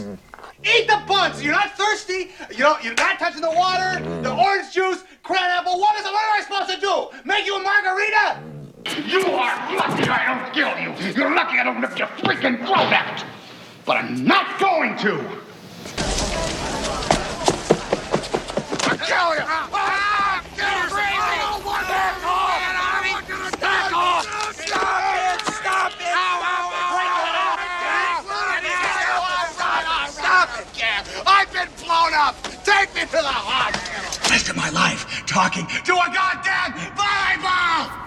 Mm. once. You're not thirsty. You don't, you're not touching the water, the Mm. orange juice, crabapple. What is it? What am I supposed to do? Make you a margarita? Mm. You are lucky I don't kill you. You're lucky I don't rip your freaking throat out. But I'm not going to. I kill you. Ah, get her crazy. Back off. Back off. Stop it. Stop it. Ow, ow, ow. Stop it. I've been blown up. Take me to the hospital. Rest of my life talking to a goddamn Bible.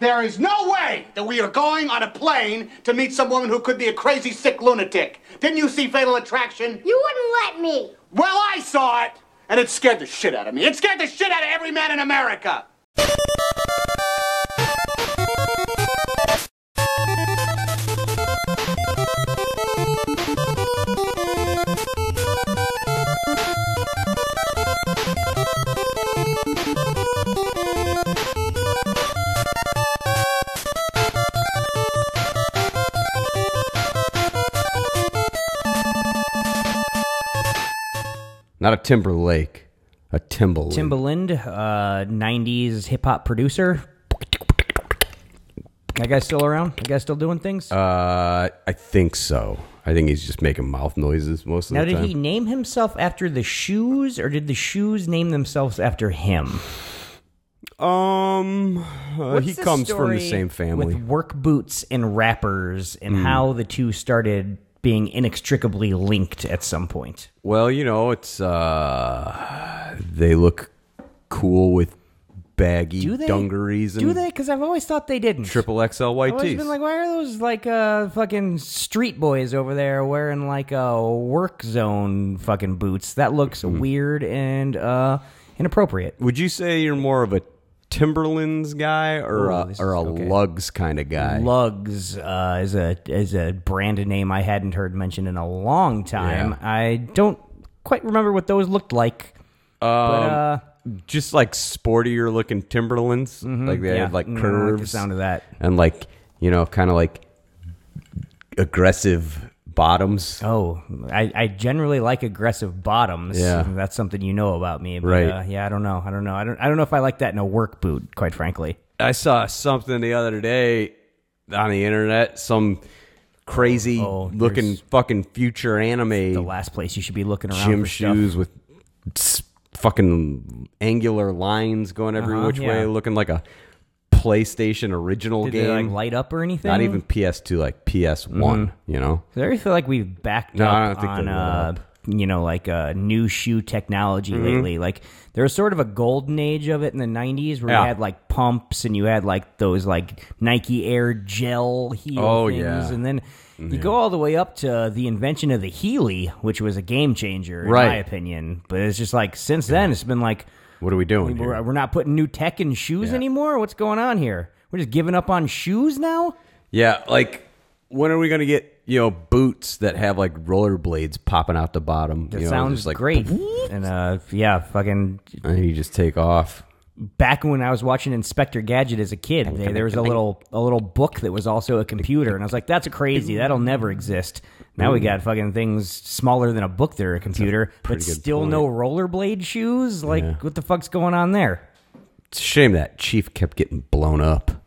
There is no way that we are going on a plane to meet some woman who could be a crazy, sick lunatic. Didn't you see Fatal Attraction? You wouldn't let me. Well, I saw it, and it scared the shit out of me. It scared the shit out of every man in America. Not a Timberlake, a Timberland. Timbaland, uh, 90s hip hop producer. That guy's still around? That guy's still doing things? uh, I think so. I think he's just making mouth noises most of now, the did time. he name himself after the shoes, or did the shoes name themselves after him? Um, uh, What's he the comes from the story same family. With work boots and rappers, Hmm. and how the two started being inextricably linked at some point. Well, you know, it's uh, they look cool with baggy Do they? dungarees and Do they? Because I've always thought they didn't. triple XL I've white always tees. been like, why are those like uh fucking street boys over there wearing like a work zone fucking boots? That looks Mm-hmm. weird and uh inappropriate. Would you say you're more of a Timberlands guy or Ooh, a, this or a is- okay. Lugs kind of guy? Lugs uh, is a is a brand name I hadn't heard mentioned in a long time. Yeah. I don't quite remember what those looked like. but, Oh, uh, Um, Just like sportier looking Timberlands, like they yeah, had like mm, I curves Like the sound of that. and like you know, kind of like aggressive bottoms. Oh, I, I generally like aggressive bottoms. Yeah. that's something you know about me. But, Right. Uh, yeah, I don't know. I don't know. I don't. I don't know if I like that in a work boot. Quite frankly. I saw something the other day on the internet, some crazy Oh, looking there's- fucking future The anime last place you should be looking around. gym for stuff. shoes with s- fucking angular lines going every Uh-huh, which way, yeah. looking like a PlayStation original Did they game. like light Mm-hmm. up or anything? Not even PS2, like PS1, you know? 'Cause I really feel like we've backed No, up I don't think they on lit uh, you know like uh, new shoe technology Mm-hmm. lately. Like there was sort of a golden age of it in the '90s where Yeah. you had like pumps and you had like those like Nike Air gel heel Oh, things, yeah. Mm-hmm. and then you go all the way up to the invention of the Heeley, which was a game changer in my Right. opinion. But it's just like since then it's been like What are we doing? we're, here? we're not putting new tech in shoes anymore. What's going on here? We're just giving up on shoes now. Yeah, like when are we gonna get you know boots that have like rollerblades popping out the bottom? That you know, sounds just like, great. And uh, yeah, fucking And you just take off. back when I was watching Inspector Gadget as a kid, they, there was a little a little book that was also a computer, and I was like, "That's crazy. That'll never exist." Now we got fucking things smaller than a book. They're a computer, but good still no rollerblade shoes. Like, what the fuck's going on there? It's a shame that Chief kept getting blown up.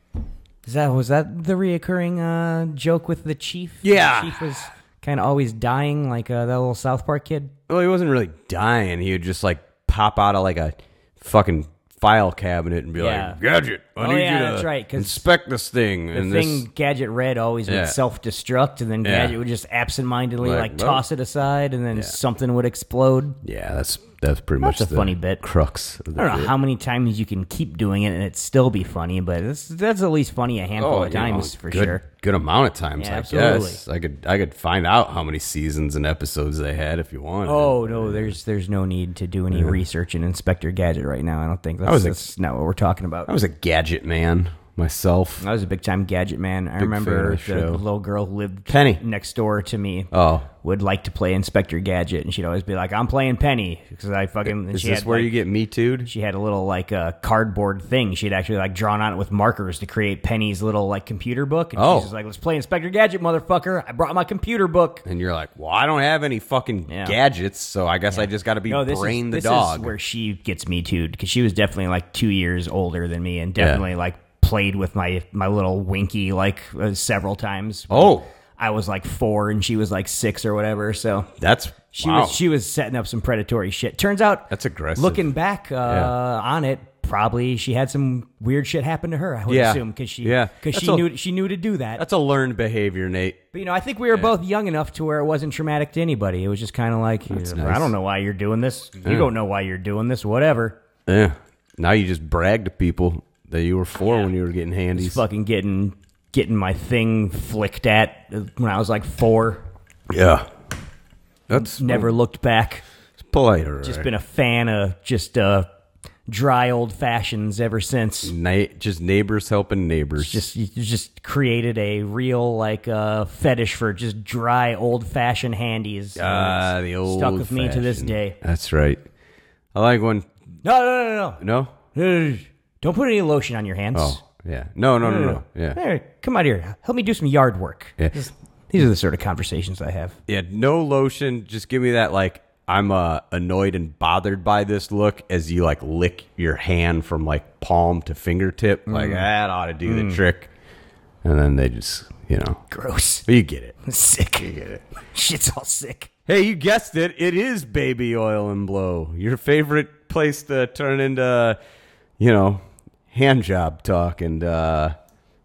Is that was that the reoccurring uh, joke with the chief? Yeah. the chief was kind of always dying, like uh, that little South Park kid. Well, he wasn't really dying. He would just like pop out of like a fucking file cabinet and be Yeah. like, "Gadget, I Oh, need yeah, you to that's right, 'cause inspect this thing." The and thing this, Gadget Red always Yeah. would self destruct, and then Yeah. Gadget would just absentmindedly Like, like, well- toss it aside, and then something would explode. yeah, that's that's pretty That's much a the funny bit. crux. Of the I don't know bit. how many times you can keep doing it and it still be funny, but it's, that's at least funny a handful Oh, of you know, times for good, sure. Good amount of times, Yeah, I absolutely. guess. I could I could find out how many seasons and episodes they had if you wanted. Oh no, there's there's no need to do any research in Inspector Gadget right now. I don't think that's, was that's not what we're talking about. I was a gadget man myself. I was a big time gadget man. I fan remember of the the show. little girl who lived Penny. next door to me. Oh. would like to play Inspector Gadget, and she'd always be like, "I'm playing Penny" because I fucking. Is she this had, where like- you get me too? She had a little like uh, cardboard thing. She'd actually like drawn on it with markers to create Penny's little like computer book. And Oh. she's just like, "Let's play Inspector Gadget, motherfucker! I brought my computer book." And you're like, well, I don't have any fucking Yeah. gadgets, so I guess I just got to be No, this brain is the this dog. is where she gets me too because she was definitely like two years older than me and definitely like played with my my little Winky like uh, several times. Oh. I was like four and she was like six or whatever. So That's She wow. was she was setting up some predatory shit. Turns out That's aggressive. Looking back uh, on it, probably she had some weird shit happen to her. I would Yeah. assume because she Yeah. because she That's a- knew she knew to do that. That's a learned behavior, Nate. But you know, I think we were both young enough to where it wasn't traumatic to anybody. It was just kind of like I nice. don't know why you're doing this. You don't know why you're doing this. Whatever. Yeah. Now you just brag to people that you were four when you were getting handies. Fucking getting getting my thing flicked at uh, when I was like four. Yeah. That's Never looked back. polite. all Just right. been a fan of just uh, dry old fashions ever since. Na- just neighbors helping neighbors. just you just created a real like uh, fetish for just dry old fashioned handies. and Ah, it's the old stuck with me to this fashioned. day. That's right. I like when No, no, no, no, no. no. Don't put any lotion on your hands. Oh yeah. No no no no. Yeah. Hey, come out here. Help me do some yard work. Yeah. These are the sort of conversations I have. Yeah. No lotion. Just give me that like I'm uh, annoyed and bothered by this look as you like lick your hand from like palm to fingertip. Mm. Like that ought to do the trick. And then they just you know. Gross. But you get it. Sick. You get it. Shit's all sick. Hey, you guessed it. It is Baby Oil and Blow, your favorite place to turn into, you know, hand job talk and uh,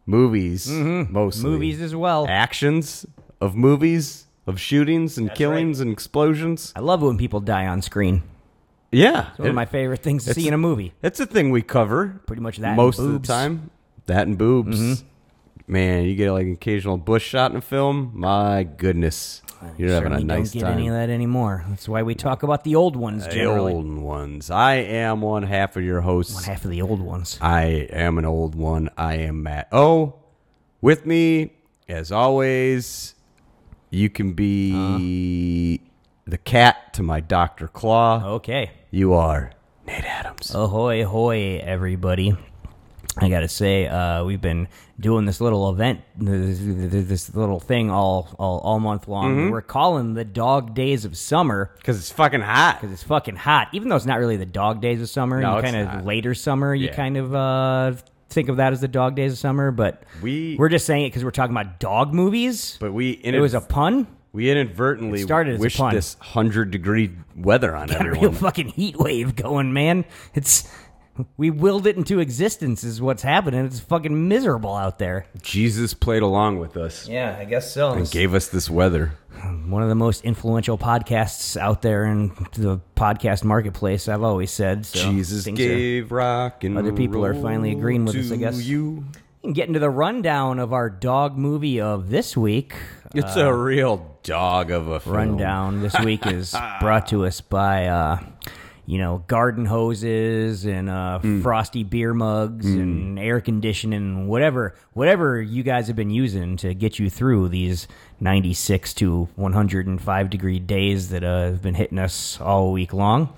movies, mostly. Mm-hmm. Movies as well. Actions of movies, of shootings and killings and explosions. I love it when people die on screen. Yeah. One of my it- favorite things to it's- see in a movie. that's a thing we cover. Pretty much that and Most of boobs. Mm-hmm. the time. That and boobs. Man, you get like an occasional bush shot in a film. My goodness. You're having a Certainly nice don't get time. any of that anymore. That's why we talk about the old ones The generally. old ones. I am one half of your hosts. Half of the old ones. I am an old one. I am Matt O. With me, as always, you can be Uh-huh. the cat to my Dr. Claw. Okay. You are Nate Oh. Adams. Ahoy, hoy, everybody. I gotta say, uh, we've been doing this little event, this, this little thing all all, all month long. Mm-hmm. We're calling the dog days of summer Because it's fucking hot. because it's fucking hot. Even though it's not really the dog days of summer, No, you it's kind of not. later summer, you Yeah. kind of uh, think of that as the dog days of summer. But We- we're just saying it because we're talking about dog movies. But we it was a pun. we inadvertently It started as a wished pun. this hundred degree weather on got a real everyone. fucking heat wave going, man. It's we willed it into existence is what's happening. It's fucking miserable out there. Jesus played along with us Yeah, I guess so. and gave us this weather. One of the most influential podcasts out there in the podcast marketplace. I've always said. So Jesus things are- gave rock and other people are roll finally agreeing with us, I to guess. You. We can get into the rundown of our dog movie of this week. It's a real dog of a film. Uh, rundown this week is brought to us by uh, you know garden hoses and uh, Hmm. frosty beer mugs and air conditioning and whatever whatever you guys have been using to get you through these 96 to 105 degree days that uh, have been hitting us all week long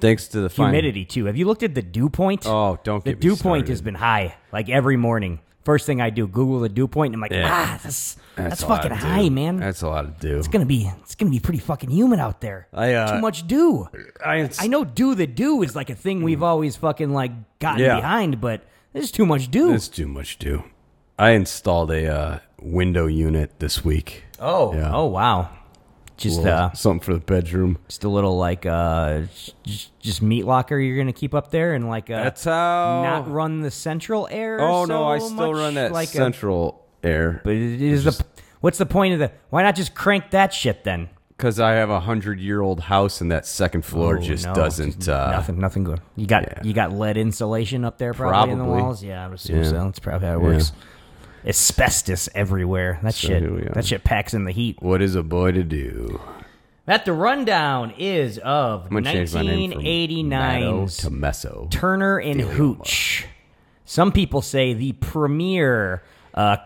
Thanks to the fine- humidity too have you looked at the dew point Oh, don't the get me dew point started. has been high like every morning First thing I do, Google the dew point, and I'm like, Yeah. ah, that's that's, a lot fucking to do. high, man. That's a lot to do. It's gonna be it's gonna be pretty fucking humid out there. I, uh, Too much dew. I, I know dew the dew is like a thing we've always fucking like gotten Mm. Yeah. behind, but there's too much dew. It's too much do. I installed a uh, window unit this week. oh, Yeah. oh wow. Just Little uh, something for the bedroom. just a little like uh, just, just meat locker you're gonna keep up there and like uh, how. not run the central air. oh so no, I still much, run that like a- central air but it is the what's the point of the? Why not just crank that shit then? because I have a hundred year old house and that second floor Oh, just no. doesn't. Uh, nothing, nothing good. You got yeah. you got lead insulation up there, probably, in the Probably. walls. Yeah, I would assume Yeah. so. That's probably how it works. Asbestos everywhere. That here we shit. are. That shit packs in the heat. What is a boy to do? That the rundown is of I'm gonna change my name from Matto 1989's to Meso. Turner and Hooch. Some people say the premier uh,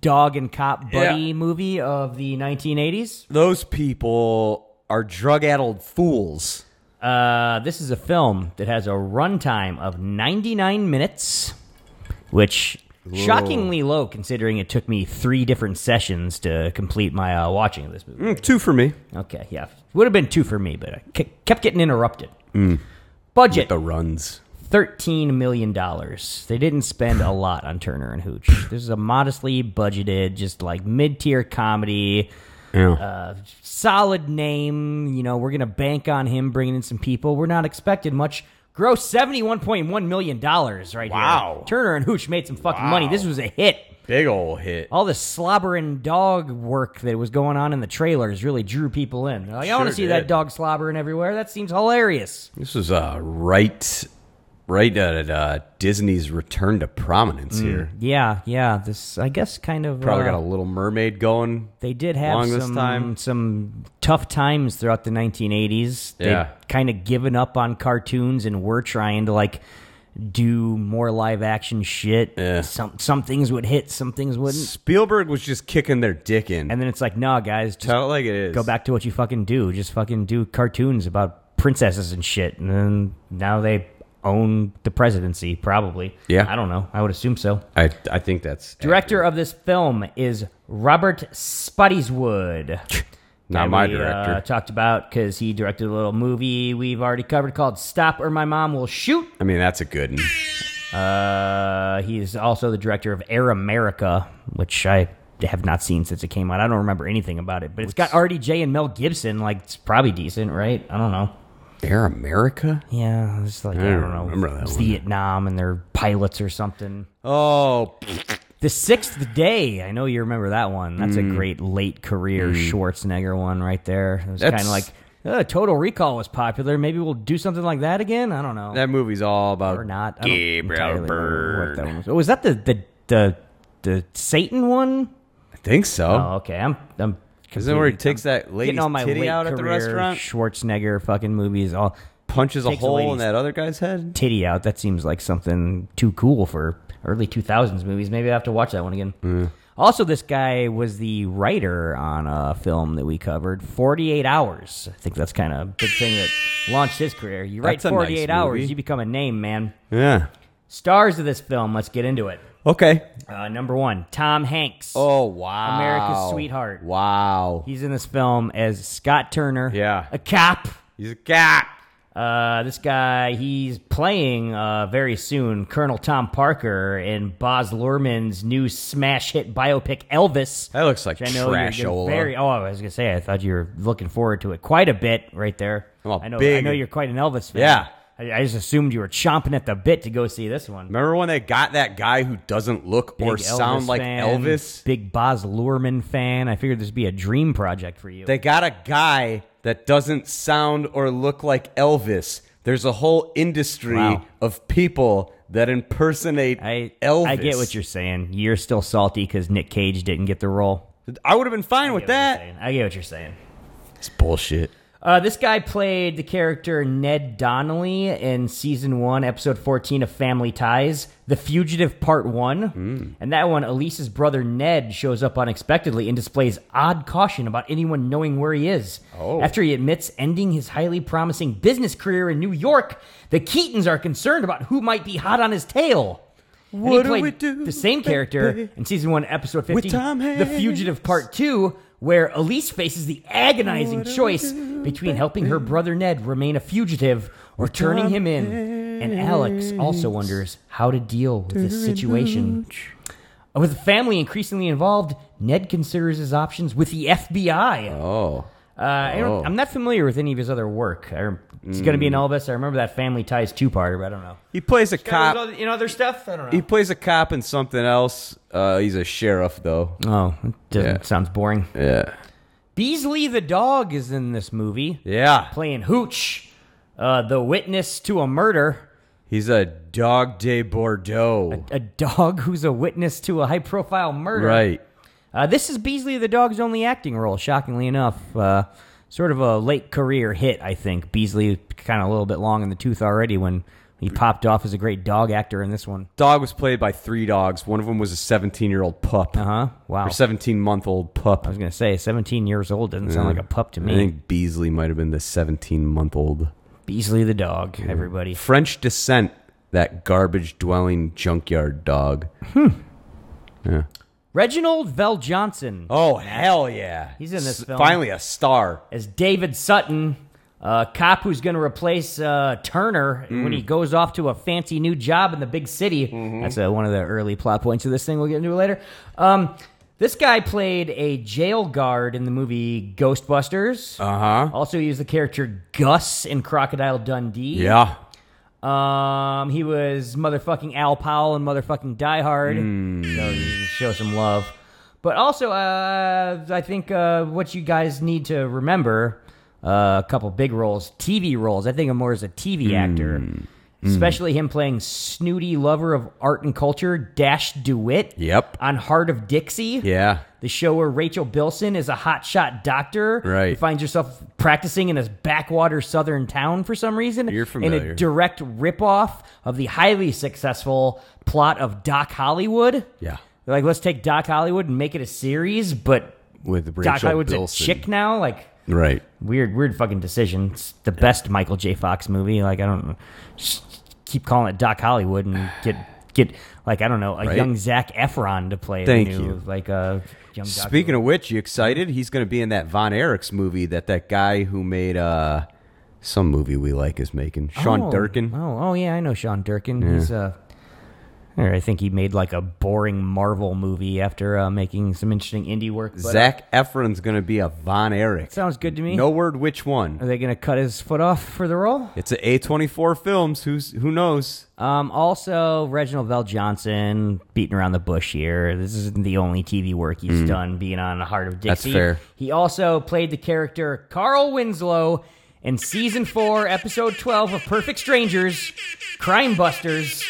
dog and cop buddy Yeah. movie of the 1980s. Those people are drug addled fools. Uh, this is a film that has a runtime of 99 minutes, which shockingly low considering it took me three different sessions to complete my uh, watching of this movie. Mm, two for me. Okay, yeah. Would have been two for me, but I ke- kept getting interrupted. Budget Mm. The runs. thirteen million dollars. They didn't spend a lot on Turner and Hooch. This is a modestly budgeted, just like mid-tier comedy. Yeah. Uh, solid name. You know, we're gonna bank on him bringing in some people. We're not expecting much. Gross seventy-one point one million dollars right here. Wow. Turner and Hooch made some fucking money. This was a hit. Big ol' hit. All this slobbering dog work that was going on in the trailers really drew people in. They're like, I want to Sure see that did. dog slobbering everywhere. That seems hilarious. This is uh, right, right at uh, Disney's return to prominence here. Yeah, yeah. This, I guess, kind of Probably Mm. uh, got a Little Mermaid going. They did have Long this some time. some tough times throughout the 1980s. Yeah. They kind of given up on cartoons and were trying to like do more live action shit. Some some things would hit, some things wouldn't. Spielberg was just kicking their dick in. And then it's like, nah, guys, just Tell it like it is. go back to what you fucking do. Just fucking do cartoons about princesses and shit. And then now they own the presidency, probably. Yeah. I don't know. I would assume so. I, I think that's Director of this film is Robert Spottiswood. Not That my we, director. Uh, talked about because he directed a little movie we've already covered called Stop or My Mom Will Shoot. I mean, that's a good one. Uh, he's also the director of Air America, which I have not seen since it came out. I don't remember anything about it, but it's got RDJ and Mel Gibson. Like, it's probably decent, right? I don't know. Air America? Yeah, it's like, I don't don't, know. remember that it's one. Vietnam and they're pilots or something. Oh, The Sixth Day. I know you remember that one. That's Mm. a great late career Schwarzenegger one right there. It was kind That's- of like uh, Total Recall was popular. Maybe we'll do something like that again. I don't know. that movie's all about or not. I don't entirely Gabriel remember what that Byrne. one was. Oh, was that the the the, the Satan one? I think so. Oh, okay. I'm I'm. Isn't that where he completely- takes that I'm lady's getting all my titty late out at the career restaurant, Schwarzenegger fucking movies all punches a takes the hole in lady's- that other guy's head? titty out. That seems like something too cool for early 2000s movies. Maybe I have to watch that one again. Also, this guy was the writer on a film that we covered, 48 Hours. I think that's kind of a big thing that launched his career. You write That's a nice 48 Hours, movie. you become a name, man. Yeah. Stars of this film, let's get into it. Okay. Uh, number one, Tom Hanks. Oh, wow. America's sweetheart. Wow. He's in this film as Scott Turner, Yeah. a cop. He's a cat. Uh, this guy, he's playing uh, very soon Colonel Tom Parker in Boz Luhrmann's new smash hit biopic Elvis. That looks like which I know you're trash. gonna very. Oh, I was gonna say I thought you were looking forward to it quite a bit right there. I'm a I know. I big- know you're quite an Elvis fan. Yeah. I, I just assumed you were chomping at the bit to go see this one. Remember when they got that guy who doesn't look or Big sound Elvis like fan, Elvis? Big Boz Luhrmann fan. I figured this would be a dream project for you. They got a guy that doesn't sound or look like Elvis. There's a whole industry Wow. of people that impersonate I Elvis. I get what you're saying. You're still salty because Nick Cage didn't get the role. I would have been fine with get what you're that. saying. I get what you're saying. It's bullshit. Uh, this guy played the character Ned Donnelly in season one, episode 14 of Family Ties, The Fugitive Part One. Hmm. And that one, Elise's brother Ned shows up unexpectedly and displays odd caution about anyone knowing where he is. Oh. After he admits ending his highly promising business career in New York, the Keatons are concerned about who might be hot on his tail. And he What do played we do, The same character baby? in season one, episode 15, Tom The Fugitive Hanks. Part Two, where Elise faces the agonizing choice between helping her brother Ned remain a fugitive or turning him in. And Alex also wonders how to deal with this situation. With the family increasingly involved, Ned considers his options with the FBI. Oh. Uh, I don't, Oh. Mm. I'm not familiar with any of his other work. I, rem- it's going to be an Elvis. I remember that Family Ties two-parter, but I don't know. He plays a cop. You know, other stuff. I don't know. he plays a cop in something else. Uh, he's a sheriff, though. Oh, it doesn't, Yeah. sounds boring. Yeah. Beasley the dog is in this movie, Yeah. playing Hooch, uh, the witness to a murder. He's a dog de Bordeaux. A dog who's a witness to a high profile murder. Right. Uh, this is Beasley the dog's only acting role, shockingly enough. Uh, sort of a late career hit, I think. Beasley kind of a little bit long in the tooth already when He popped off as a great dog actor in this one. Dog was played by three dogs. One of them was a 17 year old pup. Uh huh. Wow. Or 17 month old pup. I was gonna say, 17 years old doesn't sound like a pup to me. I think Beasley might have been the 17 month old. Beasley the dog, everybody. French descent, that garbage dwelling junkyard dog. Reginald Vell Johnson Oh, hell yeah. He's in this S- film. Finally, a star. as David Sutton, a cop who's going to replace uh, Turner when he goes off to a fancy new job in the big city. That's uh, one of the early plot points of this thing. We'll get into it later. Um, this guy played a jail guard in the movie Ghostbusters. Uh huh. Also, he was the character Gus in Crocodile Dundee. Yeah. Um, he was motherfucking Al Powell and motherfucking Die Hard. Mm. So you can show some love. But also, uh, I think uh, what you guys need to remember uh, a couple big roles, TV roles. I think of more as a TV Mm. actor, especially him playing snooty lover of art and culture, Dash DeWitt. Yep. On Heart of Dixie. Yeah. The show where Rachel Bilson is a hotshot doctor Right. who finds herself practicing in this backwater southern town for some reason. You're In familiar. a direct ripoff of the highly successful plot of Doc Hollywood. Yeah. They're like, let's take Doc Hollywood and make it a series, but With Rachel Doc Hollywood's Bilson. a chick now? Like, Right. weird, weird fucking decision. It's the best Michael J. Fox movie. Like, I don't just keep calling it Doc Hollywood and get. Get like I don't know a Right. young Zach Efron to play. Thank the new, you. Like a young. Doc Speaking of which, you excited? He's going to be in that Von Erichs movie that that guy who made uh some movie we like is making. Sean Oh, Durkin. Oh, oh yeah, I know Sean Durkin. He's uh or I think he made like a boring Marvel movie after uh, making some interesting indie work. But, uh, Zach Efron's going to be a Von Erich. sounds good to me. No word which Are one. they gonna cut his foot off for the role? It's a A24 Films. Who's who knows? Um, also, Reginald Vell Johnson beating around the bush here. This isn't the only TV work he's done, being on Heart of Hmm. That's Dixie. fair. He also played the character Carl Winslow in season four, episode twelve of Perfect Strangers, Crime Busters,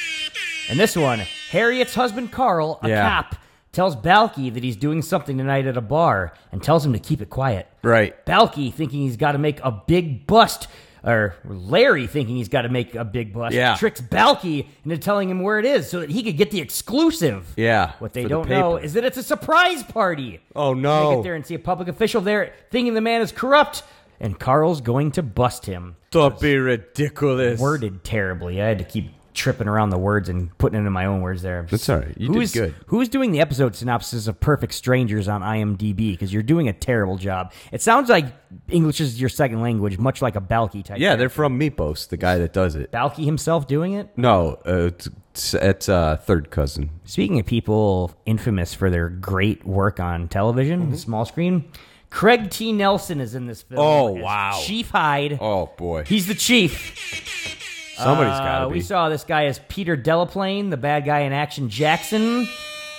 and this one, Harriet's husband Carl, a Yeah. cop, tells Balky that he's doing something tonight at a bar and tells him to keep it quiet. Right. Balky thinking he's got to make a big bust, or Larry thinking he's got to make a big bust, Yeah. tricks Balky into telling him where it is so that he could get the exclusive. Yeah, What they for the don't know paper. is that it's a surprise party. Oh, no. They get there and see a public official there thinking the man is corrupt, and Carl's going to bust him. Don't be ridiculous. Worded terribly. I had to keep tripping around the words and putting it in my own words there. That's all right. You did who's, good. Who's doing the episode synopsis of Perfect Strangers on IMDb? Because you're doing a terrible job. It sounds like English is your second language, much like a Balky type. Yeah, character. they're from Meepos, the guy that does it. Balky himself doing it. No, uh, it's, it's uh, third cousin. Speaking of people infamous for their great work on television, Mm-hmm. small screen, Craig T. Nelson is in this film. Oh, as wow. Chief Hyde. Oh boy, He's the chief. somebody's Uh, got to be. we saw this guy as Peter Delaplane, the bad guy in Action Jackson.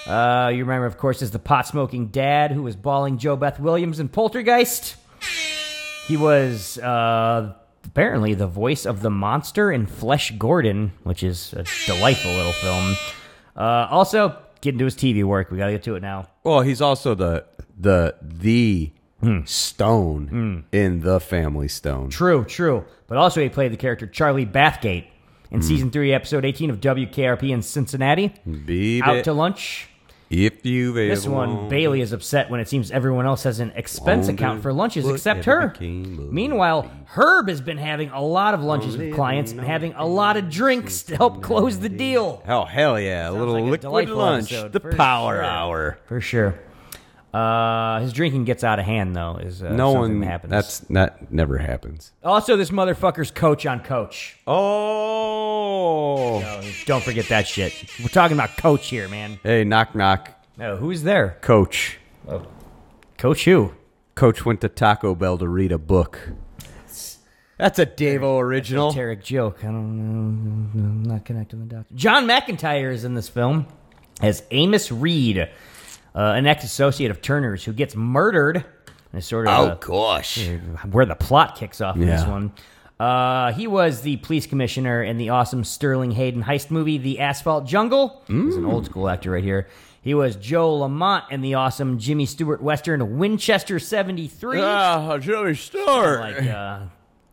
Uh, you remember, of course, as the pot smoking dad who was bawling Joe Beth Williams in Poltergeist. He was uh, apparently the voice of the monster in Flesh Gordon, which is a delightful little film. Uh, also, get into his TV work. We got to get to it now. well, he's also the the the Stone in the Family Stone. Hmm. True, true. Hmm. But also, he played the character Charlie Bathgate in season three, episode 18 of WKRP in Cincinnati. Beat Out it to lunch. if you've This ever one, wanted- Bailey is upset when it seems everyone else has an expense Wondered account for lunches what except ever her. became of Meanwhile, Herb has been having a lot of lunches with clients and having a lot of drinks to help close the deal. Oh hell yeah! a little like a liquid delightful lunch, episode, the for Power sure. Hour. For sure. Uh, his drinking gets out of hand, though. Is uh, No something one that happens. That's that never happens. also this motherfucker's coach on coach. Oh, Oh, don't forget that shit. We're talking about coach here, man. hey, knock knock, No, who's there? Coach. Coach who? Coach went to Taco Bell to read a book. That's a Davo original. Tarek joke. I don't know. I'm not connecting the dots. John McIntyre is in this film as Amos Reed, uh, an ex-associate of Turner's who gets murdered. And it's sort of a- Oh, uh, gosh. where the plot kicks off in this Yeah. one. Uh, he was the police commissioner in the awesome Sterling Hayden heist movie, The Asphalt Jungle. He's an old school actor right here. He was Joe Lamont in the awesome Jimmy Stewart Western Winchester 73 Ah, Jimmy Stewart. like uh,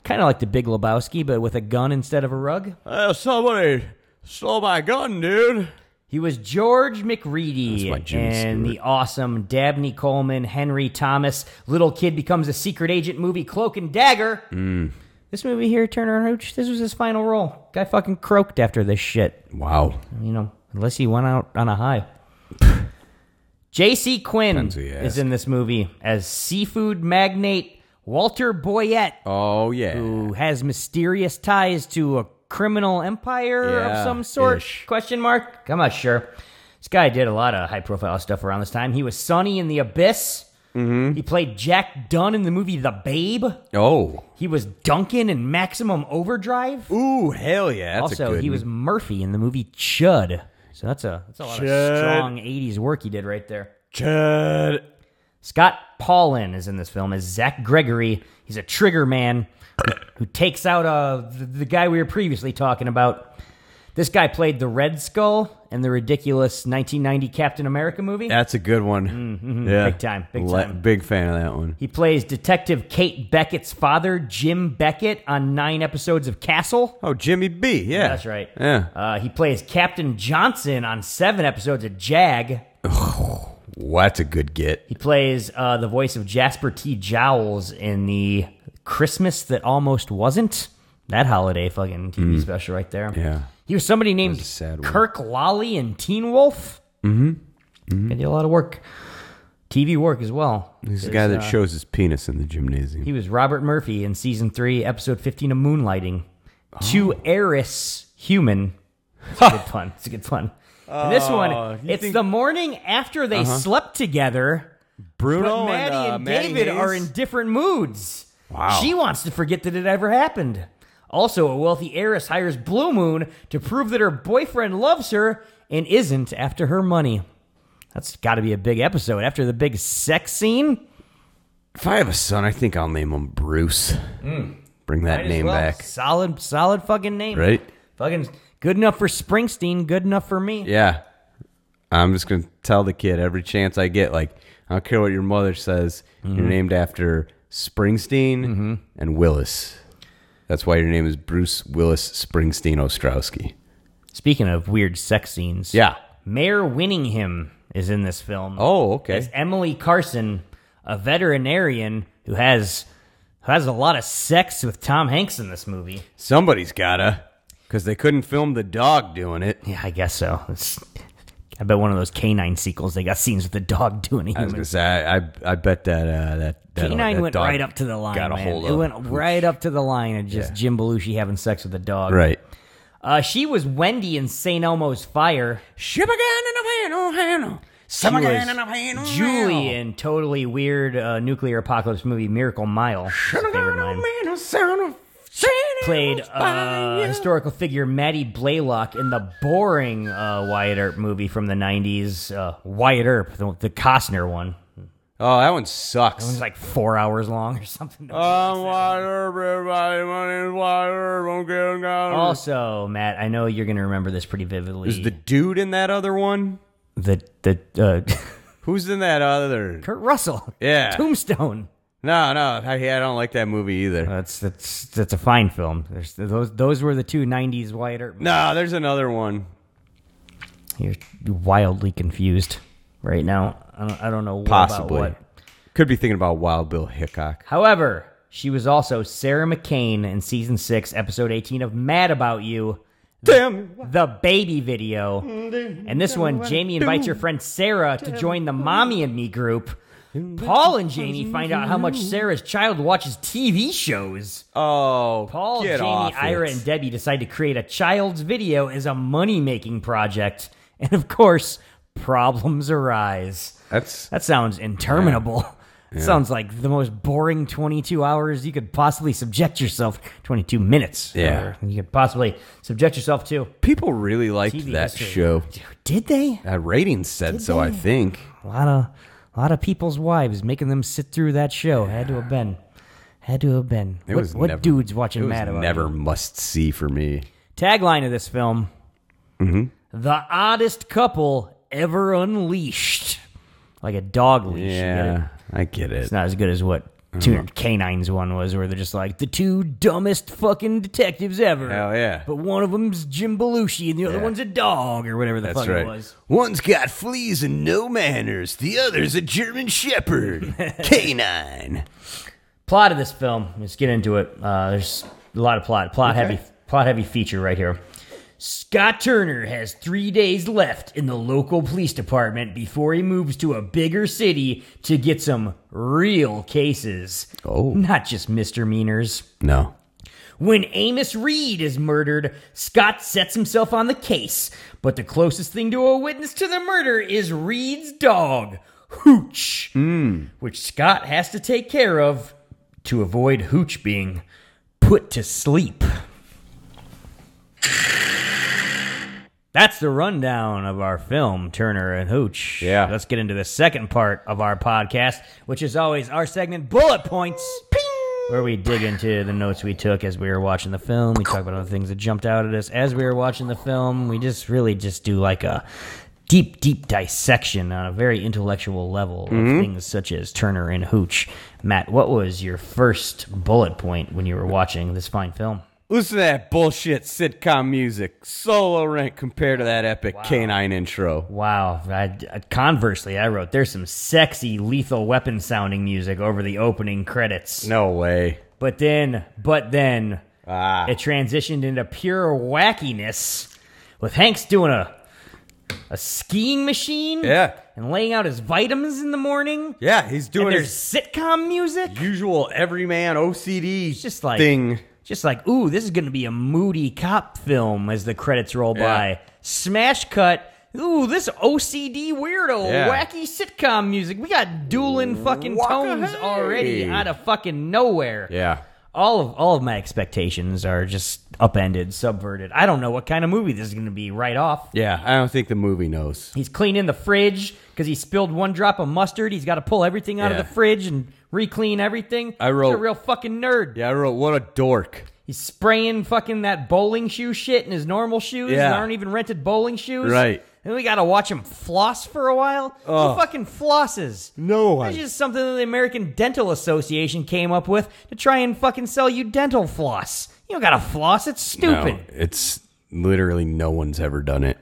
kind of like the Big Lebowski, but with a gun instead of a rug. Uh, somebody stole my gun, dude. He was George McReady my Jimmy and Stewart. the awesome Dabney Coleman, Henry Thomas, Little Kid Becomes a Secret Agent movie, Cloak and Dagger. Hmm. This movie here, Turner and Hooch, this was his final role. Guy fucking croaked after this shit. Wow. You know, unless he went out on a high. J.C. Quinn Depends who you is ask. in this movie as seafood magnate Walter Boyette, Oh yeah. who has mysterious ties to a criminal empire of Yeah, some sort? ish. Question mark. I'm not sure. This guy did a lot of high profile stuff around this time. He was Sonny in The Abyss. Mm-hmm. He played Jack Dunn in the movie The Babe. Oh. He was Duncan in Maximum Overdrive. Ooh, hell yeah. That's a also, good he was one. Murphy in the movie Chud. So that's a that's a lot of Chud. strong '80s work he did right there. Chud. Scott Paulin is in this film as Zach Gregory. He's a trigger man who, who takes out uh, the, the guy we were previously talking about. This guy played the Red Skull in the ridiculous 1990 Captain America movie. That's a good one. Yeah. Big time, big time. Mm-hmm. big fan of that one. He plays Detective Kate Beckett's father, Jim Beckett, on nine episodes of Castle. Oh, Jimmy B. Yeah. That's right. Yeah. Uh, he plays Captain Johnson on seven episodes of Jag. Well, that's a good get. He plays uh, the voice of Jasper T. Jowls in the Christmas that almost wasn't. That holiday fucking TV special right there. Mm. Yeah. He was somebody named a sad one. Kirk Lolly in Teen Wolf. Mm-hmm. He did a lot of work. TV work as well. He's the guy that shows his penis in the gymnasium. He was Robert Murphy in season three, episode 15 of Moonlighting. Oh. To heiress human. It's a good pun. It's a good pun. and this one, Oh, you it's think- Uh-huh. the morning after they slept together. Bruno But Maddie and, uh, Maddie David are in Hayes? different moods. Wow. She wants to forget that it ever happened. Also, a wealthy heiress hires Blue Moon to prove that her boyfriend loves her and isn't after her money. That's got to be a big episode. After the big sex scene, If I have a son, I think I'll name him Bruce. Mm. Bring that name Well, back. Solid, solid fucking name. Right? Fucking good enough for Springsteen. Good enough for me. Yeah. I'm just going to tell the kid every chance I get, like, I don't care what your mother says, Mm-hmm. you're named after Springsteen and Willis. That's why your name is Bruce Willis Springsteen Ostrowski. Speaking of weird sex scenes, Yeah. Mayor Winningham is in this film. Oh, okay. It's Emily Carson, a veterinarian who has who has a lot of sex with Tom Hanks in this movie. Somebody's gotta, because they couldn't film the dog doing it. Yeah, I guess so. It's, I bet one of those canine sequels they got scenes with the dog doing a I was human. gonna say, I, I, I bet that uh, that that, Canine that went dog right up to the line. Got a man. hold It of went right up to the line of just Jim Belushi having sex with a dog. right. Uh, she was Wendy in St. Elmo's Fire. Ship again in a panel, She was Julie in totally weird uh, nuclear apocalypse movie Miracle Mile. It's a favorite of mine. played uh, historical figure Maddie Blaylock in the boring uh, Wyatt Earp movie from the 90s. Uh, Wyatt Earp, the, the Costner one. Oh, that one It was sucks. like four hours long or something. I'm water, everybody. My name's water. Don't get down. Oh, also, Matt, I know you're going to remember this pretty vividly. Is the dude in that other one? the, the uh, Who's in that other? Kurt Russell. Yeah. Tombstone. No, no. I, I don't like that movie either. That's that's that's a fine film. There's, those those were the two '90s Wyatt Earp. No, there's another one. You're wildly confused right now. I don't, I don't know what Possibly. about what. Could be thinking about Wild Bill Hickok. However, she was also Sarah McCain in season six, episode 18 of Mad About You, Damn. the baby video. And this one, Jamie invites her friend Sarah to join the Mommy and Me group. Paul and Jamie find out how much Sarah's child watches TV shows. Oh, Paul, get Jamie, off Ira, it. and Debbie decide to create a child's video as a money making project. And of course, problems arise. That's That sounds interminable. That sounds like the most boring 22 hours you could possibly subject yourself 22 minutes. Yeah. or You could possibly subject yourself to. people really liked TV that history. show. Did they? Uh, ratings said so, I think. A lot of a lot of people's wives making them sit through that show. Had to have been. Had to have been. It what was what never, dudes watching it was Mad About Never You? must see for me. Tagline of this film. Mm-hmm. The oddest couple ever unleashed. Like a dog leash. you get it? Yeah, I get it. It's not as good as what Uh-huh. Tuner Canines one was where they're just like the two dumbest fucking detectives ever. Hell yeah. But one of them's Jim Belushi and the other Yeah. one's a dog or whatever the That's fuck right. it was. One's got fleas and no manners. The other's a German Shepherd, canine. Plot of this film. Let's get into it. Uh, there's a lot of plot. Plot heavy. Plot heavy feature right here. Scott Turner has three days left in the local police department before he moves to a bigger city to get some real cases. Oh. Not just misdemeanors. No. When Amos Reed is murdered, Scott sets himself on the case, but the closest thing to a witness to the murder is Reed's dog, Hooch, which Scott has to take care of to avoid Hooch being put to sleep. That's the rundown of our film, Turner and Hooch. Yeah. Let's get into the second part of our podcast, which is always our segment, Bullet Points. Where we dig into the notes we took as we were watching the film. We talk about other things that jumped out at us as we were watching the film. We just really just do like a deep, deep dissection on a very intellectual level of things such as Turner and Hooch. Matt, what was your first bullet point when you were watching this fine film? Listen to that bullshit sitcom music. Solo rank compared to that epic canine intro. Wow. I, I- conversely, I wrote there's some sexy lethal weapon sounding music over the opening credits. No way. But then, but then, Ah. it transitioned into pure wackiness with Hanks doing a a skiing machine Yeah. and laying out his vitamins in the morning. Yeah, he's And doing there's his sitcom music. usual everyman OCD It's just like thing. Just like, ooh, this is going to be a moody cop film as the credits roll Yeah. by. Smash cut. Ooh, this OCD weirdo, Yeah. wacky sitcom music. We got dueling fucking tones hey. already out of fucking nowhere. Yeah. All of all of my expectations are just upended, subverted. I don't know what kind of movie this is going to be right off. Yeah, I don't think the movie knows. He's cleaning the fridge because he spilled one drop of mustard. He's got to pull everything out Yeah. of the fridge and re-clean everything. I wrote- He's a real fucking nerd. Yeah, I wrote, what a dork. He's spraying fucking that bowling shoe shit in his normal shoes Yeah. that aren't even rented bowling shoes. Right. Then we gotta watch him floss for a while. Ugh. He fucking flosses. No That's one. just something that the American Dental Association came up with to try and fucking sell you dental floss. You don't gotta floss, it's stupid. No, it's literally no one's ever done it.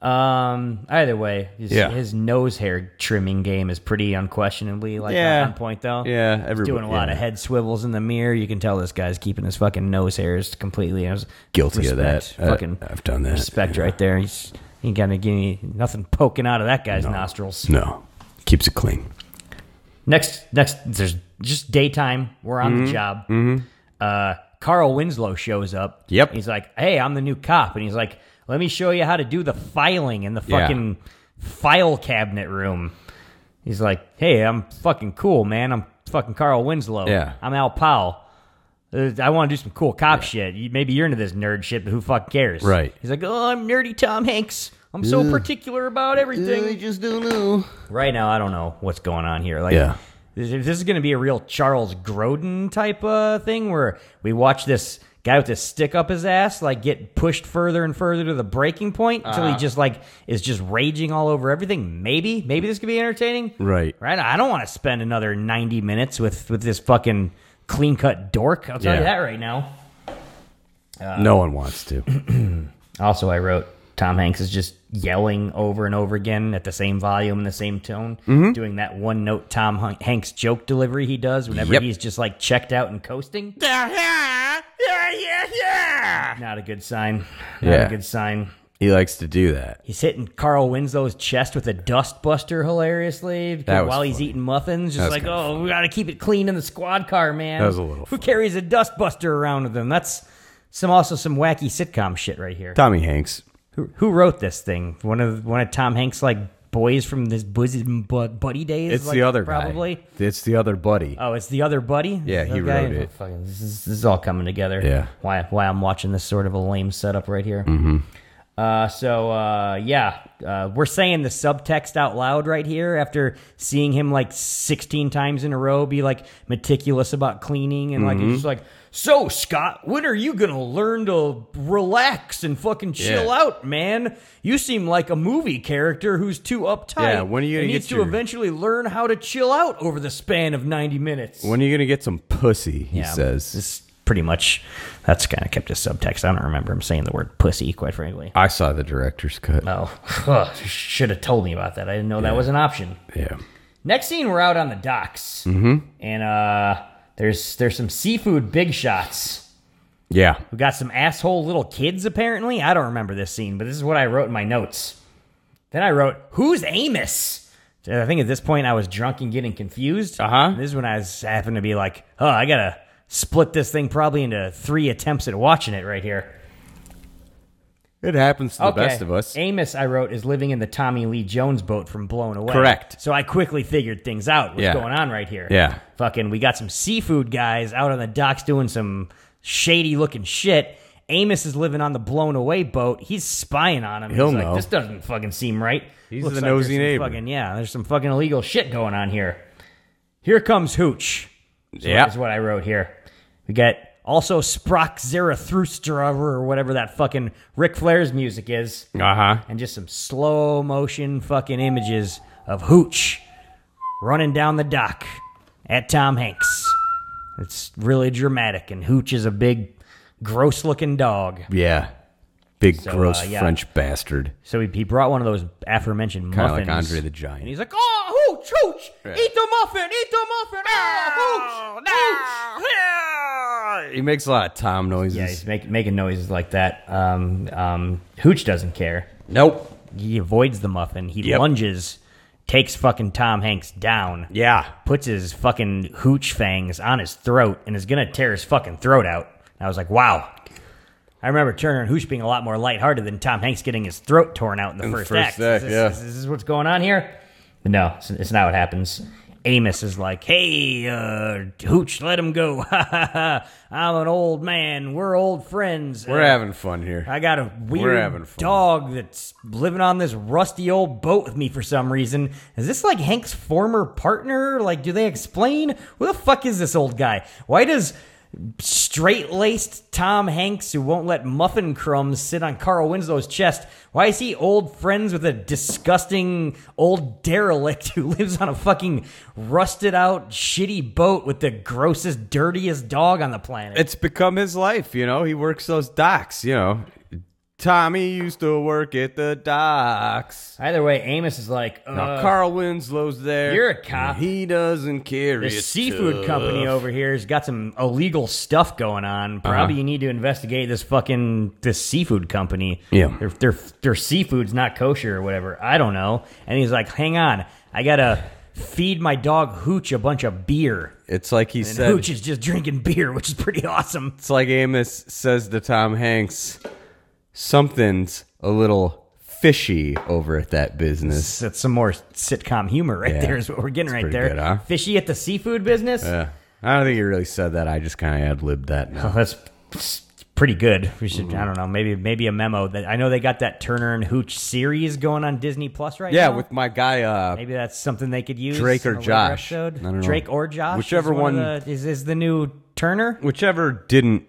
Um. Either way, his, Yeah. his nose hair trimming game is pretty unquestionably like Yeah. on point though. Yeah, He's everybody- doing a lot yeah. of head swivels in the mirror. You can tell this guy's keeping his fucking nose hairs completely. I was Guilty of respect. that. Uh, I- Fucking I've done that, Respect yeah. right there. He's he ain't gonna give me nothing poking out of that guy's nostrils. No. Keeps it clean. Next, next, there's just daytime. We're on Mm-hmm. the job. Uh, Carl Winslow shows up. Yep. He's like, "Hey, I'm the new cop," and he's like, "Let me show you how to do the filing in the Yeah. fucking file cabinet room." He's like, "Hey, I'm fucking cool, man. I'm fucking Carl Winslow. Yeah. I'm Al Powell. Uh, I want to do some cool cop shit. You- Maybe you're into this nerd shit, but who fuck cares?" Right. He's like, "Oh, I'm nerdy Tom Hanks. I'm so particular about everything." just don't know. right now I don't know what's going on here. Like, Yeah. this, if this is going to be a real Charles Grodin type uh, thing where we watch this guy with this stick up his ass like get pushed further and further to the breaking point until he just like is just raging all over everything. Maybe, maybe this could be entertaining. Right. Right. I don't want to spend another ninety minutes with with this fucking clean cut dork. I'll tell you Yeah. that right now. Uh, no one wants to. Also, I wrote Tom Hanks is just yelling over and over again at the same volume and the same tone, Mm-hmm. doing that one note Tom Hun- Hanks joke delivery he does whenever Yep. he's just like checked out and coasting. yeah, yeah, yeah. Not a good sign. Not Yeah. a good sign. He likes to do that. He's hitting Carl Winslow's chest with a dust buster hilariously because That was while he's funny. eating muffins, That just was like, kinda oh, we got to keep it clean in the squad car, man. That was a little Who funny. carries a dust buster around with them? That's some also some wacky sitcom shit right here. Tommy Hanks. Who, who wrote this thing? One of one of Tom Hanks' like boys from his bosom bud, buddy days. It's like, the other guy. probably. It's the other buddy. Oh, it's the other buddy. Yeah, he The guy? wrote it. Oh, fucking, this, is, this is all coming together. Yeah. Why? Why I'm watching this sort of a lame setup right here. Mm-hmm. Uh, so uh, yeah, uh, we're saying the subtext out loud right here after seeing him like 16 times in a row be like meticulous about cleaning and like Mm-hmm. he's just like, so Scott, when are you gonna learn to relax and fucking chill Yeah. out, man? You seem like a movie character who's too uptight. Yeah, when are you and gonna needs get to your- eventually learn how to chill out over the span of 90 minutes? When are you going to get some pussy? He Yeah, says. This pretty much that's kind of kept as subtext. I don't remember him saying the word pussy, quite frankly. I saw the director's cut. Oh, should have told me about that. I didn't know that was an option. Yeah. Next scene, we're out on the docks, mm-hmm. and uh, there's there's some seafood big shots. Yeah. We got some asshole little kids. Apparently, I don't remember this scene, but this is what I wrote in my notes. Then I wrote, "Who's Amos?" I think at this point I was drunk and getting confused. Uh Uh-huh. This is when I was, happened to be like, "Oh, I gotta split this thing probably into three attempts at watching it right here." It happens to the best of us. Amos, I wrote, is living in the Tommy Lee Jones boat from Blown Away. Correct. So I quickly figured things out. What's Yeah. going on right here? Yeah. Fucking, we got some seafood guys out on the docks doing some shady looking shit. Amos is living on the Blown Away boat. He's spying on him. He'll He's know. Like, this doesn't fucking seem right. He's Looks the there's nosy some neighbor. Fucking, yeah, there's some fucking illegal shit going on here. Here comes Hooch is Yeah. what I wrote here. We got also Sprock Zarathustra or whatever that fucking Ric Flair's music is, Uh huh. and just some slow motion fucking images of Hooch running down the dock at Tom Hanks. It's really dramatic, and Hooch is a big, gross looking dog. Yeah. Big So, gross uh, yeah. French bastard. So he, he brought one of those aforementioned Kind of muffins. like Andre the And Giant. he's like, oh, hooch, hooch, Yeah. eat the muffin, eat the muffin, oh, hooch, hooch. He makes a lot of Tom noises. Yeah, he's make, making noises like that. Um, um, Hooch doesn't care. nope. He avoids the muffin. He Yep. lunges, takes fucking Tom Hanks down. Yeah. Puts his fucking hooch fangs on his throat and is gonna tear his fucking throat out. And I was like, wow. I remember Turner and Hooch being a lot more lighthearted than Tom Hanks getting his throat torn out in the the first, first act. Is act, this, yeah. is, this what's going on here? But no, it's, it's not what happens. Amos is like, hey, uh, Hooch, let him go. I'm an old man. We're old friends. We're Uh, having fun here. I got a having weird fun. dog that's living on this rusty old boat with me for some reason. Is this like Hank's former partner? Like, do they explain? Who the fuck is this old guy? Why does straight laced Tom Hanks, who won't let muffin crumbs sit on Carl Winslow's chest, why is he old friends with a disgusting old derelict who lives on a fucking rusted out, shitty boat with the grossest, dirtiest dog on the planet? it's become his life, you know. He works those docks, you know. Tommy used to work at the docks. Either way, Amos is like, uh, Now Carl Winslow's there. you're a cop. He doesn't care. The seafood company uh, over here has got some illegal stuff going on. Uh-huh. Probably you need to investigate this fucking this seafood company. Yeah. their their their seafood's not kosher or whatever. I don't know. And he's like, "Hang on, I gotta feed my dog Hooch a bunch of beer." It's like he And said. Hooch is just drinking beer, which is pretty awesome. It's like Amos says to Tom Hanks, "Something's a little fishy over at that business." That's some more sitcom humor right Yeah. there. Is what we're getting right pretty there. good, huh? Uh, Fishy at the seafood business. Yeah. I don't think he really said that. I just kind of ad libbed that. Now. Well, that's Oh, that's pretty good. We should. Mm-hmm. I don't know. Maybe maybe a memo that I know they got that Turner and Hooch series going on Disney Plus right Yeah, now. with my guy. Uh, maybe that's something they could use. Drake in or a later Josh. episode. I don't know. Drake or Josh. Whichever is of one- the- is is the new Turner. whichever didn't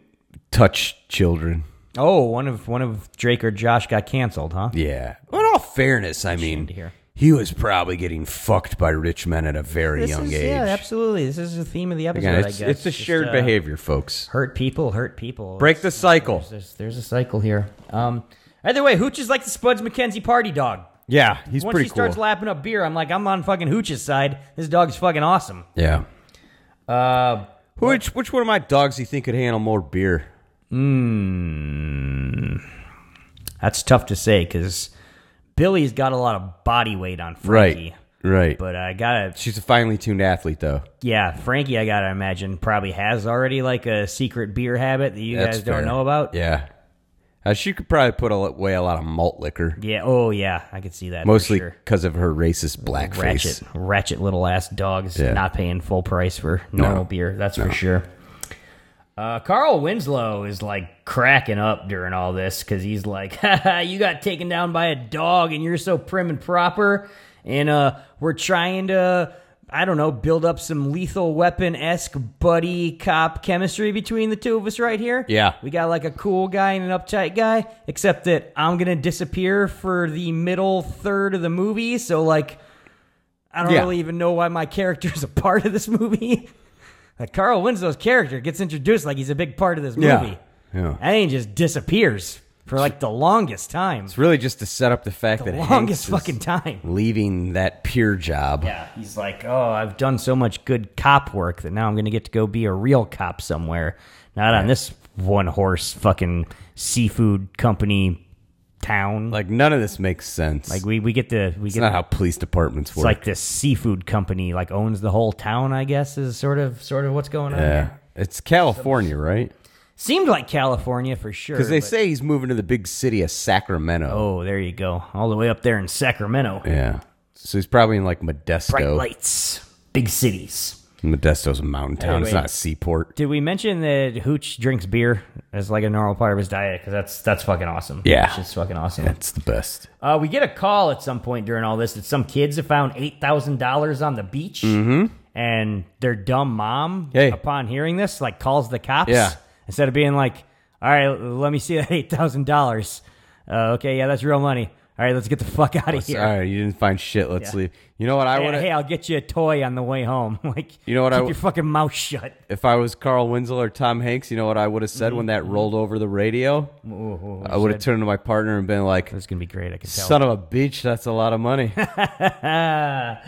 touch children. Oh, one of one of Drake or Josh got canceled, huh? Yeah. Well, in all fairness, I mean, to hear. he was probably getting fucked by rich men at a very This young is- age. Yeah, absolutely. This is the theme of the episode. Again, I it's, guess it's a Just, shared uh, behavior, folks. Hurt people, hurt people. Break the cycle. There's, there's a cycle here. Um, either way, Hooch is like the Spuds McKenzie party dog. Yeah, he's Once pretty he starts cool. lapping up beer, I'm like, I'm on fucking Hooch's side. This dog's fucking awesome. yeah. Uh, Which which one of my dogs do you think could handle more beer? that's tough to say because Billy's got a lot of body weight on Frankie. Right. But I gotta, She's a finely tuned athlete, though. yeah, Frankie, I gotta imagine probably has already like a secret beer habit that you That's guys don't fair. know about. Yeah. Uh, she could probably put away a lot of malt liquor, Yeah, Oh yeah, I could see that. for mostly sure. because of her racist black ratchet, face. ratchet little ass dogs Yeah. not paying full price for normal beer. That's for sure. Uh, Carl Winslow is like cracking up during all this because he's like, Haha, you got taken down by a dog and you're so prim and proper. And uh, we're trying to, I don't know, build up some lethal weapon esque buddy cop chemistry between the two of us right here. Yeah. We got like a cool guy and an uptight guy, except that I'm going to disappear for the middle third of the movie. So, like, I don't Yeah. really even know why my character is a part of this movie. Like Carl Winslow's character gets introduced like he's a big part of this Yeah. movie. Yeah. And he just disappears for like the longest time. It's really just to set up the fact that longest Hanks fucking is time. leaving that peer job. Yeah. He's like, oh, I've done so much good cop work that now I'm going to get to go be a real cop somewhere. Not on this one horse fucking seafood company town. Like, Like none of this makes sense. Like we, we get the we it's get not how police departments it's work. like this seafood company like owns the whole town. I guess is sort of sort of what's going on. yeah. here. It's California, right? Seemed like California for sure. Because they but- say he's moving to the big city of Sacramento. Oh, there you go. All the way up there in Sacramento. Yeah. So he's probably in like Bright Modesto. lights. Big cities. Modesto's a mountain town. Anyway. It's not a seaport. Did we mention that Hooch drinks beer as like a normal part of his diet? Because that's that's fucking awesome. Yeah. It's just fucking awesome. That's the best. Uh, we get a call at some point during all this that some kids have found eight thousand dollars on the beach, and their dumb mom, Mm-hmm. Hey. upon hearing this, like calls the cops. Yeah. Instead of being like, "All right, l- let me see that eight thousand dollars." uh, Okay, yeah, that's real money. All right, let's get the fuck out of here. All right, you didn't find shit. Let's Yeah. leave. You know what I Hey, would hey, I'll get you a toy on the way home. like, You know what Keep I your w- fucking mouth shut. if I was Carl Winslow or Tom Hanks, you know what I would have said when Mm-hmm. that rolled over the radio? I would have turned to my partner and been like, It's gonna be great. I can tell. "Son of a bitch, that's a lot of money." Are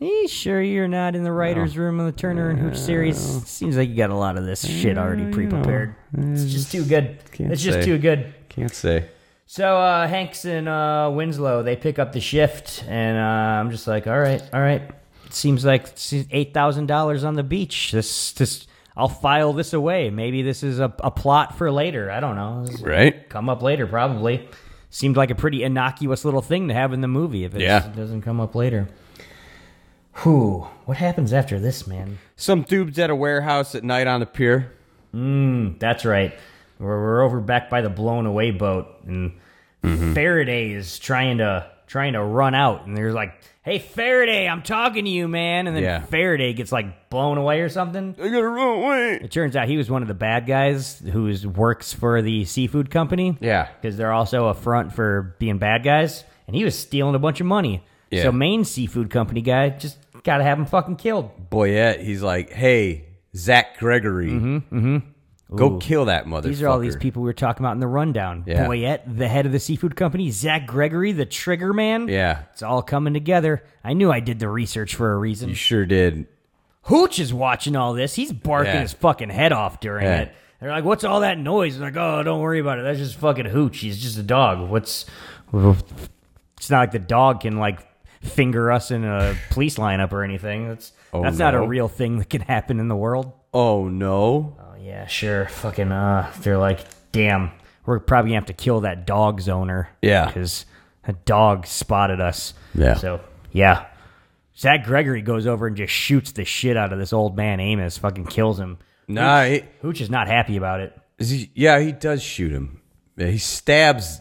you sure you're not in the writers' room of the Turner and Hooch series? Seems like you got a lot of this shit already pre-prepared. it's just too good. can't It's just say. too good. Can't say. So uh, Hanks and uh, Winslow they pick up the shift, and uh, I'm just like, all right, all right. It seems like eight thousand dollars on the beach. This, this, I'll file this away. Maybe this is a, a plot for later. I don't know. This- Right? come up later probably seemed like a pretty innocuous little thing to have in the movie if it's, Yeah. it doesn't come up later whew what happens after this man Some dude's at a warehouse at night on the pier. that's right we're, we're over back by the blown away boat and Mm-hmm. faraday is trying to trying to run out and they're like hey faraday i'm talking to you man and then Yeah. faraday gets like blown away or something I gotta run away. it turns out he was one of the bad guys who is, works for the seafood company Yeah. because they're also a front for being bad guys. And he was stealing a bunch of money. Yeah. So Maine seafood company guy just gotta have him fucking killed. Boyette, he's like, "Hey, Zach Gregory, go kill that motherfucker." Mm-hmm, These are all these people we were talking about in the rundown. Yeah. Boyette, the head of the seafood company, Zach Gregory, the trigger man. Yeah, It's all coming together. I knew I did the research for a reason. you sure did. Hooch is watching all this. He's barking Yeah. his fucking head off during Yeah. it. They're like, "What's all that noise?" They're like, "Oh, don't worry about it. That's just fucking Hooch. He's just a dog. What's?" It's not like the dog can like finger us in a police lineup or anything. That's Oh, that's not a no. real thing that can happen in the world. Oh no. Oh yeah, sure. Fucking uh, they're like, "Damn, we're probably gonna have to kill that dog's owner." Yeah. because a dog spotted us. Yeah. So yeah, Zach Gregory goes over and just shoots the shit out of this old man Amos, fucking kills him. Nah, he, Hooch is not happy about it. is he- yeah, he does shoot him. Yeah, he stabs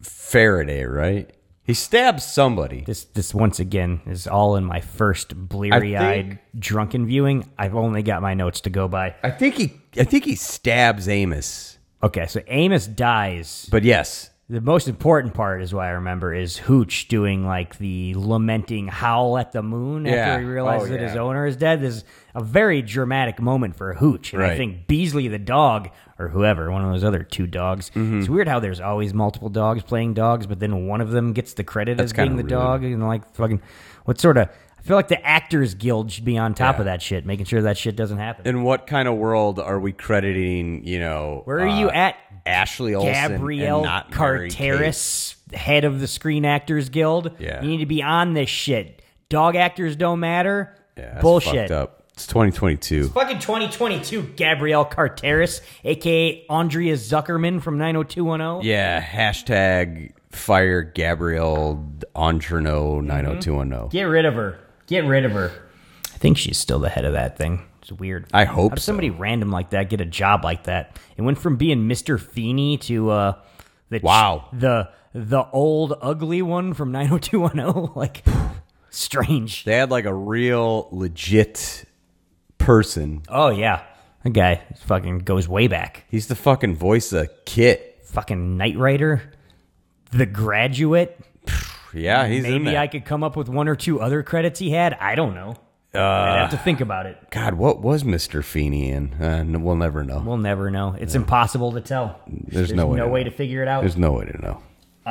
Faraday, right? He stabs somebody. This this once again is all in my first bleary eyed drunken viewing. I've only got my notes to go by. I think he I think he stabs Amos. Okay, so Amos dies. But yes, The most important part is what I remember is Hooch doing like the lamenting howl at the moon Yeah. after he realizes Oh, that his yeah. owner is dead. This is a very dramatic moment for Hooch. And I Right. think Beasley the dog, or whoever, one of those other two dogs. Mm-hmm. It's weird how there's always multiple dogs playing dogs, but then one of them gets the credit as kinda being the rude. dog and like fucking what sort of I feel like the actors guild should be on top of that shit, making sure that shit doesn't happen. in what kind of world are we crediting, you know, Where are uh, you at, Ashley Olsen and Gabrielle not Mary Kate? Carteris, head of the Screen Actors Guild. Yeah. You need to be on this shit. Dog actors don't matter. Yeah, that's Bullshit. fucked up. It's 2022. Fucking 2022, Gabrielle Carteris, aka Andrea Zuckerman from 90210. Yeah, hashtag fire Gabrielle oh Entreno 90210. Mm-hmm. Get rid of her. Get rid of her. I think she's still the head of that thing. It's weird. I hope How does so. somebody random like that get a job like that? It went from being Mister Feeney to uh, the ch- Wow. the the old ugly one from nine hundred two one zero. Like strange. They had like a real legit person. Oh yeah, that guy fucking goes way back. He's the fucking voice of Kit. Fucking Knight Rider, The Graduate. Yeah, he's in Maybe there. I could come up with one or two other credits he had. I don't know. I'd have to think about it. Uh, God, what was Mister Feeney in? Uh, n- we'll never know. We'll never know. It's impossible to tell. There's, no way. no to way know. to figure it out. There's no way to know.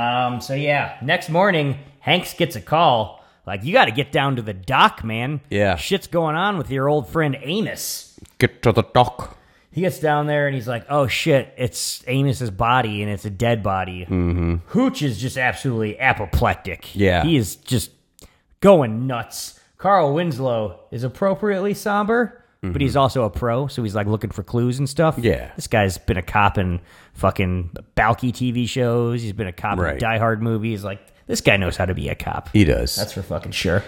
Um, so yeah, next morning, Hanks gets a call. Like, you got to get down to the dock, man. Yeah. Shit's going on with your old friend Amos. Get to the dock. He gets down there and he's like, oh shit, it's Amos's body and it's a dead body. Mm-hmm. Hooch is just absolutely apoplectic. Yeah. He is just going nuts. Carl Winslow is appropriately somber, but he's also a pro, so he's like looking for clues and stuff. Mm-hmm. Yeah. This guy's been a cop in fucking Balky TV shows. He's been a cop in Right. Die Hard movies. Like, this guy knows how to be a cop. He does. That's for fucking sure.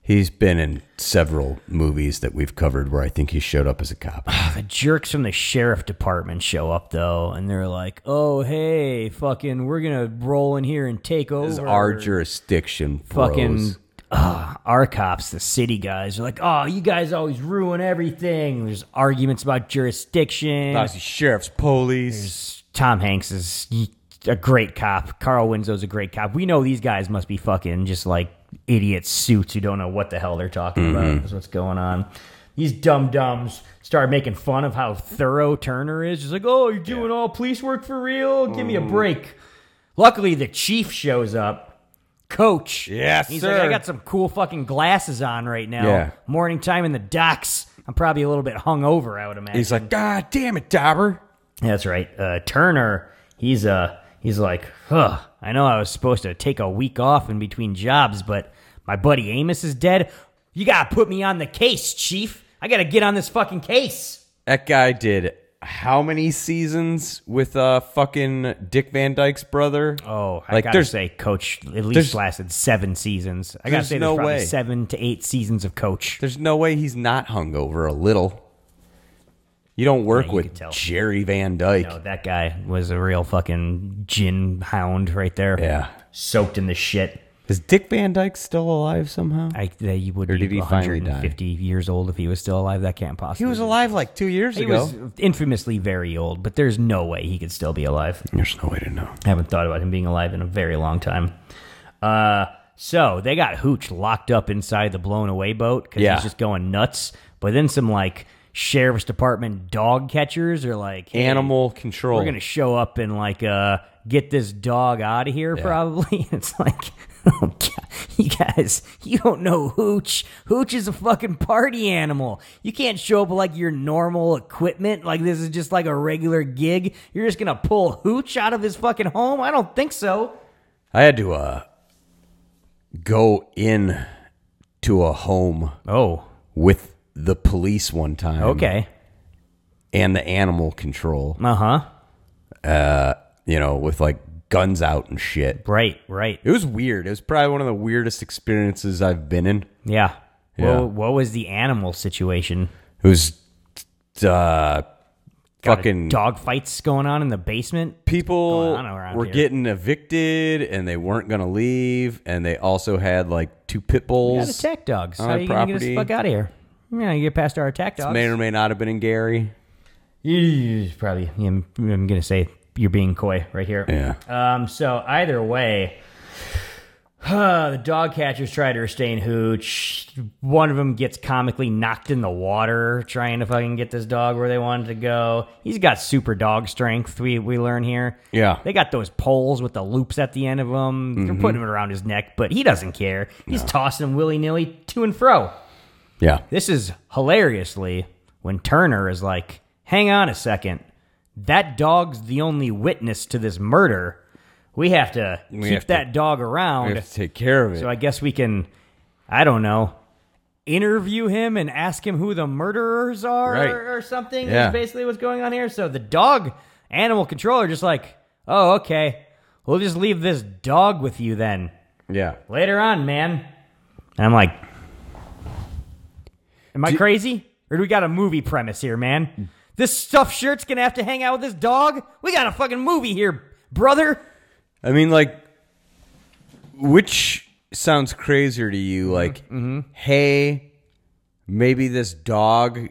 he's been in several movies that we've covered where I think he showed up as a cop. the jerks from the sheriff department show up though, and they're like, "Oh hey, fucking, we're gonna roll in here and take over." It's our jurisdiction, bros. fucking uh, our cops, the city guys, are like, "Oh, you guys always ruin everything." There's arguments about jurisdiction. Nazi sheriff's police. Tom Hanks is a great cop. Carl Winslow's a great cop. We know these guys must be fucking just like idiot suits who don't know what the hell they're talking Mm-hmm. about. Is what's going on. These dum dums start making fun of how thorough Turner is. Just like, oh, you're doing all police work for real? Give me Mm. a break. Luckily, the chief shows up. Coach. Yes, He's sir. like, I got some cool fucking glasses on right now. Yeah. Morning time in the docks. I'm probably a little bit hungover, I would imagine. He's like, God damn it, Dauber. That's right. Uh, Turner, he's uh, he's like, huh. I know I was supposed to take a week off in between jobs, but my buddy Amos is dead. You gotta put me on the case, Chief. I gotta get on this fucking case. That guy did how many seasons with uh fucking Dick Van Dyke's brother? Oh, I Like, gotta there's- say, Coach at least there's- lasted seven seasons. I gotta there's say, there's no probably way. seven to eight seasons of Coach. There's no way he's not hungover a little. You don't work you could with tell. Jerry Van Dyke. No, Oh, that guy was a real fucking gin hound right there. Yeah. soaked in the shit. Is Dick Van Dyke still alive somehow? I, that he would did be he finally die? 150 years old if he was still alive. That can't possibly. He was alive like two years He ago. was infamously very old, but there's no way he could still be alive. There's no way to know. I haven't thought about him being alive in a very long time. Uh, so they got Hooch locked up inside the blown away boat because Yeah. he's just going nuts. But then some like sheriff's department dog catchers are like, "Hey, Animal control. we're gonna show up and like uh get this dog out of here probably it's like oh God, you guys you don't know hooch hooch is a fucking party animal you can't show up with like your normal equipment like this is just like a regular gig you're just gonna pull hooch out of his fucking home i don't think so I had to uh go in to a home oh with the police one time. okay And the animal control. uh-huh You know, with like guns out and shit. right right It was weird. It was probably one of the weirdest experiences I've been in. yeah, Yeah. What, what was the animal situation It was uh fucking dog fights going on in the basement people going on around were here? getting evicted and they weren't going to leave and they also had like two pit got bulls attack dogs. How on you gonna get us property. the fuck out of here? Yeah, you get past our attack dogs. may or may not have been in Gary. Yeah, Probably. Yeah, I'm, I'm gonna say you're being coy right here. Yeah. Um. So either way, the dog catchers try to restrain Hooch. One of them gets comically knocked in the water trying to fucking get this dog where they wanted to go. He's got super dog strength. We we learn here. Yeah. They got those poles with the loops at the end of them. They're Mm-hmm. putting them around his neck, but he doesn't care. He's tossing them willy nilly to and fro. Yeah. This is hilariously when Turner is like, hang on a second. That dog's the only witness to this murder. We have to keep have to- that dog We around. have to take care of it. So I guess we can, I don't know, interview him and ask him who the murderers are Right. or, or something. Yeah. Is basically what's going on here. So the dog animal controller just like, oh, okay. We'll just leave this dog with you then. yeah. Later on, man. And I'm like, am I crazy? Or do we got a movie premise here, man? This stuffed shirt's gonna have to hang out with this dog? We got a fucking movie here, brother. I mean, like, which sounds crazier to Mm-hmm. you? Like, hey, maybe this dog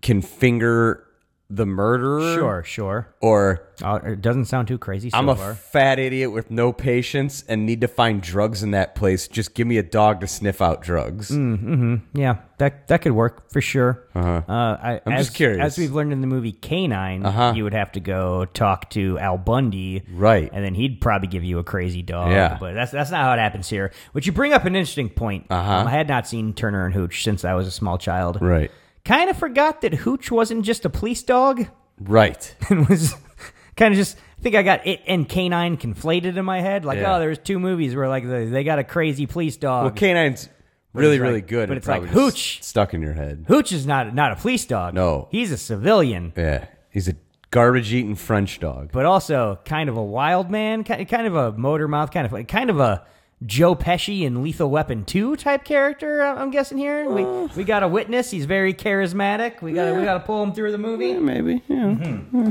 can finger the murderer. Sure, sure. Or Uh, it doesn't sound too crazy so I'm a far. fat idiot with no patience and need to find drugs in that place. Just give me a dog to sniff out drugs. Mm. Yeah, that that could work for sure. Uh-huh. I, am just curious. Uh-huh. As we've learned in the movie Canine, you would have to go talk to Al Bundy, Right. And then he'd probably give you a crazy dog. Yeah. but that's that's not how it happens here. But you bring up an interesting point. Uh-huh. I had not seen Turner and Hooch since I was a small child. Right. Kind of forgot that Hooch wasn't just a police dog Right. and was kind of just. I think I got it and Canine conflated in my head. Like, Yeah. oh, there's two movies where like they, they got a crazy police dog. Well, canine's really, like- really good. but and it's like probably just hooch. stuck in your head. Hooch is not not a police dog. No. he's a civilian, Yeah, he's a garbage eating French dog. but also kind of a wild man, ki- kind of a motor mouth, kind of kind of a Joe Pesci in Lethal Weapon Two type character. I- I'm guessing here we we got a witness. He's very charismatic. We got to we got to pull him through the movie. Maybe. Yeah.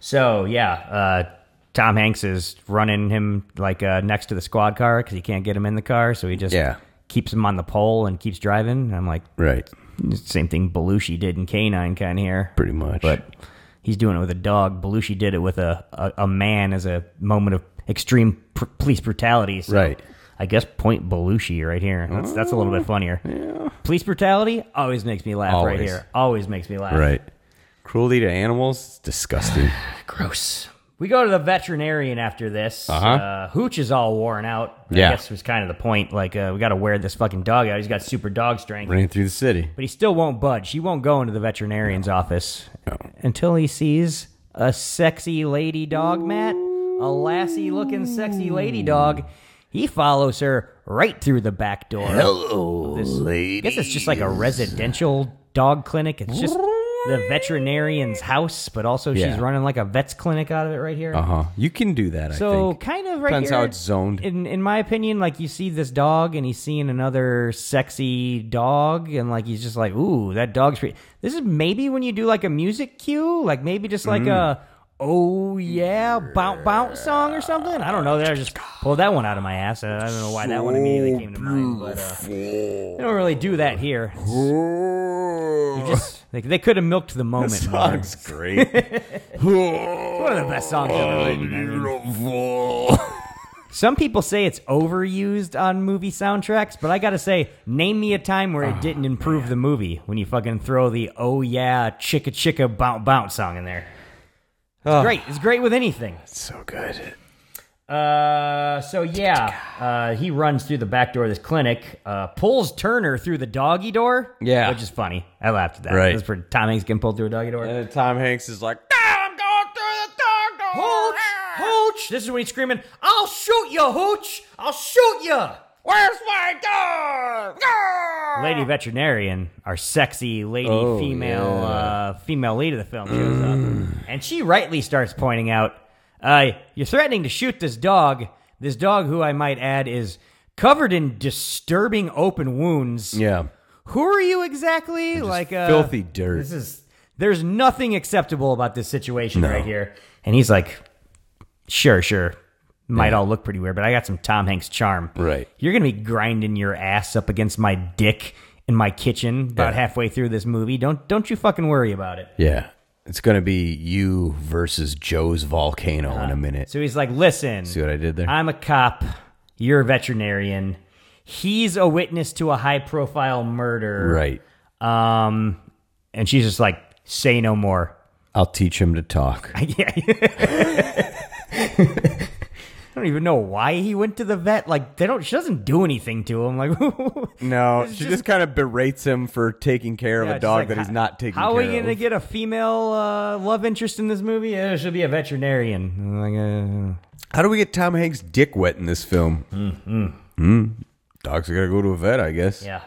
So yeah, uh, Tom Hanks is running him like uh, next to the squad car because he can't get him in the car, so he just Yeah. keeps him on the pole and keeps driving. And I'm like, Right. same thing Belushi did in Canine kind of here. Pretty much. But he's doing it with a dog. Belushi did it with a, a, a man as a moment of extreme pr- police brutality. So Right. Oh, I guess point Belushi right here. That's that's a little bit funnier. Police brutality always makes me laugh right Always. here. Always makes me laugh. Right. Cruelty to animals is disgusting. Gross. We go to the veterinarian after this. Uh-huh. Uh, Hooch is all worn out. Yeah. I guess was kind of the point. Like, uh, we got to wear this fucking dog out. He's got super dog strength. Running through the city. But he still won't budge. He won't go into the veterinarian's office until he sees a sexy lady dog, Matt. A lassie looking sexy lady dog. He follows her right through the back door. Hello, lady. I guess it's just like a residential dog clinic. It's just the veterinarian's house, but also she's Yeah. running like a vet's clinic out of it right here. Uh huh. You can do that. I So think. kind of right Depends here, how it's zoned. In in my opinion, like you see this dog and he's seeing another sexy dog, and like he's just like, ooh, that dog's pretty. This is maybe when you do like a music cue, like maybe just Mm. like a oh yeah bounce bounce song or something. I don't know. There, I just pulled that one out of my ass. I I don't know why that one immediately came to mind, but uh, they don't really do that here. It's- you just like they could have milked the moment. more. Song's great. One of the best songs ever written. Oh, I mean, Beautiful. Some people say it's overused on movie soundtracks, but I gotta say, name me a time where Oh, it didn't improve the movie when you fucking throw the oh yeah chicka chicka bounce bounce song in there. It's great. It's great with anything. so good. Uh, so yeah, uh, he runs through the back door of this clinic, uh, pulls Turner through the doggy door. Yeah. which is funny. I laughed at that. Right. That's pretty. Tom Hanks getting pulled through a doggy door. And then Tom Hanks is like, I'm going through the dog door. Hooch, Ah! Hooch! This is when he's screaming, "I'll shoot you, Hooch! I'll shoot you!" Where's my dog? Dog! lady veterinarian, our sexy lady Oh, female yeah. Mm. uh, female lead of the film shows up, and she rightly starts pointing out, uh, "You're threatening to shoot this dog. This dog, who I might add, is covered in disturbing open wounds. yeah, Who are you exactly? like uh, filthy dirt. This is there's nothing acceptable about this situation right here." And he's like, "Sure, sure." Might all look pretty weird, but I got some Tom Hanks charm. Right. You're gonna be grinding your ass up against my dick in my kitchen about Yeah. halfway through this movie. Don't don't you fucking worry about it. yeah. It's gonna be you versus Joe's volcano in a minute. So he's like, listen, See what I did there? I'm a cop, you're a veterinarian, he's a witness to a high profile murder. right. Um and she's just like, say no more. I'll teach him to talk. yeah. I don't even know why he went to the vet. Like they don't she doesn't do anything to him. Like No, she just- just, kind of berates him for taking care of Yeah, a just dog like, that he's how- not taking How care are we going to of. get a female uh, love interest in this movie? Uh, she'll be a veterinarian. I'm like, uh, how do we get Tom Hanks' dick wet in this film? Mm-hmm. Dogs are going to go to a vet, I guess. yeah.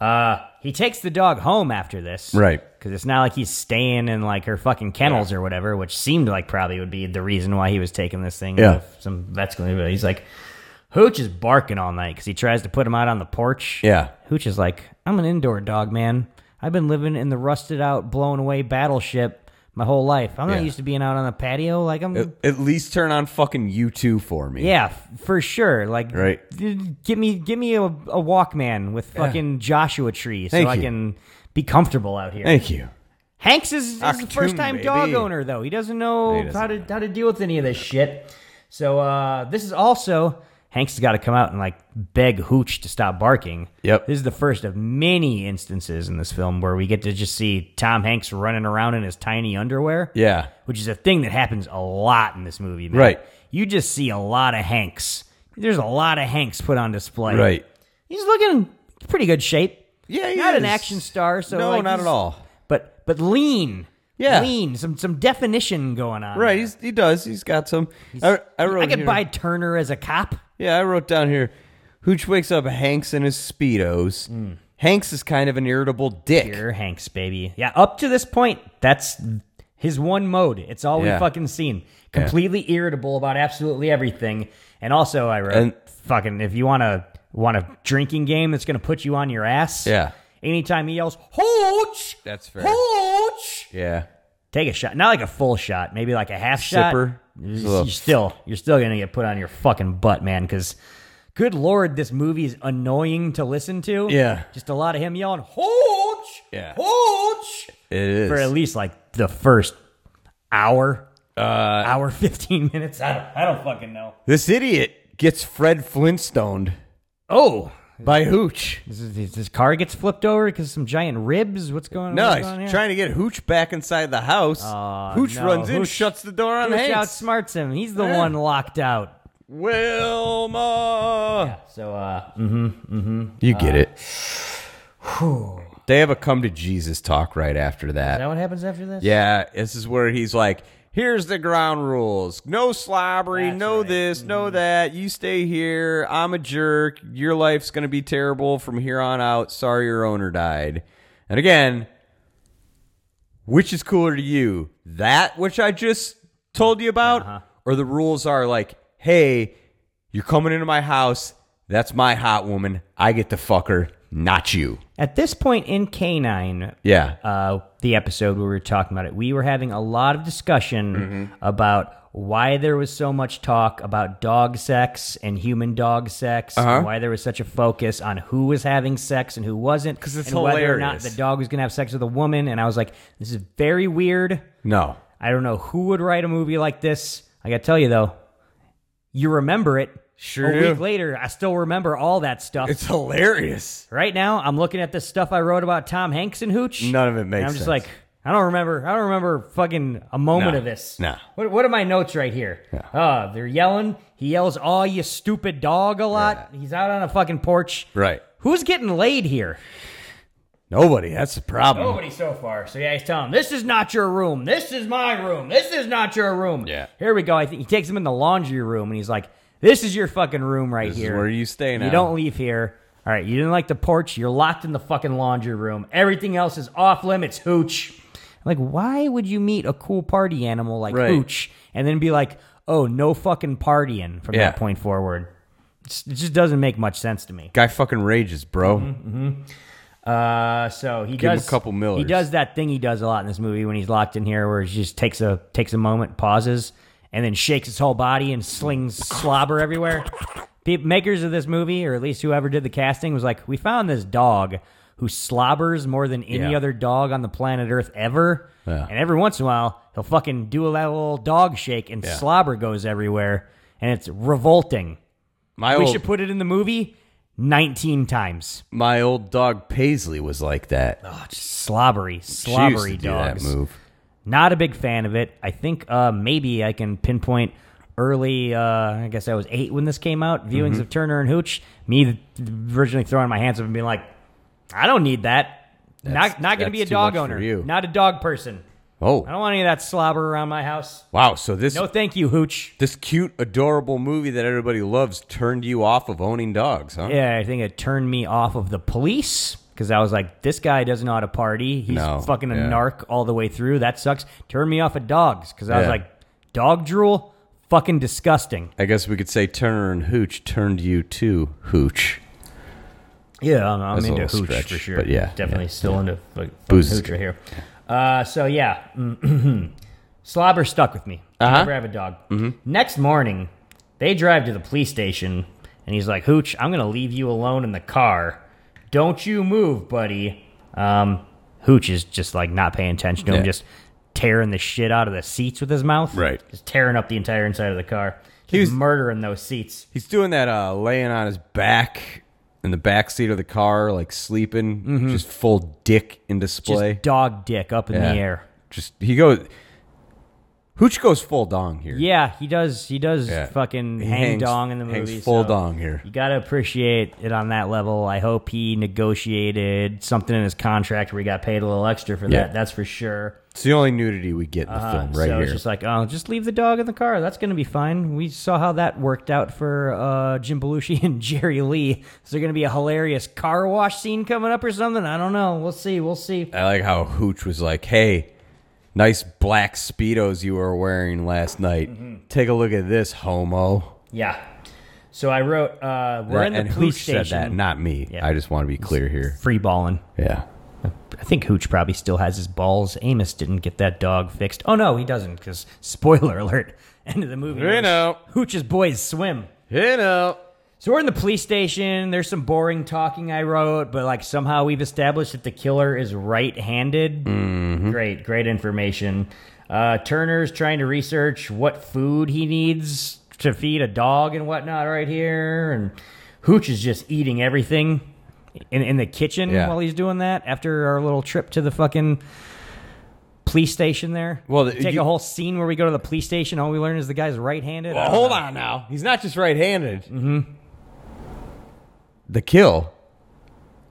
Uh, he takes the dog home after this. Right. Because it's not like he's staying in like her fucking kennels or whatever, which seemed like probably would be the reason why he was taking this thing. Yeah. If Some vet's going to, but he's like, Hooch is barking all night because he tries to put him out on the porch. Yeah. Hooch is like, I'm an indoor dog, man. I've been living in the rusted out, blown away battleship my whole life. I'm Yeah. not used to being out on the patio. Like I'm, At, at least turn on fucking U2 for me. yeah, f- for sure. Like, Right. d- give me, give me a, a Walkman with fucking Joshua tree so Thank I you. can be comfortable out here. Thank you. Hanks is, is the Octoon, first time baby. dog owner though. He doesn't know He doesn't how to know. how to deal with any of this shit. So uh, this is also Hanks has got to come out and like beg Hooch to stop barking. Yep. This is the first of many instances in this film where we get to just see Tom Hanks running around in his tiny underwear. Yeah. Which is a thing that happens a lot in this movie, man. Right. You just see a lot of Hanks. There's a lot of Hanks put on display. Right. He's looking pretty good shape. Yeah, he not an is. action star, so No, like, not he's- at all. But but lean, Yeah. lean. Some some definition going on. Right, there. he's, he does. He's got some. I, I wrote. I could here- buy Turner as a cop. Yeah, I wrote down here. Hooch wakes up Hanks in his speedos. Hanks is kind of an irritable dick. Hmm. Here, Hanks, baby. Yeah. Up to this point, that's his one mode. It's all we Yeah. fucking seen. Completely irritable about absolutely everything. And also, I wrote And- fucking if you want to want a drinking game that's going to put you on your ass. Yeah. Anytime he yells, "Hooch!" That's fair. Hooch! Yeah, Take a shot, not like a full shot, maybe like a half Sipper. shot. Just a You're little- still, you're still gonna get put on your fucking butt, man. Because, good lord, this movie is annoying to listen to. Yeah. just a lot of him yelling "Hooch, Yeah. Hooch" it is. for at least like the first hour, uh, hour fifteen minutes. I don't, I don't fucking know. this idiot gets Fred Flintstoned Oh, by Hooch. this, is- this, this car gets flipped over because some giant ribs. What's going on? No, what's he's going on here? Uh, trying to get Hooch back inside the house. Hooch no, runs in, Hooch- shuts the door on Hooch Hanks. outsmarts him. He's the one locked out. Wilma. So, uh, Mm-hmm. You get it. They have a come to Jesus talk right after is that what happens after this? Yeah, this is where he's like, here's the ground rules. No slobbery, That's no right. Mm-hmm. this, no that. You stay here. I'm a jerk. Your life's going to be terrible from here on out. Sorry your owner died. And again, which is cooler to you? That which I just told you about Uh-huh. or the rules are like, "Hey, you're coming into my house. That's my hot woman. I get to fuck her, not you." At this point in Canine, Yeah. uh, the episode where we were talking about it, we were having a lot of discussion Mm-hmm. about why there was so much talk about dog sex and human dog sex, Uh-huh. and why there was such a focus on who was having sex and who wasn't, because it's and whether or not hilarious. the dog was going to have sex with a woman. And I was like, this is very weird. no. I don't know who would write a movie like this. I got to tell you though, you remember it. Sure A do. week later, I still remember all that stuff. It's hilarious. Right now, I'm looking at the stuff I wrote about Tom Hanks and Hooch. None of it and makes I'm just sense. like, I don't remember. I don't remember fucking a moment No, of this. no. What, what are my notes right here? Uh, they're yelling. He yells, "Oh, you stupid dog!" a lot. He's out on a fucking porch. Right. Who's getting laid here? Nobody. That's the problem. Nobody so far. So yeah, he's telling him, "This is not your room. This is my room. This is not your room." Yeah. Here we go. I think he takes him in the laundry room, and he's like, "This is your fucking room right This is here. where you stay now." You don't leave here. All right. You didn't like the porch. You're locked in the fucking laundry room. Everything else is off limits. Hooch. Like, why would you meet a cool party animal like Right. Hooch and then be like, "Oh, no fucking partying from Yeah. that point forward"? It's- It just doesn't make much sense to me. Guy fucking rages, bro. Mm-hmm. Uh, so he him does a couple Millers. He does that thing he does a lot in this movie when he's locked in here, where he just takes a takes a moment, pauses, and then shakes his whole body and slings slobber everywhere. The makers of this movie, or at least whoever did the casting, was like, we found this dog who slobbers more than any Yeah. other dog on the planet Earth ever, Yeah. and every once in a while he'll fucking do a little dog shake and Yeah. slobber goes everywhere, and it's revolting. My We old, should put it in the movie nineteen times. my old dog Paisley was like that. Oh, just slobbery, She used to slobbery do that dogs. move. Not a big fan of it. I think uh, maybe I can pinpoint early. Uh, I guess I was eight when this came out. Viewings Mm-hmm. of Turner and Hooch. Me th- originally throwing my hands up and being like, I don't need that. not not going to that's be a too dog much for owner. you. Not a dog person. I Oh, don't want any of that slobber around my house. wow! So this No, thank you, Hooch. this cute, adorable movie that everybody loves turned you off of owning dogs, huh? Yeah, I think it turned me off of the police because I was like, this guy doesn't know how to party. He's No, fucking a yeah. narc all the way through. That sucks. Turned me off of dogs because I was Yeah. like, dog drool, fucking disgusting. I guess we could say Turner and Hooch turned you to Hooch. Yeah, I'm, I'm That's a into little hooch stretch, for sure. but yeah, definitely still into like, Booze booze is hooch good. right here. Uh, so yeah, slobber stuck with me. Uh-huh. Never have a dog. Next morning, they drive to the police station, and he's like, "Hooch, I'm gonna leave you alone in the car. Don't you move, buddy." Um, Hooch is just like not paying attention to him, Yeah. just tearing the shit out of the seats with his mouth. Right. just tearing up the entire inside of the car. was- Just murdering those seats. He's doing that uh, laying on his back in the back seat of the car, like sleeping, just full dick in Mm-hmm. Just display. dog dick up in Yeah. the air. Just he goes. Hooch goes full dong here. Yeah, he does. He does Yeah. fucking He hang hangs- dong in the hangs movie. full so dong here. You gotta appreciate it on that level. I hope he negotiated something in his contract where he got paid a little extra for Yeah. that. That's for sure. It's the only nudity we get in the film right Uh-huh, so here. it's just like, oh, just leave the dog in the car. That's gonna be fine. We saw how that worked out for uh, Jim Belushi and Jerry Lee. Is there gonna be a hilarious car wash scene coming up or something? I don't know. We'll see. We'll see. I like how Hooch was like, "Hey, nice black speedos you were wearing last night. Mm-hmm. Take a look at this, homo." Yeah. So I wrote. Uh, we're in the and police Hooch station. said that, not me. Yeah. I just want to be clear here. Free balling. Yeah. I think Hooch probably still has his balls. Amos didn't get that dog fixed. Oh no, he doesn't. Because spoiler alert, end of the movie. You know. Hooch's boys swim. You know. So we're in the police station. There's some boring talking I wrote, but like somehow we've established that the killer is right-handed. Mm-hmm. Great, great information. Uh, Turner's trying to research what food he needs to feed a dog and whatnot right here, and Hooch is just eating everything in in the kitchen Yeah. while he's doing that. After our little trip to the fucking police station, there. Well, the- take you- a whole scene where we go to the police station. All we learn is the guy's right-handed. I don't hold know. on now. He's not just right-handed. Mm-hmm. The kill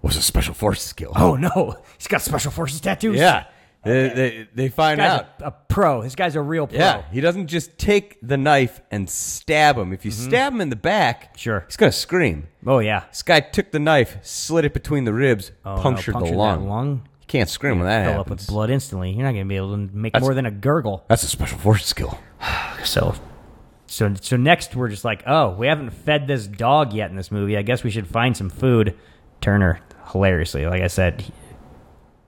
was a special forces kill. Oh no, he's got special forces tattoos. yeah. They, they, they find This guy's out. a, a pro. This guy's a real pro. Yeah, he doesn't just take the knife and stab him. If you stab him in the back, Mm-hmm. Sure. he's gonna scream. Oh yeah. This guy took the knife, slid it between the ribs, Oh, no, punctured, punctured the that lung. lung. You can't scream when that Fill up with happens. blood instantly. You're not gonna be able to make That's- more than a gurgle. That's a special force skill. So, so, so next we're just like, oh, we haven't fed this dog yet in this movie. I guess we should find some food. Turner, hilariously, like I said, he,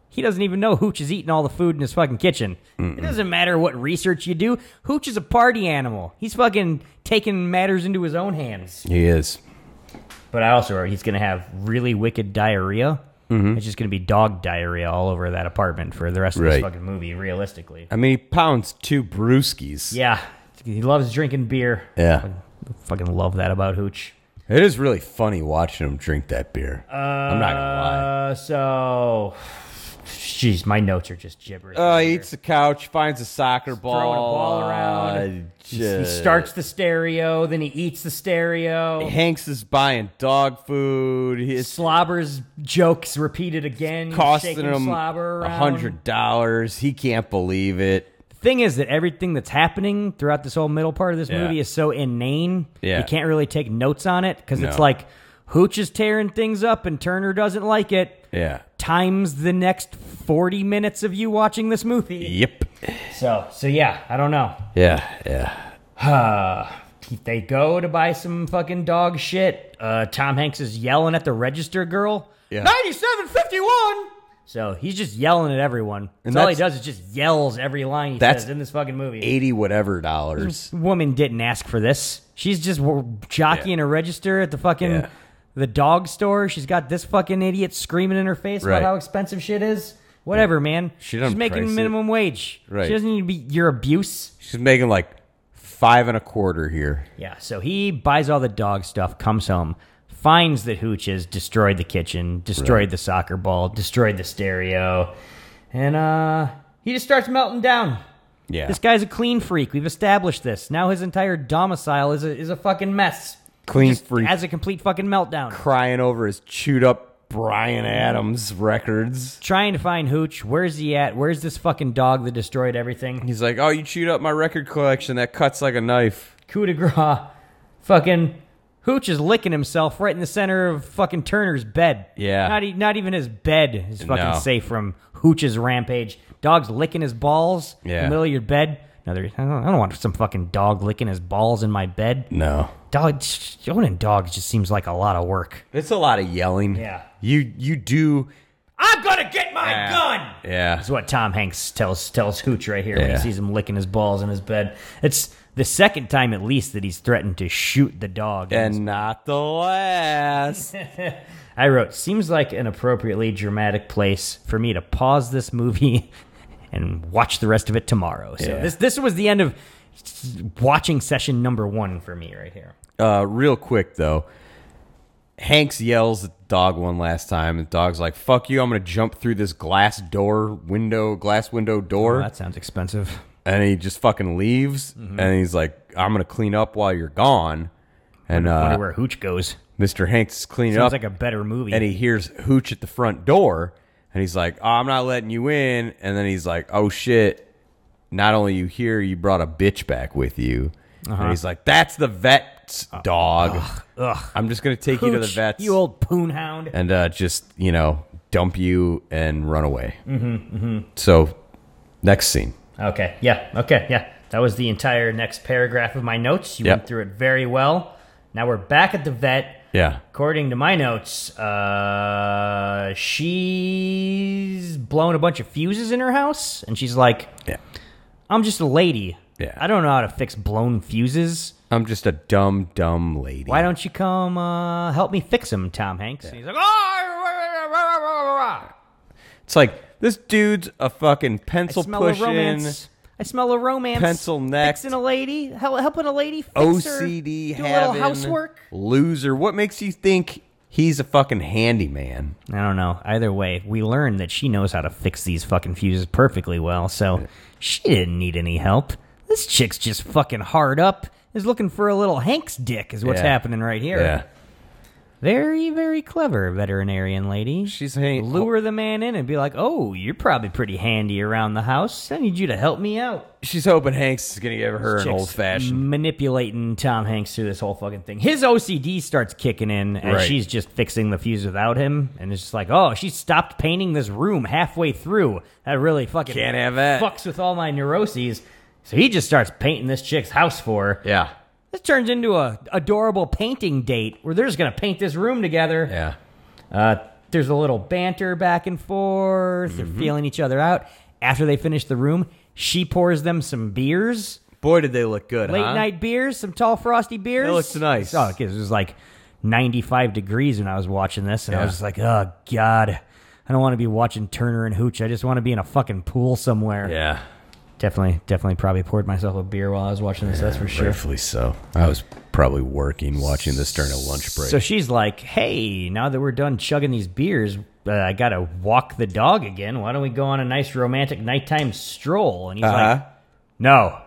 he doesn't even know Hooch is eating all the food in his fucking kitchen. It doesn't matter what research you do. Hooch is a party animal. He's fucking taking matters into his own hands. He is. But I also he's going to have really wicked diarrhea. Mm-hmm. It's just going to be dog diarrhea all over that apartment for the rest of Right. this fucking movie, realistically. I mean, he pounds two brewskis. Yeah. He loves drinking beer. Yeah. Fucking love that about Hooch. It is really funny watching him drink that beer. I'm not gonna lie. Uh, so. Jeez, my notes are just gibberish. Uh, here. he eats the couch, finds a soccer ball, Throwing a ball around. uh, He- he just- starts the stereo, then he eats the stereo. Hanks is buying dog food. His Slobber's jokes repeated again, costing shaking him slobber a around. hundred dollars. He can't believe it. thing is that everything that's happening throughout this whole middle part of this Yeah. movie is so inane. Yeah. You can't really take notes on it because it's No. like Hooch is tearing things up and Turner doesn't like it. Yeah. Times the next 40 minutes of you watching this movie. Yep. So, so yeah, I don't know. Yeah. Yeah. They go to buy some fucking dog shit. Uh, Tom Hanks is yelling at the register girl. Yeah. 9751! So he's just yelling at everyone. And That's all he that's- does is just yells every line he That's says in this fucking movie. Eighty whatever dollars. woman didn't ask for this. She's just w- jockeying Yeah. a register at the fucking Yeah. the dog store. She's got this fucking idiot screaming in her face Right. about how expensive shit is. Whatever, man. She doesn't She's price making it. minimum wage. Right. She doesn't need to be your abuse. She's making like five and a quarter here. Yeah. So he buys all the dog stuff, comes home, finds that Hooch has destroyed the kitchen, destroyed the soccer ball, destroyed the stereo, and uh, he just starts melting down. Yeah. This guy's a clean freak. We've established this. Now his entire domicile is a, is a fucking mess. Clean freak. Has a complete fucking meltdown. crying over his chewed up Brian Adams records. Trying to find Hooch. Where's he at? Where's this fucking dog that destroyed everything? He's like, "Oh, you chewed up my record collection. That cuts like a knife." Coup de grace. Fucking Hooch is licking himself right in the center of fucking Turner's bed. Yeah. Not, e- not even his bed is fucking No. safe from Hooch's rampage. Dog's licking his balls in Yeah. the middle of your bed. Another, I, don't, I don't want some fucking dog licking his balls in my bed. No. dog owning dogs just seems like a lot of work. It's a lot of yelling. Yeah. You you do. I'm gonna get my Yeah. gun. Yeah. That's what Tom Hanks tells tells Hooch right here when he Yeah. sees him licking his balls in his bed. It's the second time at least that he's threatened to shoot the dog. And not the last. I wrote, seems like an appropriately dramatic place for me to pause this movie and watch the rest of it tomorrow. So Yeah. this this was the end of watching session number one for me right here. Uh, real quick though, Hanks yells at the dog one last time. The dog's like, "Fuck you! I'm gonna jump through this glass door, window, glass window door." Well, that sounds expensive. and he just fucking leaves Mm-hmm. and he's like i'm gonna clean up while you're gone and Wonder uh, where Hooch goes. mr hanks is cleaning Sounds up like a better movie. and he hears hooch at the front door and he's like oh, i'm not letting you in and then he's like oh shit not only you here you brought a bitch back with you and he's like that's the vet's dog Uh-huh. Uh, Ugh. i'm just gonna take you to the Hooch, vet's You old poon hound. and uh, just you know dump you and run away mm-hmm, so next scene Okay. Yeah. Okay. Yeah. That was the entire next paragraph of my notes. You Yep. went through it very well. Now we're back at the vet. yeah According to my notes, uh, she's blown a bunch of fuses in her house, and she's like, yeah "I'm just a lady. Yeah. I don't know how to fix blown fuses. I'm just a dumb, dumb lady. Why don't you come uh, help me fix them, Tom Hanks?" And he's like, "Oh, It's like this dude's a fucking pencil I smell a pushing, romance. I smell a romance. pencil neck. Fixing a lady, hel- helping a lady. Fix OCD, her, do a little having housework. loser. What makes you think he's a fucking handyman? I don't know. Either way, we learned that she knows how to fix these fucking fuses perfectly well, so she didn't need any help. This chick's just fucking hard up. Is looking for a little Hank's dick, is what's Yeah. happening right here. Yeah, Very, very clever veterinarian lady. She's hang- lure the man in and be like, "Oh, you're probably pretty handy around the house. I need you to help me out." she's hoping Hanks is gonna give her an Chicks old fashioned. manipulating Tom Hanks through this whole fucking thing. His OCD starts kicking in, and Right. she's just fixing the fuse without him, and it's just like, oh, she stopped painting this room halfway through. That really fucking Can't have that. fucks with all my neuroses. So he just starts painting this chick's house for her. Yeah, This turns into a adorable painting date where they're just gonna paint this room together. yeah. Uh, there's a little banter back and forth. Mm-hmm. They're feeling each other out. After they finish the room, she pours them some beers Boy, did they look good, late huh? night beers, some tall frosty beers. That looks nice. Oh, 'cause it was like 95 degrees when I was watching this, and I Yeah. was just like, oh god, I don't want to be watching Turner and Hooch. I just want to be in a fucking pool somewhere. Yeah, Definitely, definitely, probably poured myself a beer while I was watching this. that's for sure. briefly so. I was probably working, watching this during a lunch break. So she's like, hey, now that we're done chugging these beers, uh, I gotta walk the dog again. Why don't we go on a nice romantic nighttime stroll? And he's like, Uh-huh. no,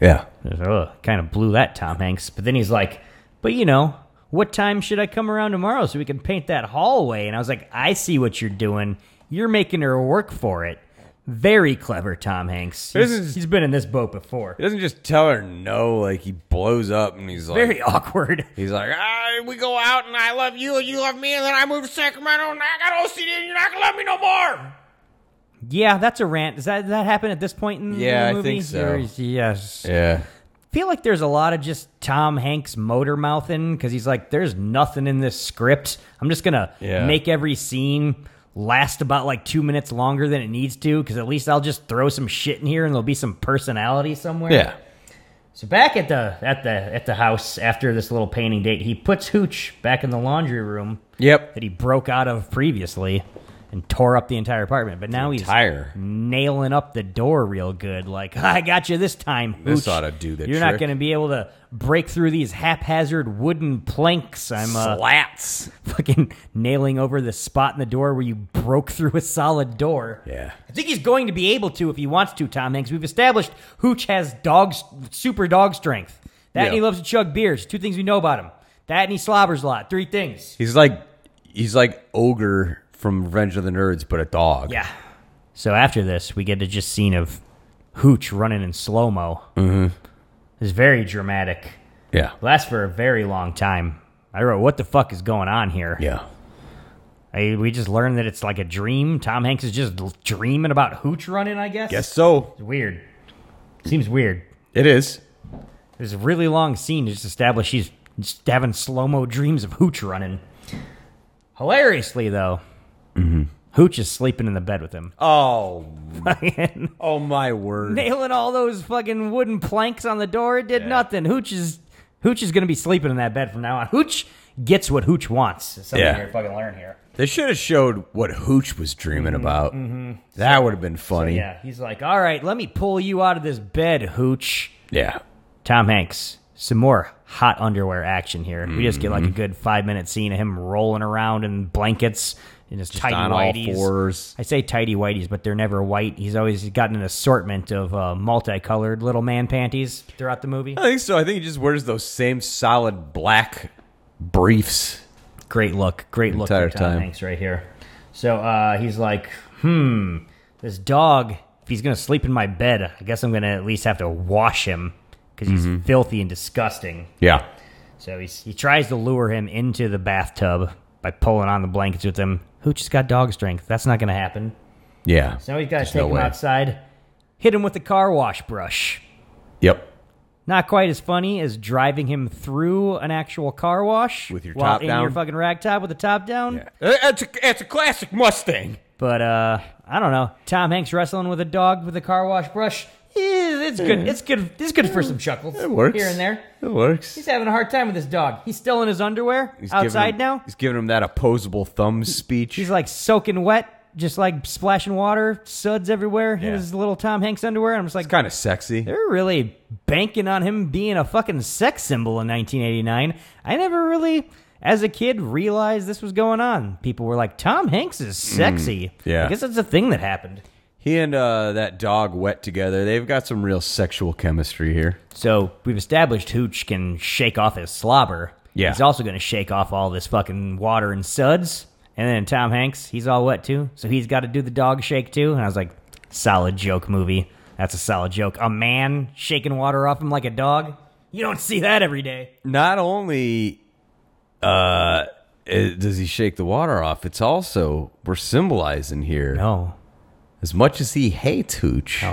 yeah, Ugh, kind of blew that, Tom Hanks. But then he's like, but you know, what time should I come around tomorrow so we can paint that hallway? And I was like, I see what you're doing. You're making her work for it. Very clever, Tom Hanks. He's- This is- he's been in this boat before. he doesn't just tell her no. Like he blows up and he's like, Very awkward. He's like, ah, we go out and I love you and you love me and then I move to Sacramento and I got OCD and you're not gonna love me no more. Yeah, that's a rant. Does that, does that happen at this point in Yeah, the I movie? think so. Or is- Yes. Yeah, feel like there's a lot of just Tom Hanks motor mouthing because he's like, there's nothing in this script. I'm just gonna Yeah. make every scene last about like two minutes longer than it needs to because at least I'll just throw some shit in here and there'll be some personality somewhere. yeah, So back at the at the at the house after this little painting date, he puts Hooch back in the laundry room yep. that he broke out of previously and tore up the entire apartment. But now he's Tire. nailing up the door real good. Like, I got you this time. This Hooch. oughta do the You're not trick." going to be able to break through these haphazard wooden planks. I'm uh, Slats. fucking nailing over the spot in the door where you broke through a solid door. Yeah. I think he's going to be able to if he wants to, Tom Hanks. We've established Hooch has dogs, super dog strength. That and he Yeah. loves to chug beers. Two things we know about him. That and he slobbers a lot. Three things. He's like, he's like ogre from Revenge of the Nerds, but a dog. Yeah. So after this, we get to just scene of Hooch running in slow mo. Mm-hmm. It's very dramatic. yeah, Lasts for a very long time. I wrote, "What the fuck is going on here?" yeah. I, we just learned that it's like a dream. Tom Hanks is just l- dreaming about Hooch running. I guess. Guess so. It's weird. Seems weird. It is. There's a really long scene to just establish she's just having slow mo dreams of Hooch running. Hilariously, though, Mm-hmm. Hooch is sleeping in the bed with him. Oh, oh my word! Nailing all those fucking wooden planks on the door it did nothing. Hooch is Hooch is gonna be sleeping in that bed from now on. Hooch gets what Hooch wants. It's Something Yeah. yeah. you fucking learn here. They should have showed what Hooch was dreaming about. That would have been funny. yeah. Mm-hmm. Yeah, he's like, all right, let me pull you out of this bed, Hooch. Tom Hanks, some more hot underwear action here. We just get like Mm-hmm. a good five minute scene of him rolling around in blankets and his tidy on all whiteys. fours. I say tidy whiteys, but they're never white. He's always gotten an assortment of uh, multicolored little man panties throughout the movie. I think so. I think he just wears those same solid black briefs. Great look, great look Entire for Tom time. Hanks right here. So uh, he's like, hmm, this dog. If he's gonna sleep in my bed, I guess I'm gonna at least have to wash him because he's Mm-hmm. filthy and disgusting. Yeah. So he's, he tries to lure him into the bathtub by pulling on the blankets with him. Hooch has got dog strength. That's not going to happen. Yeah. So he's got to There's take no him way. outside, hit him with the car wash brush. Yep. Not quite as funny as driving him through an actual car wash With your while top in down. your fucking rag top with the top down. That's a, that's a classic Mustang. But uh, I don't know. Tom Hanks wrestling with a dog with a car wash brush. eh, It's good. It's good. It's good for some chuckles. It works. here and there. It works. He's having a hard time with his dog. He's still in his underwear He's giving outside him- now. He's giving him that opposable thumb speech. He's like soaking wet, just like splashing water, suds everywhere, in Yeah. his little Tom Hanks underwear. I'm just like, it's kind of sexy. they're really banking on him being a fucking sex symbol in 1989. I never really, as a kid, realized this was going on. People were like, Tom Hanks is sexy. Mm. yeah. I guess that's a thing that happened. He and uh, that dog wet together. They've got some real sexual chemistry here. So we've established Hooch can shake off his slobber. Yeah. He's also going to shake off all this fucking water and suds. And then Tom Hanks, he's all wet too. So he's got to do the dog shake too. And I was like, solid joke movie. That's a solid joke. A man shaking water off him like a dog. You don't see that every day. Not only uh, eh, does he shake the water off, it's also we're symbolizing here No. as much as he hates Hooch.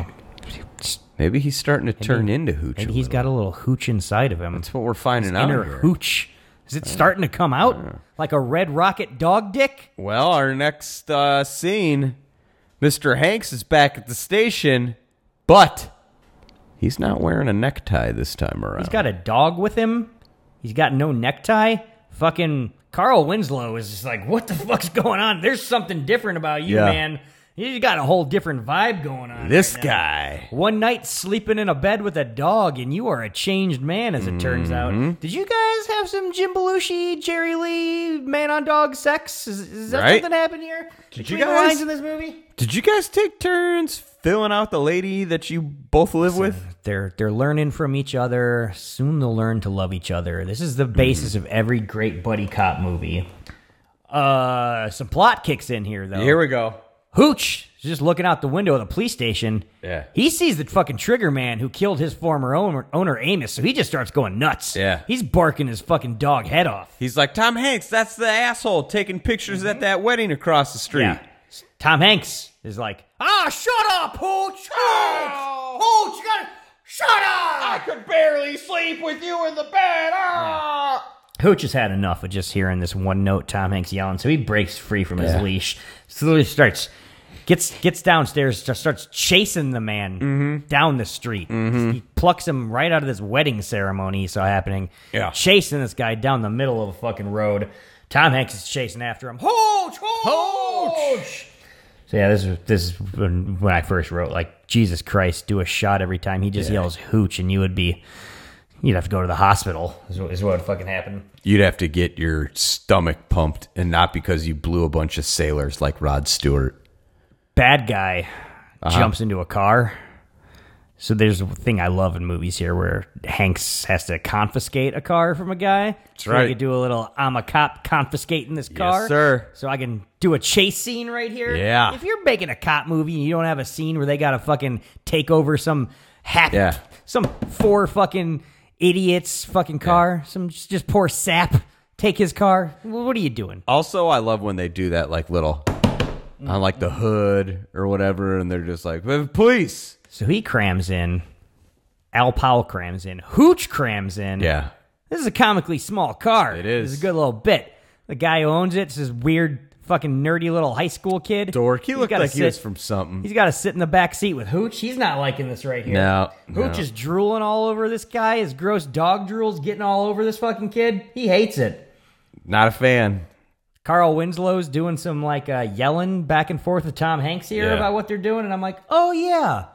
Maybe he's starting to turn into Hooch. Maybe a he's little. got a little hooch inside of him. That's what we're finding out Inner here. hooch. Is it starting to come out like a red rocket dog dick? Well, our next uh, scene, Mr. Hanks is back at the station, but he's not wearing a necktie this time around. He's got a dog with him. He's got no necktie. Fucking Carl Winslow is just like, what the fuck's going on? There's something different about you, Yeah. man. You got a whole different vibe going on. this right now. guy. One night sleeping in a bed with a dog, and you are a changed man, as it turns Mm-hmm. out. Did you guys have some Jim Belushi, Jerry Lee, man on dog sex? Is, is that Right. something happened here? Did you Between the guys- lines in this movie? Did you guys take turns filling out the lady that you both live with? they're they're learning from each other. Soon they'll learn to love each other. This is the basis of every great buddy cop movie. Uh, some plot kicks in here though. Here we go. Hooch is just looking out the window of the police station. Yeah. He sees the fucking trigger man who killed his former owner, owner Amos, so he just starts going nuts. Yeah. He's barking his fucking dog head off. He's like, Tom Hanks, that's the asshole taking pictures at that wedding across the street. Mm-hmm. Yeah. Tom Hanks is like, ah, shut up, Hooch! Hooch! Hooch! Oh, You gotta shut up! could barely sleep with you in the bed. Ah! Hooch has had enough of just hearing this one note Tom Hanks yelling, so he breaks free from his leash. So he starts gets gets downstairs, just starts chasing the man down the street. He plucks him right out of this wedding ceremony he saw happening. Yeah. chasing this guy down the middle of a fucking road. Tom Hanks is chasing after him. Hooch, hooch. So yeah, this is this is when, when I first wrote like Jesus Christ, do a shot every time he just yells hooch, and you would be. You'd have to go to the hospital. Is what, is what would fucking happen. You'd have to get your stomach pumped, and not because you blew a bunch of sailors like Rod Stewart. bad guy Uh-huh. jumps into a car. So there's a thing I love in movies here where Hanks has to confiscate a car from a guy. That's right. I could do a little I'm a cop confiscating this car. sir. So I can do a chase scene right here. Yeah. If you're making a cop movie and you don't have a scene where they gotta fucking take over some hack Yeah. some four fucking idiots fucking car, some just, just poor sap, take his car. Wh- What are you doing? Also, I love when they do that, like little Mm-hmm. on like the hood or whatever, and they're just like, "Police!" So he crams in Al Powell crams in. Hooch crams in. Yeah. This is a comically small car. It is. It's a good little bit. The guy who owns it is this weird, fucking nerdy little high school kid. Dork. He He's looked gotta like he was sit- from something. He's got to sit in the back seat with Hooch. He's not liking this right here. No, Hooch no. is drooling all over this guy. His gross dog drool's getting all over this fucking kid. He hates it. Not a fan. Carl Winslow's doing some like uh, yelling back and forth with Tom Hanks here Yeah. about what they're doing, and I'm like, oh yeah,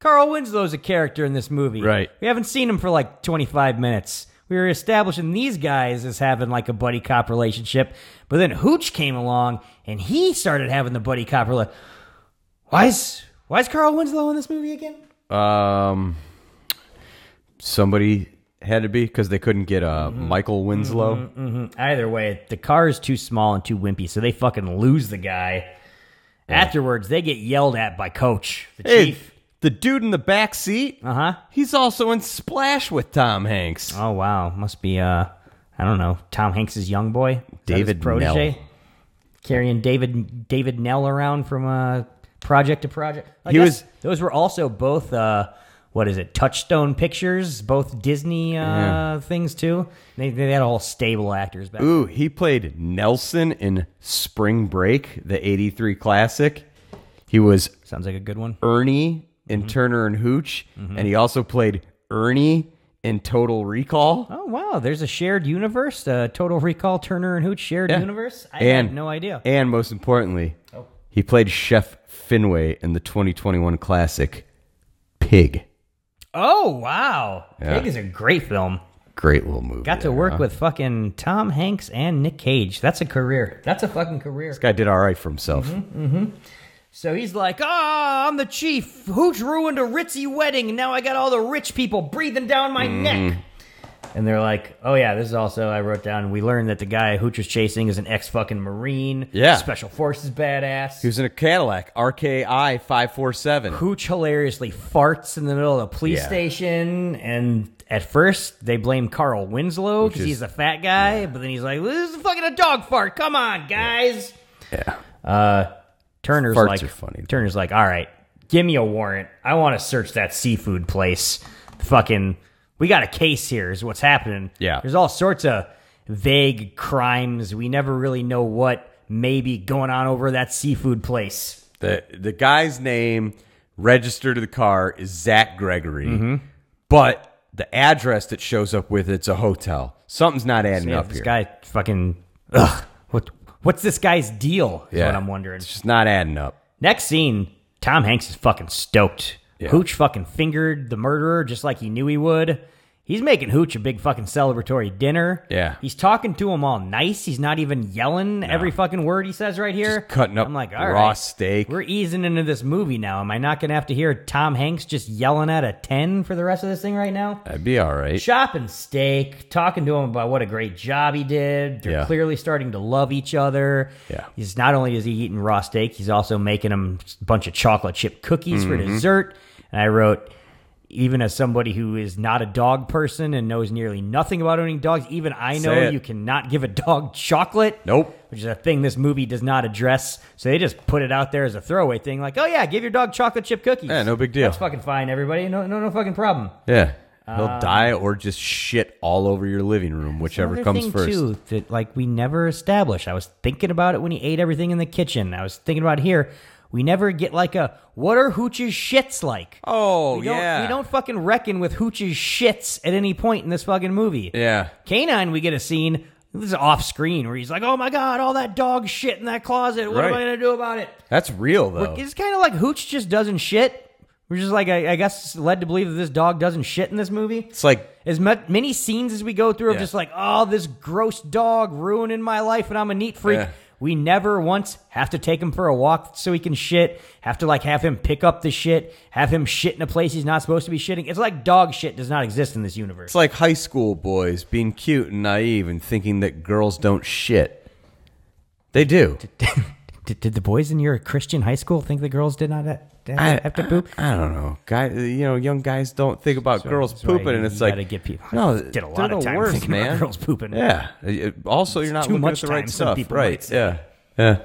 Carl Winslow's a character in this movie. Right. We haven't seen him for like 25 minutes. We were establishing these guys as having like a buddy cop relationship, but then Hooch came along and he started having the buddy cop relationship. Why's Why's Carl Winslow in this movie again? Um, somebody had to be because they couldn't get uh, Mm-hmm. Michael Winslow. Either way, the car is too small and too wimpy, so they fucking lose the guy. Afterwards, they get yelled at by Coach, the Hey, chief. the dude in the back seat. Uh huh. He's also in Splash with Tom Hanks. Oh wow, must be uh, I don't know, Tom Hanks's young boy, Is that his David protege, Nell. carrying David David Nell around from uh, project to project. I He guess was- Those were also both uh, what is it? Touchstone Pictures, both Disney uh, things too. They they had all stable actors back. Ooh, he played Nelson in Spring Break, the '83 classic. He was Sounds like a good one. Ernie in Mm-hmm. Turner and Hooch, and he also played Ernie in Total Recall. Oh wow, there's a shared universe. Uh, Total Recall, Turner and Hooch shared Yeah. universe. I and had no idea. And most importantly, Oh. he played Chef Finway in the 2021 classic Pig. oh wow, Yeah. Pig is a great film. Great little movie. Got to there, work huh? with fucking Tom Hanks and Nick Cage. That's a career. That's a fucking career. Guy did all right for himself. Mm-hmm. So he's like, ah, I'm the chief. Hooch ruined a ritzy wedding, and now I got all the rich people breathing down my Mm. neck. And they're like, oh yeah, this is also I wrote down. We learned that the guy Hooch was chasing is an ex fucking marine. Yeah. special forces badass. He was in a Cadillac RKI 547. Hooch hilariously farts in the middle of the police Yeah. station, and at first they blame Carl Winslow because is- he's a fat guy, but then he's like, "This is fucking a dog fart. Come on, guys." Yeah. Turner's Farts like, are funny. Turner's like, "All right, give me a warrant. I want to search that seafood place. Fucking, we got a case here. Is what's happening. Yeah. there's all sorts of vague crimes. We never really know what may be going on over that seafood place." The the guy's name registered to the car is Zach Gregory, Mm-hmm. but the address that shows up with it's a hotel. Something's not adding Yeah, up this here. guy fucking. Ugh, what? What's this guy's deal? Is what I'm wondering. It's just not adding up. Next scene, Tom Hanks is fucking stoked. Yeah. Hooch fucking fingered the murderer just like he knew he would. He's making Hooch a big fucking celebratory dinner. Yeah. He's talking to him all nice. He's not even yelling every fucking word he says right here. Just cutting up I'm like, all right, raw steak. We're easing into this movie now. Am I not going to have to hear Tom Hanks just yelling at a 10 for the rest of this thing right now? That'd be all right. chopping steak, talking to him about what a great job he did. They're Yeah. clearly starting to love each other. Yeah. He's not only is he eating raw steak, he's also making him a bunch of chocolate chip cookies for Mm-hmm. dessert. And I wrote, even as somebody who is not a dog person and knows nearly nothing about owning dogs, even I know it. you cannot give a dog chocolate. Nope. Which is a thing this movie does not address. So they just put it out there as a throwaway thing, like, oh yeah, give your dog chocolate chip cookies. Yeah, no big deal. That's fucking fine, everybody. No, no, no fucking problem. Yeah. He'll Uh, die or just shit all over your living room, whichever Another comes thing, first. Too, that like we never established. I was thinking about it when he ate everything in the kitchen. I was thinking about here. We never get like a what are Hooch's shits like? Oh, we don't, We don't fucking reckon with Hooch's shits at any point in this fucking movie. Yeah. Canine, we get a scene. This is off screen where he's like, "Oh my god, all that dog shit in that closet. What am I Right. Oh. gonna do about it?" That's real, though. It's kind of like Hooch just doesn't shit. We're just like, I, I guess, led to believe that this dog doesn't shit in this movie It's like, as mu- many scenes as we go through of Yeah. just like, oh, this gross dog ruining my life, and I'm a neat freak. Yeah. We never once have to take him for a walk so he can shit. Have to like have him pick up the shit. Have him shit in a place he's not supposed to be shitting. It's like dog shit does not exist in this universe. it's like high school boys being cute and naive and thinking that girls don't shit. They do. Did, did the boys in your Christian high school think the girls did not ha- have, I- have to poop? I don't know, guy. You know, young guys don't think about girls that's why pooping, and you it's like gotta get people- No, I did a lot they're of the time worst, thinking about man. girls pooping. Yeah. Uh, Also, you're not too looking much at the right time, some stuff, people might right? say. Yeah, yeah.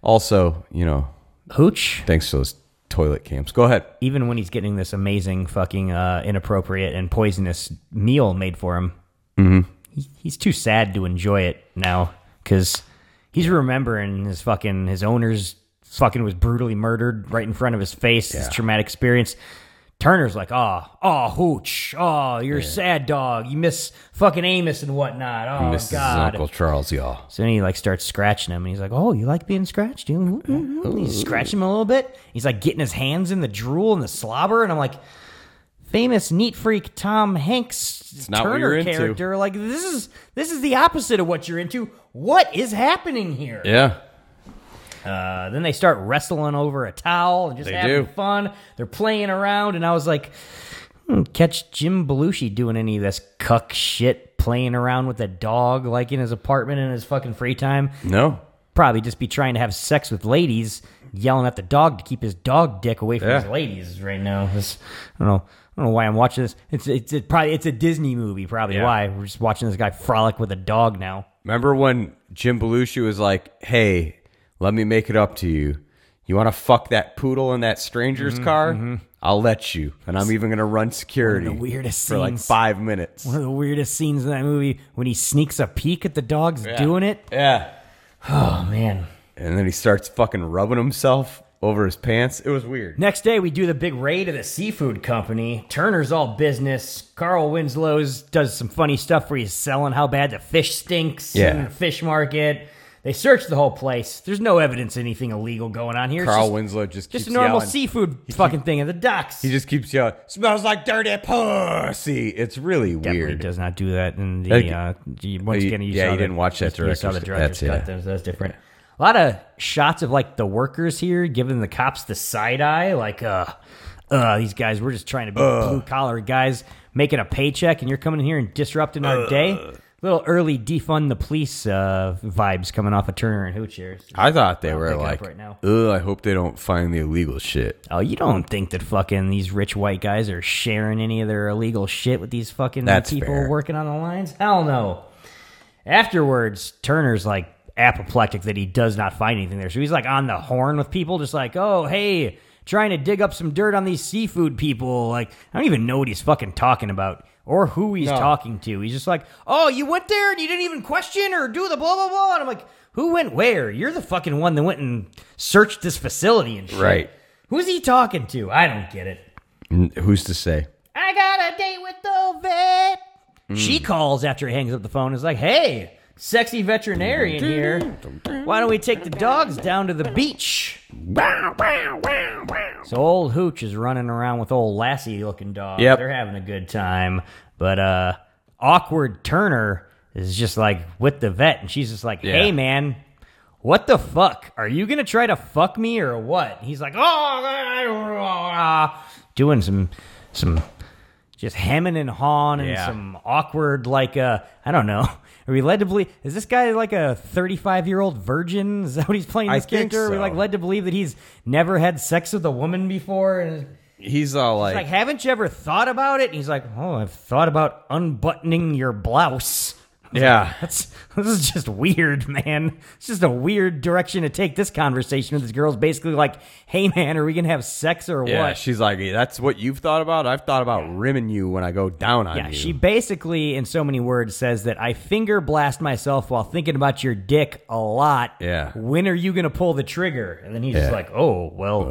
Also, you know, Hooch, thanks to those toilet camps. Go ahead. Even when he's getting this amazing, fucking uh, inappropriate and poisonous meal made for him, he, he's too sad to enjoy it now because he's remembering his fucking his owner's fucking was brutally murdered right in front of his face. His traumatic experience. Turner's like, oh, oh, hooch, oh, you're a sad dog. You miss fucking Amos and whatnot. Oh This God, is Uncle Charles, y'all. so then he like starts scratching him, and he's like, "Oh, you like being scratched?" You mm, he's scratching him a little bit. He's like getting his hands in the drool and the slobber, and I'm like, famous neat freak Tom Hanks not what Turner you're into. character. Like this is this is the opposite of what you're into. What is happening here? Yeah. Uh, then they start wrestling over a towel and just They having do. fun. They're playing around, and I was like, hmm, catch Jim Belushi doing any of this cuck shit, playing around with a dog like in his apartment in his fucking free time. No. Probably just be trying to have sex with ladies, yelling at the dog to keep his dog dick away from Yeah. his ladies right now. It's- I don't know. I don't know why I'm watching this. It's it's it probably it's a Disney movie. Probably Yeah. why we're just watching this guy frolic with a dog now. Remember when Jim Belushi was like, "Hey, let me make it up to you. You want to fuck that poodle in that stranger's Mm-hmm, car? I'll let you, and I'm even gonna run security. One of the weirdest for like scenes. five minutes. One of the weirdest scenes in that movie when he sneaks a peek at the dogs doing it. Yeah, Oh man. and then he starts fucking rubbing himself over his pants. It was weird. Next day we do the big raid of the seafood company. Turner's all business. Carl Winslow's does some funny stuff where he's selling how bad the fish stinks Yeah. in the fish market. They search the whole place. There's no evidence of anything illegal going on here. Carl it's Winslow just just, just a keeps normal yelling. seafood fucking thing at the docks. He just keeps yelling. Smells like dirty pussy. It's really definitely weird. does not do that in the Like- uh, you- once you- again you yeah, saw you the- didn't watch that you saw the director's- director's that's- cut yeah. that's, that's different a lot of shots of like the workers here giving the cops the side eye like uh uh these guys we're just trying to be blue collar guys making a paycheck and you're coming in here and disrupting our day little early defund the police uh vibes coming off of turner and hooch here I thought they pick were it up like, right now. "Ugh, I hope they don't find the illegal shit." oh you don't think that fucking these rich white guys are sharing any of their illegal shit with these fucking That's people fair. working on the lines hell no Afterwards, Turner's like apoplectic that he does not find anything there. So he's like on the horn with people, just like, oh, hey, trying to dig up some dirt on these seafood people. Like, I don't even know what he's fucking talking about or who he's talking to. He's just like, oh, you went there and you didn't even question or do the blah, blah, blah. And I'm like, who went where? You're the fucking one that went and searched this facility and shit. Right. Who's he talking to? I don't get it. N- Who's to say? I got a date with the vet. She Hmm. calls after he hangs up the phone. and Is like, hey, sexy veterinarian here. Why don't we take the dogs down to the beach? So old Hooch is running around with old Lassie looking dog. Yep. They're having a good time. But uh awkward Turner is just like with the vet and she's just like, hey Yeah. man, what the fuck? Are you gonna try to fuck me or what? He's like, oh, I- I- doing some some just hemming and hawing and Yeah. some awkward like uh I don't know. Are we led to believe is this guy like a 35 year old virgin? Is that what he's playing I this think character? Are we so. like led to believe that he's never had sex with a woman before? And He's all it's like, haven't you ever thought about it? And he's like, oh, I've thought about unbuttoning your blouse. yeah, That's this is just weird, man. It's just a weird direction to take this conversation with this girl's basically like, hey man, are we gonna have sex or Yeah, what? she's like, that's what you've thought about. I've thought about rimming you when I go down on yeah, you. she basically, in so many words, says that I finger blast myself while thinking about your dick a lot. Yeah. When are you gonna pull the trigger? And then he's just Yeah. like, oh well,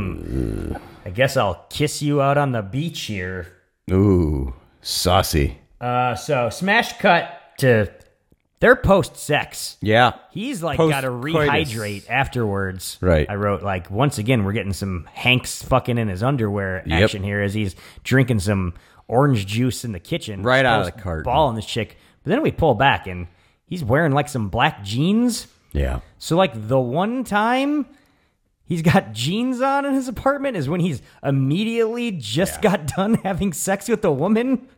mm-mm. I guess I'll kiss you out on the beach here. Ooh, saucy. Uh, so smash cut to they're post sex. Yeah, He's like Post got to coitus. rehydrate afterwards. Right. I wrote like once again we're getting some Hanks fucking in his underwear Yep. action here as he's drinking some orange juice in the kitchen. Right out of Supposed the carton. Balling this chick. But then we pull back and he's wearing like some black jeans. yeah. So like the one time he's got jeans on in his apartment is when he's immediately just got done having sex with a woman.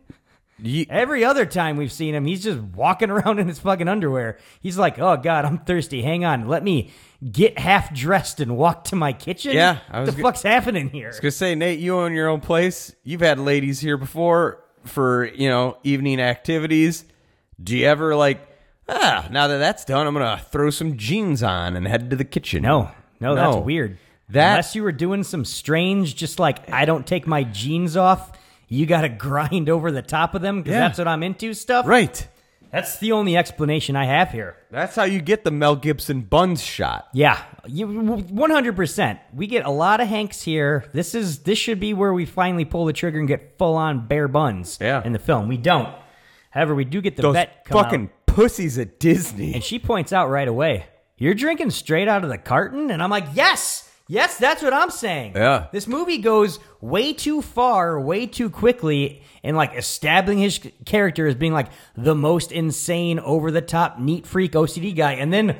Ye- Every other time we've seen him, he's just walking around in his fucking underwear. He's like, "Oh God, I'm thirsty. Hang on, let me get half dressed and walk to my kitchen." Yeah, I what was the go- fuck's happening here? Gonna say, Nate, you own your own place. You've had ladies here before for you know evening activities. Do you ever like? Ah, now that that's done, I'm gonna throw some jeans on and head to the kitchen. No, no, that's weird. That Unless you were doing some strange, just like I don't take my jeans off. You got to grind over the top of them because Yeah. that's what I'm into. Stuff. right. That's the only explanation I have here. That's how you get the Mel Gibson buns shot. Yeah, you one hundred percent. We get a lot of Hanks here. This is this should be where we finally pull the trigger and get full on bare buns. Yeah. in the film we don't. However, we do get the Those vet come out, fucking pussies at Disney. and she points out right away, "You're drinking straight out of the carton," and I'm like, "Yes." Yes, that's what I'm saying. Yeah. This movie goes way too far, way too quickly, and like establishing his character as being like the most insane, over the top, neat freak OCD guy. And then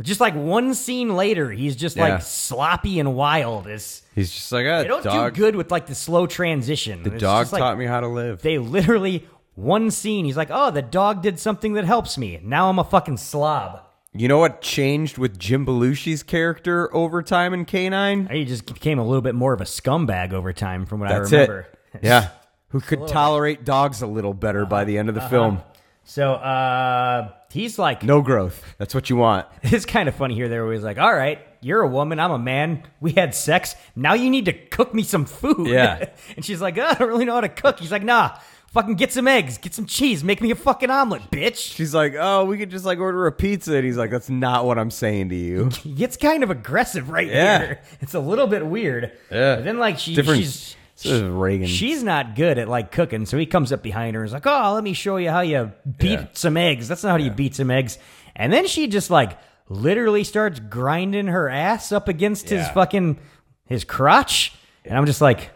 just like one scene later, he's just Yeah. like sloppy and wild. It's, He's just like, ah, they don't dog, do good with like the slow transition. the dog taught me how to live. They literally, one scene, he's like, oh, the dog did something that helps me. Now I'm a fucking slob. you know what changed with Jim Belushi's character over time in Canine? He just became a little bit more of a scumbag over time from what That's I it. remember. Yeah. Uh-huh. Who could tolerate dogs a little better by the end of the film? So uh, he's like, No growth. That's what you want. it's kind of funny here. They're always like, all right, you're a woman, I'm a man, we had sex, now you need to cook me some food. Yeah. and she's like, "Oh, I don't really know how to cook. He's like, nah, fucking get some eggs, get some cheese, make me a fucking omelet, bitch. She's like, oh, we could just like order a pizza. And he's like, that's not what I'm saying to you. He gets kind of aggressive right Yeah. here. It's a little bit weird. Yeah. But then like she, Different- she's this is Reagan. She's not good at like cooking, so he comes up behind her and is like, "Oh, let me show you how you beat Yeah. some eggs." That's not how you beat some eggs. And then she just like literally starts grinding her ass up against his Yeah. fucking his crotch, and I'm just like.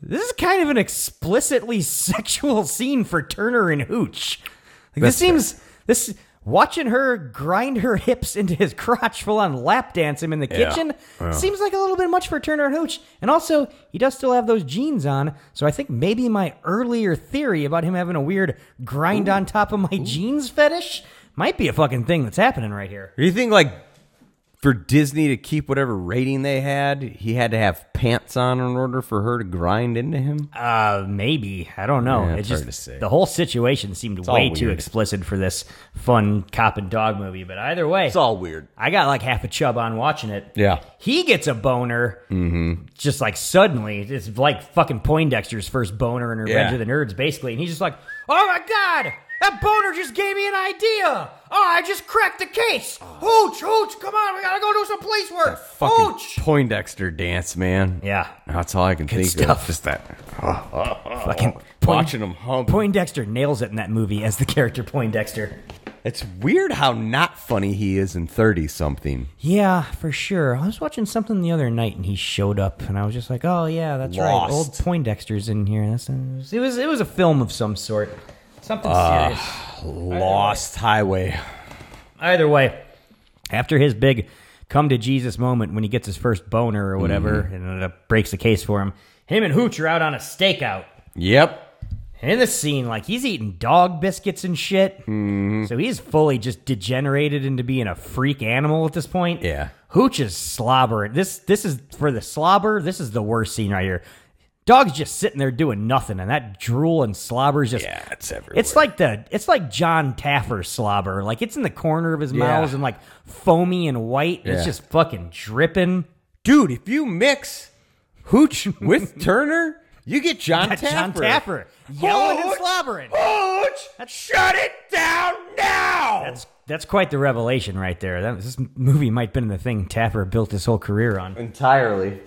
This is kind of an explicitly sexual scene for Turner and Hooch. Like, this That's fair. seems this watching her grind her hips into his crotch full on lap dance him in the Yeah. kitchen Yeah. seems like a little bit much for Turner and Hooch. And also, he does still have those jeans on, so I think maybe my earlier theory about him having a weird grind on top of my jeans fetish might be a fucking thing that's happening right here. Do you think like for Disney to keep whatever rating they had, he had to have pants on in order for her to grind into him? Uh, maybe I don't know. Yeah, it's it's just hard to say. the whole situation seemed all way too weird. explicit for this fun cop and dog movie. But either way, It's all weird. I got like half a chub on watching it. Yeah. Mm-hmm. He gets a boner just like suddenly. It's like fucking Poindexter's first boner in Revenge Yeah. of the Nerds, basically. And he's just like, oh my God, that boner just gave me an idea. Oh, I just cracked the case. Hooch, hooch, come on, we gotta go do some police work. Oh. Fucking Hooch. Poindexter dance, man. Yeah. That's all I can think stuff. of. Just that. Fucking Oh, Watching him hump. Poindexter nails it in that movie as the character Poindexter. It's weird how not funny he is in 30 something. Yeah, for sure. I was watching something the other night and he showed up and I was just like, "Oh yeah, that's right. Lost. Old Poindexter's in here." That's it was it was a film of some sort. Something serious. Ah. Lost Highway. Either way, after his big come to Jesus moment when he gets his first boner or whatever Mm-hmm. and it breaks the case for him, him and Hooch are out on a stakeout. Yep. And in this scene, like he's eating dog biscuits and shit. Mm-hmm. So he's fully just degenerated into being a freak animal at this point. Yeah. Hooch is slobbering. This this is for the slobber, this is the worst scene right here. Dog's just sitting there doing nothing, and that drool and slobber's just Yeah, it's everywhere. it's like the it's like John Taffer slobber. Like it's in the corner of his mouth and like foamy and white. and It's Yeah. just fucking dripping. Dude, if you mix Hooch with Turner, you get John Taffer. John Taffer yelling and Hooch! slobbering. Hooch, shut it down now. That's that's quite the revelation right there. That this movie might have been the thing Taffer built his whole career on. entirely.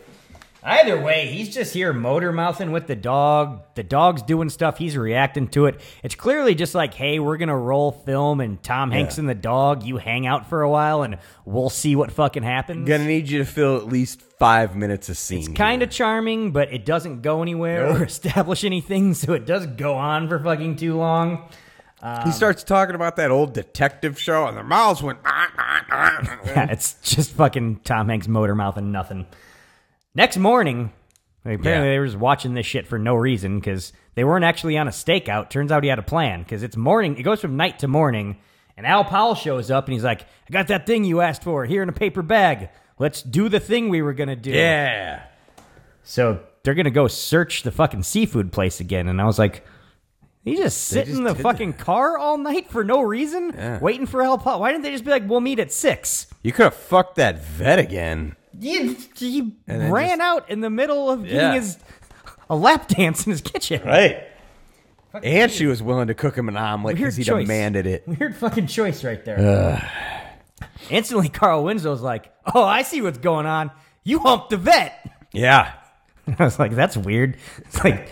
Either way, he's just here motor mouthing with the dog. The dog's doing stuff. He's reacting to it. It's clearly just like, hey, we're going to roll film and Tom Hanks and the dog, you hang out for a while and we'll see what fucking happens. Gonna need you to fill at least five minutes of scene. it's kind of charming, but it doesn't go anywhere or establish anything, so it does go on for fucking too long. he starts talking about that old detective show, and their mouths went. "Ah, ah, ah." Yeah, it's just fucking Tom Hanks motor mouth and nothing. Next morning, apparently Yeah. they were just watching this shit for no reason because they weren't actually on a stakeout. Turns out he had a plan because it's morning. It goes from night to morning, and Al Powell shows up and he's like, "I got that thing you asked for here in a paper bag. Let's do the thing we were gonna do." yeah. So they're gonna go search the fucking seafood place again, and I was like. You just sit just in the did fucking car all night for no reason, waiting for Al Powell. Why didn't they just be like, "We'll meet at 6? You could have fucked that vet again. He, he then ran out in the middle of getting Yeah. his a lap dance in his kitchen. Right. And she was willing to cook him an omelet Weird because he choice. demanded it. Weird fucking choice right there. Instantly, Carl Winslow's like, "Oh, I see what's going on. You humped the vet." Yeah. I was like, "That's weird." It's like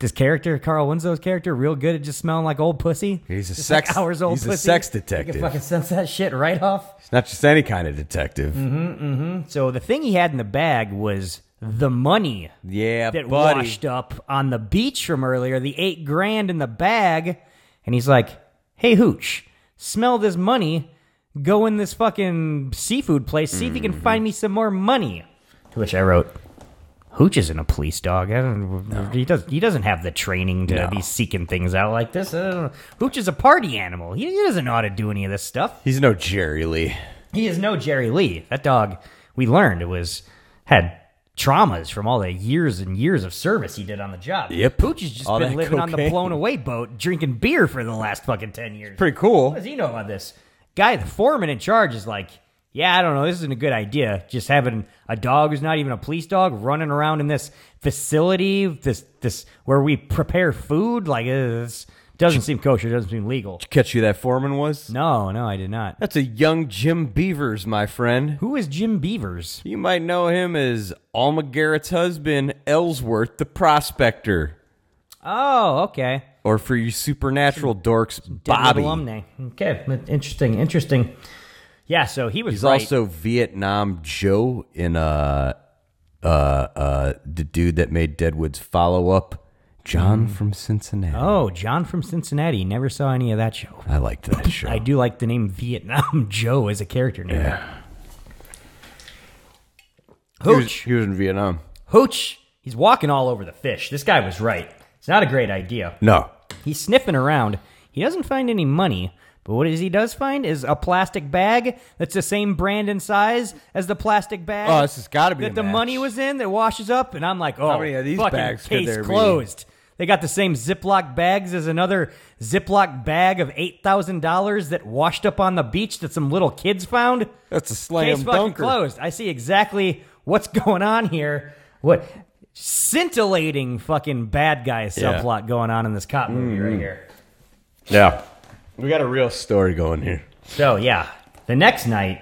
this character, Carl Winslow's character, real good at just smelling like old pussy. He's a Just sex like hours old. He's pussy. a sex You detective. can fucking sense that shit right off. He's not just any kind of detective. Mm-hmm. So the thing he had in the bag was the money Yeah, that buddy. washed up on the beach from earlier, the eight grand in the bag. And he's like, hey, Hooch, smell this money. Go in this fucking seafood place, see if you Mm-hmm. can find me some more money. To which I wrote, Hooch isn't a police dog. I don't, He does. He doesn't have the training to be seeking things out like this. I don't know. Hooch is a party animal. He, he doesn't know how to do any of this stuff. He's no Jerry Lee. He is no Jerry Lee. That dog, we learned, it was had traumas from all the years and years of service he did on the job. Yep. Pooch has just All been that living on the cocaine. blown away boat, drinking beer for the last fucking ten years. Pretty cool. What does he know about this? Guy, the foreman in charge is like, yeah, I don't know. This isn't a good idea. Just having a dog who's not even a police dog running around in this facility, this this where we prepare food. Like, uh, this doesn't seem kosher. Doesn't seem legal. Catch you that foreman was? No, no, I did not. That's a young Jim Beavers, my friend. Who is Jim Beavers? You might know him as Alma Garrett's husband, Ellsworth the Prospector. Oh, okay. Or for you supernatural dorks, Denver Bobby. alumni. Okay, interesting, interesting. Yeah, so he was He's right. also Vietnam Joe in uh uh uh the dude that made Deadwood's follow up, John Mm-hmm. from Cincinnati. oh John from Cincinnati. Never saw any of that show. I liked that show. I do like the name Vietnam Joe as a character name. Yeah. He was, Hooch, he was in Vietnam. Hooch. He's walking all over the fish. This guy was right. It's not a great idea. No. He's sniffing around. He doesn't find any money, but what is he does find is a plastic bag that's the same brand and size as the plastic bag. Oh, this has got to be that a the match. money was in that washes up, and I'm like, oh, many of these fucking bags could case there be? closed. They got the same Ziploc bags as another Ziploc bag of eight thousand dollars that washed up on the beach that some little kids found. That's a slam Case fucking dunker. closed. I see exactly what's going on here. What scintillating fucking bad guy subplot going on in this cop movie Mm. right here. Yeah. We got a real story going here. So yeah, the next night,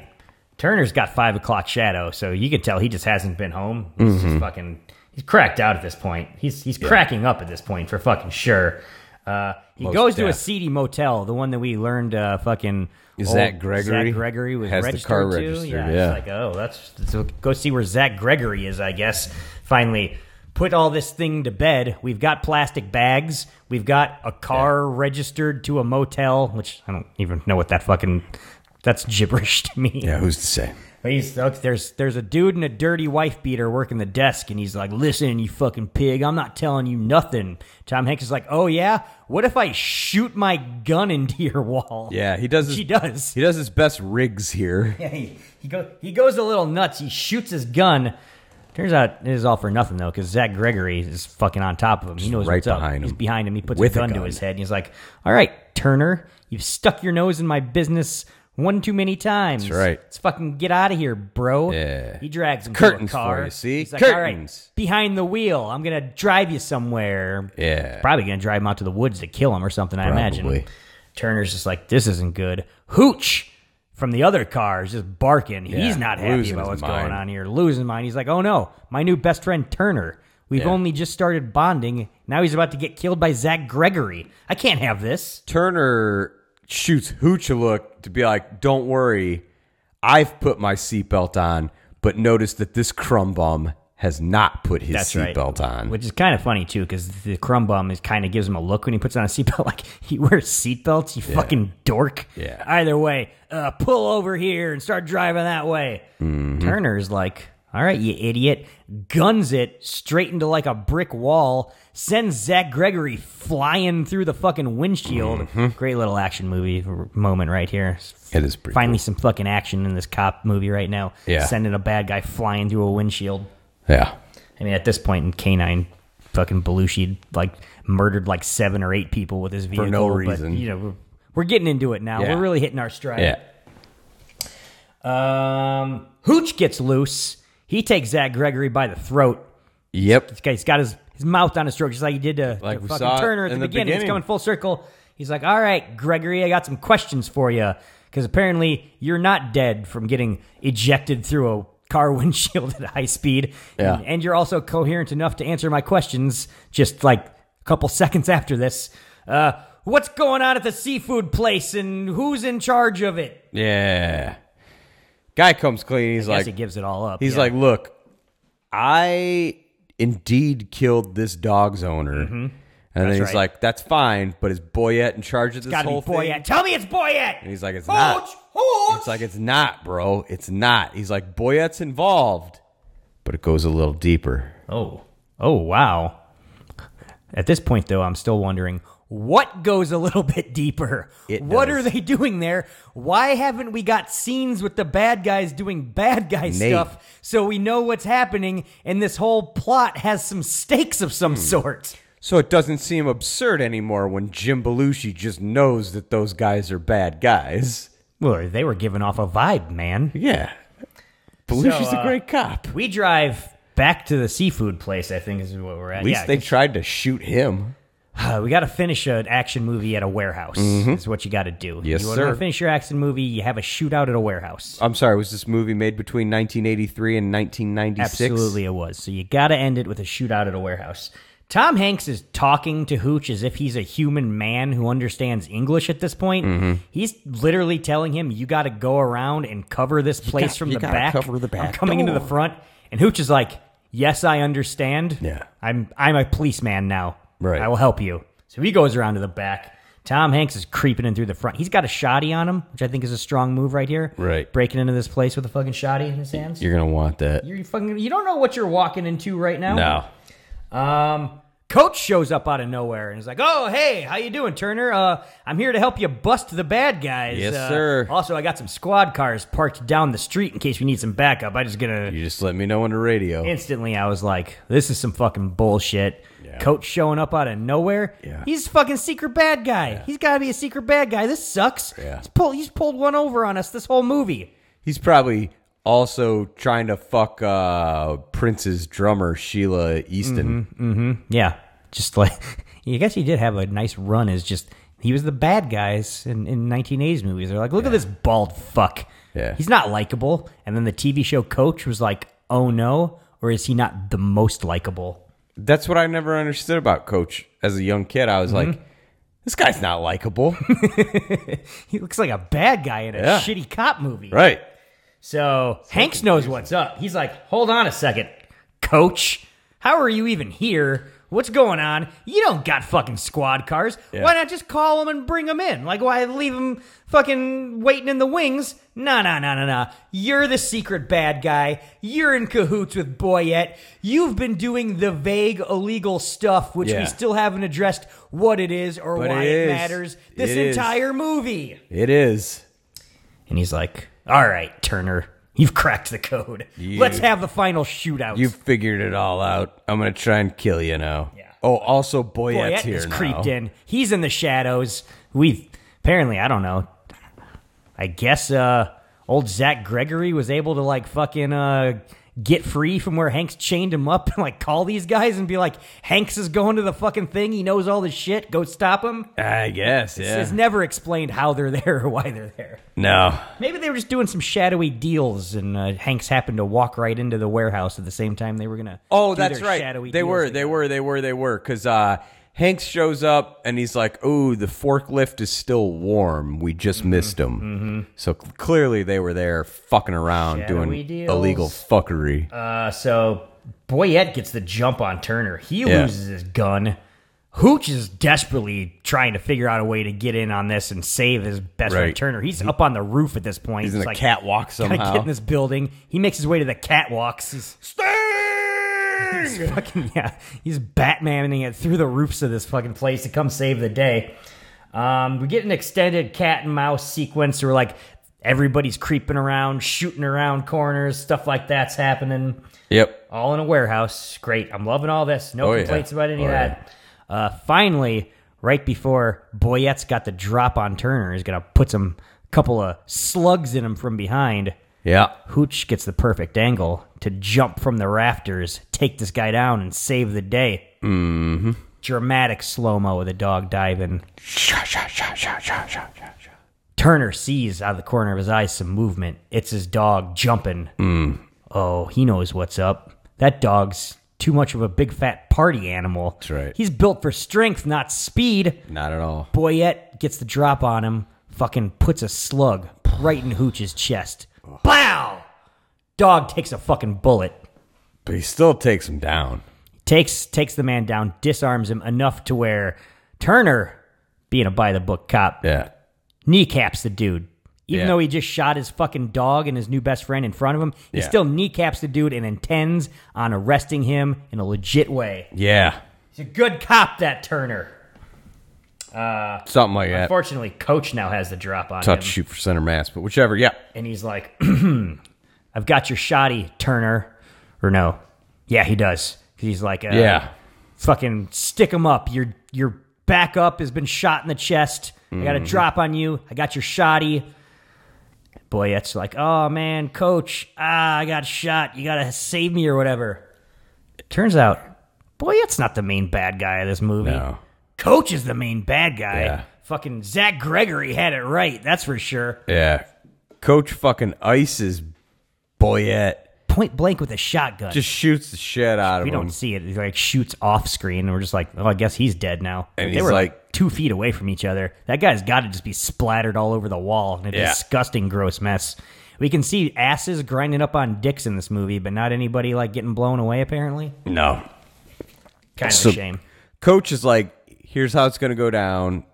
Turner's got five o'clock shadow, so you can tell he just hasn't been home. He's Mm-hmm. just fucking, he's cracked out at this point. He's he's cracking up at this point for fucking sure. Uh, he goes to a def. seedy motel, the one that we learned uh, fucking Is old Zach Gregory Zach Gregory was has the registered car to. registered, Yeah, yeah. It's like oh, that's, that's go see where Zach Gregory is. I guess finally. Put all this thing to bed. We've got plastic bags. We've got a car registered to a motel, which I don't even know what that fucking. That's gibberish to me. Yeah, who's to say? But he's okay, there's there's a dude and a dirty wife beater working the desk, and he's like, "Listen, you fucking pig, I'm not telling you nothing." Tom Hanks is like, "Oh yeah, what if I shoot my gun into your wall?" Yeah, he does his she does. he does his best rigs here. Yeah, he, he goes he goes a little nuts. He shoots his gun. Turns out it is all for nothing though, because Zach Gregory is fucking on top of him. He knows right what's up. behind He's him. behind him. He puts With a a gun, to gun. his head, and he's like, "All right, Turner, you've stuck your nose in my business." One too many times. That's right. Let's fucking get out of here, bro. Yeah. He drags him Curtains to a car. for you, see? He's like, "All right, Curtains." behind the wheel. I'm gonna drive you somewhere. Yeah. Probably gonna drive him out to the woods to kill him or something. I imagine. Probably. Turner's just like, this isn't good. Hooch from the other car is just barking. He's Yeah, not happy losing about what's his going mind. on here, losing his mind. He's like, oh no, my new best friend Turner. We've Yeah. only just started bonding. Now he's about to get killed by Zach Gregory. I can't have this. Turner shoots Hooch a look to be like, "Don't worry, I've put my seatbelt on, but notice that this crumb bum has not put his That's right. seatbelt on." Which is kind of funny too, because the crumb bum is kind of gives him a look when he puts on a seatbelt. Like he wears seatbelts, you fucking dork. Yeah. Either way, uh, pull over here and start driving that way. Mm-hmm. Turner's like, all right, you idiot. Guns it straight into like a brick wall. Sends Zach Gregory flying through the fucking windshield. Mm-hmm. Great little action movie r- moment right here. It is pretty Finally, some fucking action in this cop movie right now. Yeah. Sending a bad guy flying through a windshield. yeah, I mean, at this point in Canine, fucking Belushi like murdered like seven or eight people with his vehicle no but, reason. you know, we're, we're getting into it now. Yeah. We're really hitting our stride. yeah. Um, Hooch gets loose. He takes Zach Gregory by the throat. Yep. This guy's got his, his mouth on his throat, just like he did to, Like to we saw fucking it Turner at the, in the beginning. It's beginning. coming full circle. He's like, all right, Gregory, I got some questions for you. Because apparently you're not dead from getting ejected through a car windshield at high speed. Yeah. And, and you're also coherent enough to answer my questions just like a couple seconds after this. Uh, what's going on at the seafood place and who's in charge of it? Yeah. Guy comes clean. He's Guess like, he gives it all up. He's yeah. like, look, I indeed killed this dog's owner. And then he's Mm-hmm. right. like, that's fine, but is Boyette in charge of this gotta be whole thing? Boyette. Tell me it's Boyette. And he's like, it's not. It's like, it's not, bro. It's not. He's like, Boyette's involved. But it goes a little deeper. Oh. Oh, wow. At this point, though, I'm still wondering what goes a little bit deeper? It what does. are they doing there? Why haven't we got scenes with the bad guys doing bad guy Nate. stuff so we know what's happening and this whole plot has some stakes of some sort? So it doesn't seem absurd anymore when Jim Belushi just knows that those guys are bad guys. Well, they were giving off a vibe, man. Yeah. Belushi's uh, a great cop. We drive back to the seafood place, I think is what we're at. At least Yeah, they tried to shoot him. Uh, we got to finish an action movie at a warehouse. Is what you got to do. Mm-hmm. Yes, you wanna sir. finish your action movie, you have a shootout at a warehouse. I'm sorry, was this movie made between 1983 and 1996? Absolutely, it was. So you got to end it with a shootout at a warehouse. Tom Hanks is talking to Hooch as if he's a human man who understands English at this point. Mm-hmm. He's literally telling him, "You got to go around and cover this place got- from you the gotta back. cover the I'm back coming into the door." front." And Hooch is like, "Yes, I understand. Yeah. I'm I'm a policeman now. Right. I will help you." So he goes around to the back. Tom Hanks is creeping in through the front. He's got a shoddy on him, which I think is a strong move right here. Right. Breaking into this place with a fucking shoddy in his hands. You're gonna want that. You're fucking. You don't know what you're walking into right now. No. Um, coach shows up out of nowhere and is like, "Oh, hey, how you doing, Turner? Uh, I'm here to help you bust the bad guys. Yes, Uh, sir. Also, I got some squad cars parked down the street in case we need some backup. I just gonna You just let me know on the radio. instantly. I was like, this is some fucking bullshit. Yeah. Coach showing up out of nowhere. Yeah. He's a fucking secret bad guy. He's got to be a secret bad guy. This sucks. Yeah. He's pulled. He's pulled one over on us this whole movie. He's probably also trying to fuck uh, Prince's drummer Sheila Mm-hmm. Easton. Yeah, just like I guess he did have a nice run as just he was the bad guys in, in 1980s movies. They're like, look at this bald fuck. Yeah. he's not likable. And then the TV show Coach was like, oh no, or is he not the most likable? That's what I never understood about Coach. As a young kid, I was Mm-hmm. like, this guy's not likable, He looks like a bad guy in a Yeah. shitty cop movie. right? So Hanks knows what's up. He's like, hold on a second, Coach. How are you even here? What's going on? You don't got fucking squad cars. Why not just call them and bring them in? Like, why leave them fucking waiting in the wings? Nah, nah, nah, nah, nah. You're the secret bad guy. You're in cahoots with Boyette. You've been doing the vague illegal stuff, which Yeah. we still haven't addressed what it is or But why it it, is. matters this It is. entire movie. It is. And he's like, "All right, Turner, you've cracked the code. Let's have the final shootout." You figured it all out. I'm gonna try and kill you now. Yeah. Oh, also Boyette's Boyette here is now. creeped in. He's in the shadows. We apparently, I don't know. I guess uh, old Zach Gregory was able to like fucking uh, get free from where Hanks chained him up and like call these guys and be like, "Hanks is going to the fucking thing. He knows all this shit. Go stop him." I guess. Yeah. It's never explained how they're there or why they're there. no. Maybe they were just doing some shadowy deals, and uh, Hanks happened to walk right into the warehouse at the same time they were gonna. Oh, do that's their right. Shadowy they deals were, together. they were, they were, they were. Because uh, Hanks shows up and he's like, "Ooh, the forklift is still warm. We just Mm-hmm. missed him." So c- clearly, they were there fucking around Shadowy doing deals. illegal fuckery. Uh, so Boyette gets the jump on Turner. He Yeah. loses his gun. Hooch is desperately trying to figure out a way to get in on this and save his best friend Right. Turner. He's up on the roof at this point. he's in He's the like, catwalk Gotta get somehow. in this building. He makes his way to the catwalks. He's Sting! fucking yeah. He's Batmaning it through the roofs of this fucking place to come save the day. Um, we get an extended cat and mouse sequence where like everybody's creeping around, shooting around corners, stuff like that's happening. Yep. All in a warehouse. Great. I'm loving all this. No Oh, yeah. complaints about any Oh, of that. Uh, finally, right before Boyette's got the drop on Turner, he's gonna put some couple of slugs in him from behind. Yeah. Hooch gets the perfect angle to jump from the rafters, take this guy down, and save the day. Mm-hmm. Dramatic slow mo of the dog diving. Turner sees out of the corner of his eye some movement. It's his dog jumping. Oh, he knows what's up. That dog's too much of a big fat party animal. That's right. He's built for strength, not speed. Not at all. Boyette gets the drop on him, fucking puts a slug right in Hooch's chest. Bow! Dog takes a fucking bullet. But he still takes him down. Takes takes the man down, disarms him enough to where Turner, being a by the book cop, Yeah. kneecaps the dude. Even Yeah. though he just shot his fucking dog and his new best friend in front of him, he Yeah. still kneecaps the dude and intends on arresting him in a legit way. Yeah. He's a good cop, that Turner. Something like that. Unfortunately, Coach now has the drop on Touch him. shoot for center mass, but whichever. Yeah. and he's like, "I've got your shoddy, Turner," or no, yeah, he does. He's like, uh, Yeah. fucking stick him up. Your your back up has been shot in the chest. I got a Mm-hmm. drop on you. I got your shoddy." Boy, that's like, oh man, coach, ah, I got shot. You gotta save me or whatever. It turns out, boy, that's not the main bad guy of this movie. No. Coach is the main bad guy. Yeah. Fucking Zach Gregory had it right, that's for sure. Yeah. Coach fucking ices Boyette. Point blank with a shotgun. Just shoots the shit out of we him. don't see it. It like shoots off screen, and we're just like, oh, I guess he's dead now. And But they he's were like- two feet away from each other. That guy's got to just be splattered all over the wall in a Yeah. disgusting, gross mess. We can see asses grinding up on dicks in this movie, but not anybody like getting blown away. Apparently, no. kind of So- a shame. Coach is like, here's how it's going to go down.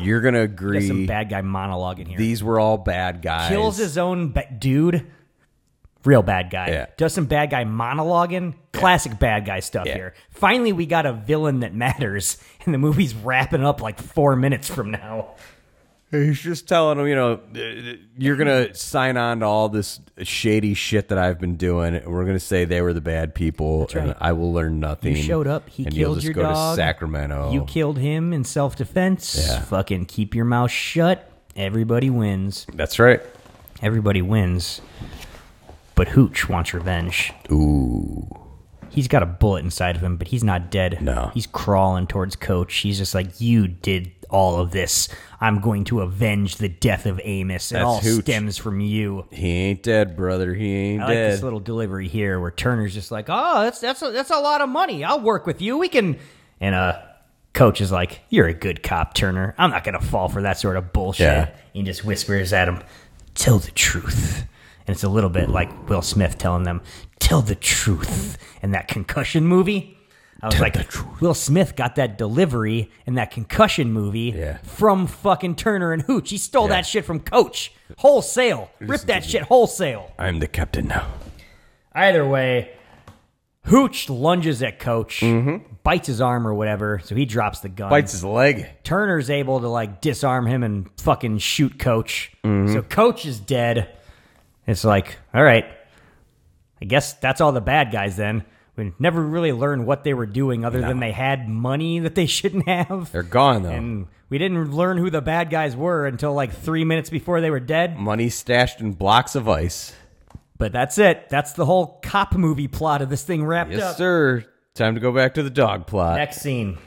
You're going to There's some agree. bad guy monologue in here. These were all bad guys. kills his own ba- dude. Real bad guy. Yeah. Does some bad guy monologuing. Classic bad guy stuff Yeah. here. Finally, we got a villain that matters, and the movie's wrapping up like four minutes from now. He's just telling him, you know, you're gonna sign on to all this shady shit that I've been doing. and We're gonna say they were the bad people, and right. I will learn nothing. You showed up. He and killed you'll just your go dog. to Sacramento. You killed him in self defense. Oh. Yeah. Fucking keep your mouth shut. Everybody wins. That's right. Everybody wins. But Hooch wants revenge. Ooh, He's got a bullet inside of him, but he's not dead. No. He's crawling towards Coach. He's just like, You did all of this. I'm going to avenge the death of Amos. It That's all Hooch. stems from you. he ain't dead, brother. He ain't I like dead. this little delivery here where Turner's just like, "Oh, that's that's a, that's a lot of money. I'll work with you. We can." And uh, coach is like, "You're a good cop, Turner. I'm not gonna fall for that sort of bullshit." Yeah. He just whispers at him, "Tell the truth." And it's a little bit like Will Smith telling them, "Tell the truth." In that concussion movie, I was like, "Will Smith got that delivery in that concussion movie Yeah. from fucking Turner and Hooch. He stole that shit from Coach wholesale. Rip that shit wholesale." I'm the captain now. Either way, Hooch lunges at Coach, bites his arm or whatever, so he drops the gun. Mm-hmm. Bites his leg. Turner's able to like disarm him and fucking shoot Coach. Mm-hmm. So Coach is dead. It's like, all right, I guess that's all the bad guys then. We never really learned what they were doing other than they had money that they shouldn't have. They're gone though. and we didn't learn who the bad guys were until like three minutes before they were dead. Money stashed in blocks of ice. But that's it. That's the whole cop movie plot of this thing wrapped up. Yes, sir. Time to go back to the dog plot. Next scene.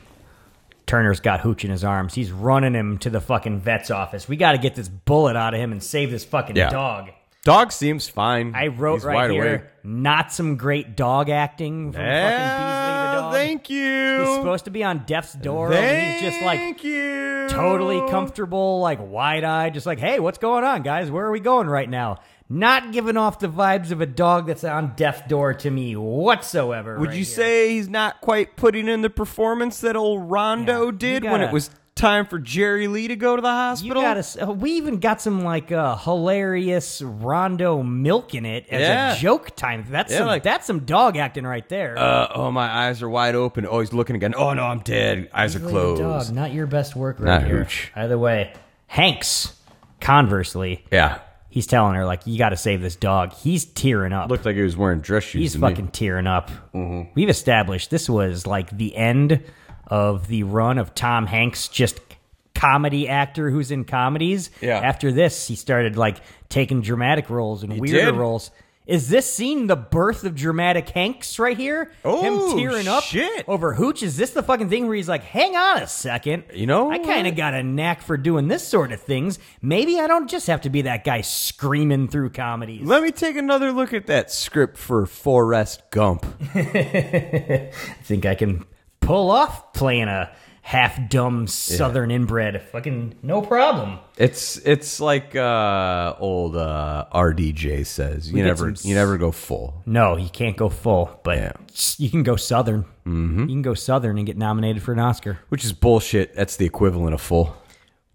Turner's got Hooch in his arms. He's running him to the fucking vet's office. We got to get this bullet out of him and save this fucking Yeah. dog. Dog seems fine. I wrote He's right wide here, awake. not some great dog acting from Yeah, fucking Beasley the dog. thank you. He's supposed to be on death's door, and he's just like Thank you. totally comfortable, like wide eyed, just like, hey, what's going on, guys? Where are we going right now? Not giving off the vibes of a dog that's on death's door to me whatsoever. Would right you here. say he's not quite putting in the performance that old Rondo Yeah, you did when gotta- it was time for Jerry Lee to go to the You hospital? gotta. s- uh, We even got some like uh, hilarious Rondo milk in it as Yeah. a joke time. That's Yeah, some, like- that's some dog acting right there. uh, oh, my eyes are wide open. Oh, he's looking again. Oh, no, I'm dead. Eyes are Really the Dog, closed. not your best work right Not here. Hooch. Either way, Hanks. Conversely, Yeah. he's telling her like, "You got to save this dog." He's tearing up. Looked like he was wearing dress shoes. he's to me. Mm-hmm. fucking tearing up. We've established this was like the end of the run of Tom Hanks just comedy actor who's in comedies. Yeah. After this, he started like taking dramatic roles and weirder did? roles. Is this scene the birth of dramatic Hanks right here? Oh, him tearing up shit. over Hooch. Is this the fucking thing where he's like, "Hang on a second, You know I kind of what? got a knack for doing this sort of things. Maybe I don't just have to be that guy screaming through comedies." Let me take another look at that script for Forrest Gump. think I can pull off playing a half dumb southern inbred. Fucking no problem. It's it's like uh, old uh, RDJ says. You get never some you never go full. No, you can't go full, but Yeah. you can go southern. Mm-hmm. You can go southern and get nominated for an Oscar. Which is bullshit. That's the equivalent of full.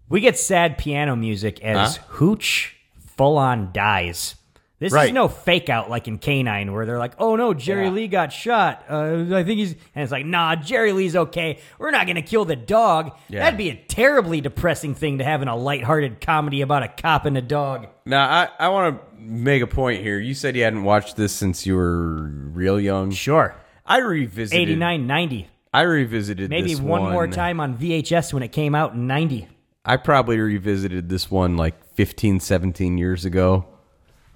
We get sad piano music as Hooch full on dies. This is Right. no fake out like in Canine where they're like, "Oh no, Jerry Lee got shot. Uh, I think he's," and it's like, "Nah, Jerry Lee's okay. We're not gonna kill the dog. That'd be a terribly depressing thing to have in a lighthearted comedy about a cop and a dog." Now I, I want to make a point here. You said you hadn't watched this since you were real young. Sure, I revisited. 89, 90. I revisited maybe this one more time on VHS when it came out in ninety. I probably revisited this one like 15, 17 years ago,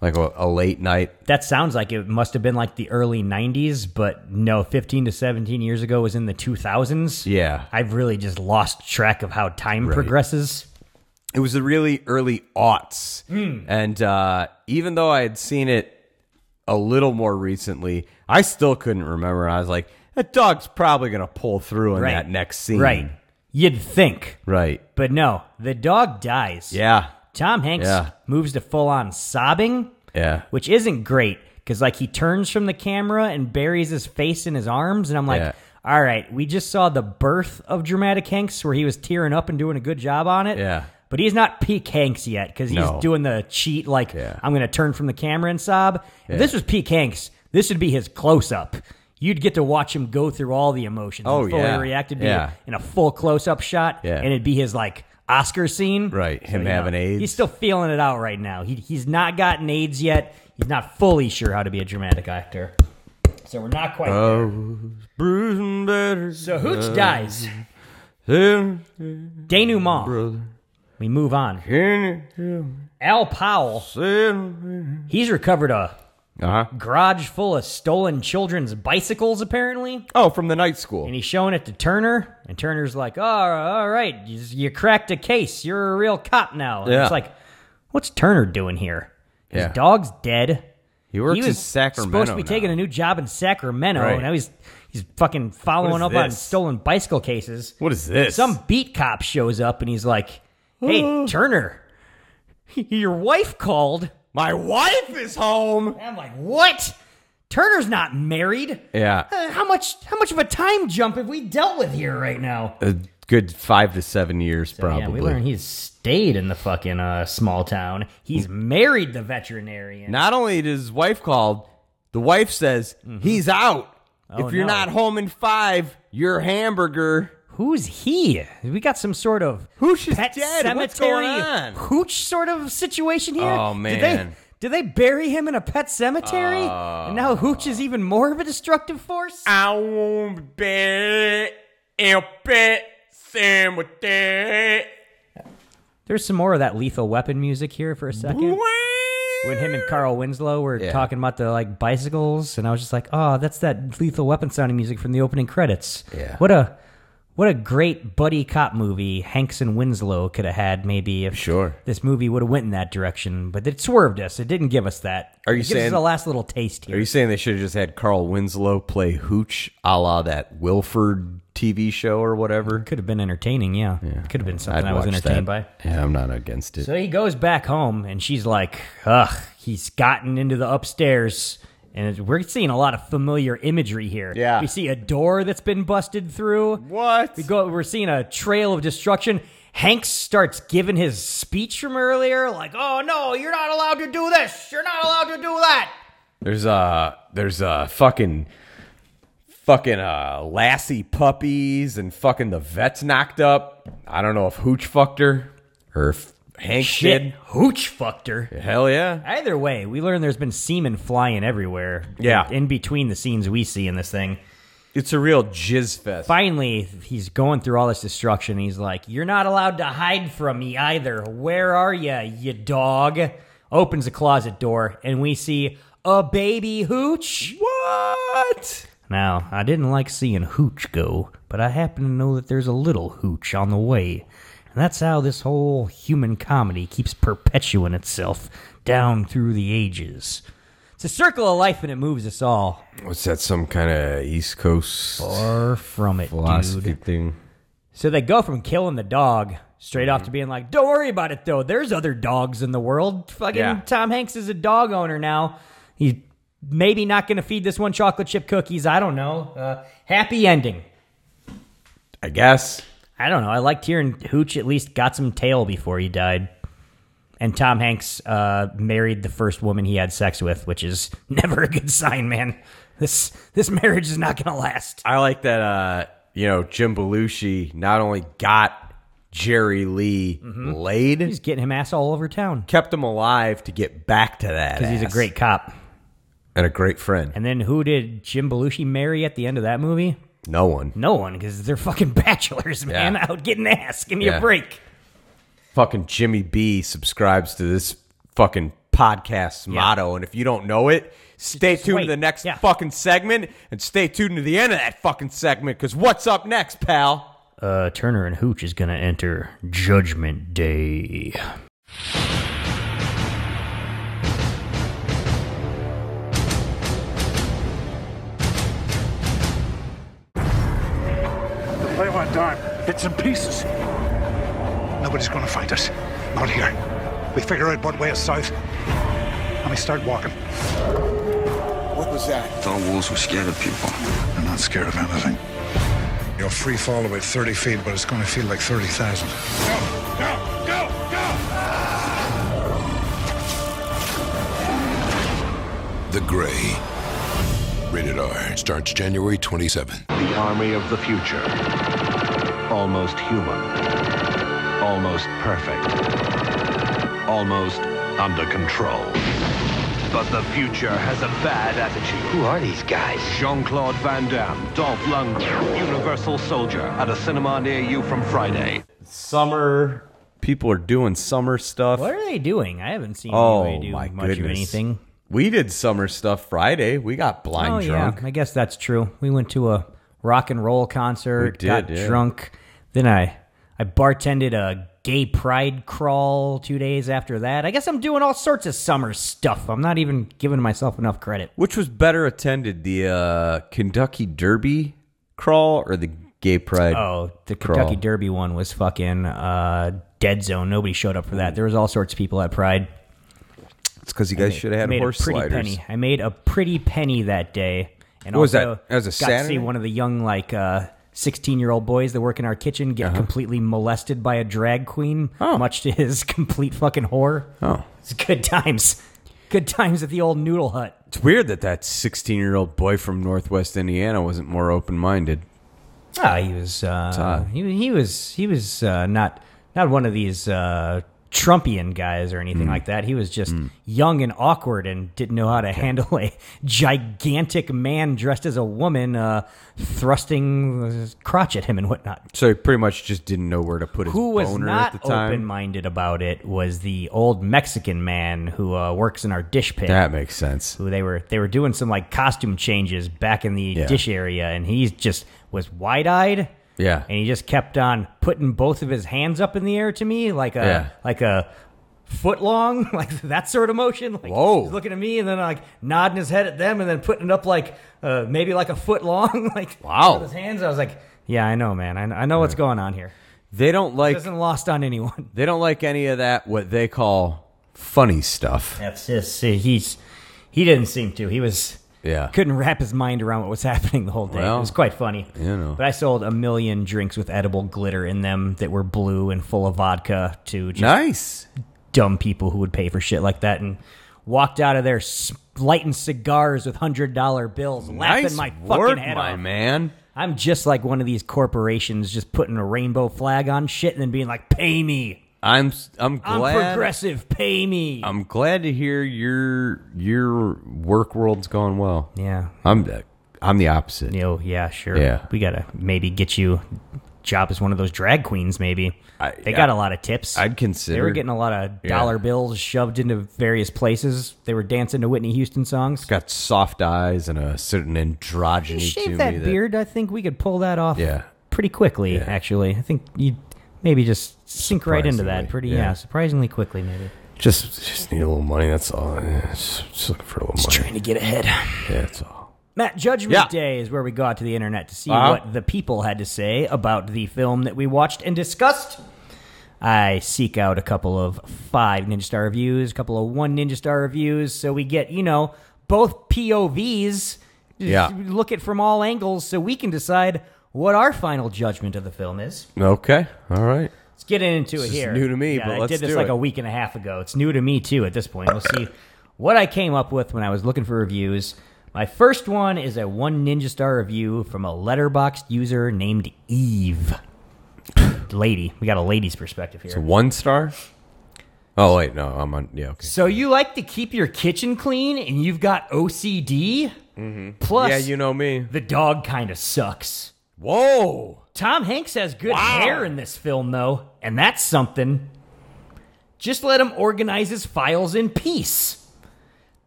like a, a late night. That sounds like it must have been like the early 90s, but no, 15 to 17 years ago was in the 2000s. Yeah. I've really just lost track of how time progresses. It was the really early aughts, Hmm. and uh, even though I had seen it a little more recently, I still couldn't remember. I was like, that dog's probably gonna pull through in Right. that next scene, Right. You'd think. Right. But no, the dog dies. Yeah. Tom Hanks Yeah. moves to full on sobbing, Yeah. which isn't great because, like, he turns from the camera and buries his face in his arms. And I'm like, Yeah. all right, we just saw the birth of Dramatic Hanks where he was tearing up and doing a good job on it. Yeah. But he's not peak Hanks yet because he's No. doing the cheat, like, Yeah. I'm going to turn from the camera and sob. If this was peak Hanks, this would be his close up. You'd get to watch him go through all the emotions Oh, and fully yeah. react to be Yeah. in a full close up shot. Yeah. And it'd be his, like, Oscar scene. Right, him you having AIDS. He's still feeling it out right now. He, he's not gotten AIDS yet. He's not fully sure how to be a dramatic actor. So we're not quite Oh. Bruising better. there. So Hooch dies. than- Denouement. We move on. Al Powell. He's recovered a Uh-huh. garage full of stolen children's bicycles, apparently. Oh, from the night school. And he's showing it to Turner. And Turner's like, oh, all right, you, you cracked a case. You're a real cop now. And Yeah. it's like, what's Turner doing here? His Yeah. dog's dead. He works he in was Sacramento. supposed to be taking a new job in Sacramento, Right. and now he's he's fucking What following is up on this? stolen bicycle cases. What is Uh. this? Some beat cop shows up and he's like, "Hey, Turner, your wife called." My wife is home. And I'm like, "What? Turner's not married? Yeah. Uh, how much how much of a time jump have we dealt with here right now?" A good five to seven years, probably. Yeah, we learned he's stayed in the fucking uh, small town. He's married the veterinarian. Not only did his wife called, the wife says he's out. Mm-hmm. Oh, if you're no. not home in five, you're hamburger. Who's he? We got some sort of Hooch is pet dead. cemetery What's going on? hooch sort of situation here. Oh, Did they, man. Oh. did they bury him in a pet cemetery? and now hooch is even more of a destructive force. I won't be in pet cemetery. There's some more of that Lethal Weapon music here for a second. When him and Carl Winslow were Yeah. talking about the like bicycles, and I was just like, "Oh, that's that Lethal Weapon sounding music from the opening credits." Yeah. What a what a great buddy cop movie Hanks and Winslow could have had maybe if Sure. this movie would have went in that direction, but it swerved us. It didn't give us that. Are you it gives saying- us a last little taste Are here? you saying they should have just had Carl Winslow play Hooch a la that Wilford TV show or whatever? Could have been entertaining, yeah. Could have been something I'd I was watch entertained by. that. Yeah, I'm not against it. So he goes back home, and she's like, "Ugh, he's gotten into the upstairs." And it's- we're seeing a lot of familiar imagery here. Yeah. we see a door that's been busted through. What? We go. We're seeing a trail of destruction. Hanks starts giving his speech from earlier, like, "Oh no, you're not allowed to do this. You're not allowed to do that." There's a there's a fucking fucking uh lassie puppies and fucking the vet's knocked up. I don't know if Hooch fucked her or if Hank Shit, hooch fucked her. did. Hell yeah. Either way, we learn there's been semen flying everywhere. Yeah. In between the scenes we see in this thing. It's a real jizz fest. Finally, he's going through all this destruction. He's like, "You're not allowed to hide from me either. Where are you, you dog?" Opens the closet door, and we see a baby hooch. What? Now, I didn't like seeing Hooch go, but I happen to know that there's a little Hooch on the way. And that's how this whole human comedy keeps perpetuating itself down through the ages. It's a circle of life and it moves us all What's that? Some kind of East Coast far from it, dude. philosophy thing? So they go from killing the dog straight off to being like, don't worry about it, though. There's other dogs in the world. Fucking Yeah. Tom Hanks is a dog owner now. He's maybe not going to feed this one chocolate chip cookies. I don't know. Uh, happy ending. I guess. I don't know. I liked hearing Hooch at least got some tail before he died. And Tom Hanks uh, married the first woman he had sex with, which is never a good sign, man. This this marriage is not going to last. I like that. Uh, you know, Jim Belushi not only got Jerry Lee laid, He's getting him ass all over town kept him alive to get back to that. because he's a ass. great cop. and a great friend. And then who did Jim Belushi marry at the end of that movie? no one. No one, because they're fucking bachelors, man, Yeah. out getting ass. Give me a Yeah. break. Fucking Jimmy B subscribes to this fucking podcast's motto, and if you don't know it, stay tuned wait. to the next Yeah. fucking segment, and stay tuned to the end of that fucking segment, because what's up next, pal? Uh, Turner and Hooch is going to enter Judgment Day. Play on dime. Bits and pieces. Nobody's gonna find us. Not here. We figure out what way is south. And we start walking. What was that? Thought wolves were scared of people. I'm not scared of anything. You'll free fall about 30 feet, but it's gonna feel like 30,000. The Gray. Rated R. Starts January 27th. The army of the future. Almost human. Almost perfect. Almost under control. But the future has a bad attitude. Who are these guys? Jean-Claude Van Damme, Dolph Lundgren, Universal Soldier, at a cinema near you from Friday. Summer. People are doing summer stuff. What are they doing? I haven't seen Oh anybody do my much goodness! of anything. We did summer stuff Friday. We got blind oh drunk. yeah, I guess that's true. We went to a rock and roll concert, We did, got yeah. drunk. Then I I bartended a gay pride crawl 2 days after that. I guess I'm doing all sorts of summer stuff. I'm not even giving myself enough credit. Which was better attended, the uh, Kentucky Derby crawl or the Gay Pride? Oh, the Crawl. Kentucky Derby one was fucking uh, dead zone. Nobody showed up for that. There was all sorts of people at Pride. it's because you guys should have had made horse a pretty sliders. penny. I made a pretty penny that day. And What was also that? That was a got to Saturday? see one of the young like uh, sixteen year old boys that work in our kitchen get Uh-huh. completely molested by a drag queen, much to his complete fucking horror. Oh. It's good times. Good times at the old noodle hut. It's weird that that 16 year old boy from Northwest Indiana wasn't more open minded. Ah, he was uh, odd. he, he was he was uh, not not one of these uh, Trumpian guys or Hmm. anything like that. He was just young and awkward and didn't know how to handle a gigantic man dressed as a woman uh, thrusting his crotch at him and whatnot. So he pretty much just didn't know where to put his Who was boner at not the time. open minded about it was the old Mexican man who uh, works in our dish pit that makes sense. who they were they were doing some like costume changes back in the Yeah. dish area and he just was wide eyed Yeah. and he just kept on putting both of his hands up in the air to me like a Yeah. like a foot long like that sort of motion like Whoa. he's looking at me and then like nodding his head at them and then putting it up like uh, maybe like a foot long like Wow. with his hands I was like yeah I know man I, I know what's going on here They don't it like isn't lost on anyone they don't like any of that what they call funny stuff. that's just see, he's he didn't seem to he was Yeah. couldn't wrap his mind around what was happening the whole day. it Well, was quite funny. you know. But I sold a million drinks with edible glitter in them that were blue and full of vodka to just Nice. dumb people who would pay for shit like that and walked out of there s- lighting cigars with $100 bills, nice laughing my work, fucking head my off. man. I'm just like one of these corporations just putting a rainbow flag on shit and then being like, pay me. I'm I'm I'm glad progressive. Pay me. I'm glad to hear your your work world's going well. yeah. I'm I'm the opposite. You know, yeah, sure. Yeah. We gotta maybe get you job as one of those drag queens. Maybe I- they I- got a lot of tips. I'd consider. They were getting a lot of dollar bills shoved into various places. They were dancing to Whitney Houston songs. got soft eyes and a certain If you androgyny to me. shave that beard, I think we could pull that off. Yeah. pretty quickly. Actually, I think you maybe just sink right into that Surprisingly, pretty yeah. yeah. surprisingly quickly maybe. Just, just need a little money. That's all. Yeah, Just, just looking for a little money. Trying to get ahead. Yeah, that's all. Matt, Judgment Yeah. Day is where we go out to the internet to see Uh-huh. what the people had to say about the film that we watched and discussed. I seek out a couple of five Ninja Star reviews, a couple of one Ninja Star reviews, so we get, you know, both POVs. Yeah. Look at from all angles so we can decide what our final judgment of the film is. Okay. All right. Let's get into it is here. new to me, Yeah, but I let's did this do like it. a week and a half ago. It's new to me too. At this point, we'll see what I came up with when I was looking for reviews. My first one is a one ninja star review from a letterboxed user named Eve. Lady, we got a lady's perspective here. One star. Oh wait, no, I'm on. Yeah, okay. So you like to keep your kitchen clean, and you've got OCD. Plus, Mm-hmm. yeah, you know me. the dog kind of sucks. Whoa. Tom Hanks has good hair in this film, though, and that's something. Just let him organize his files in peace.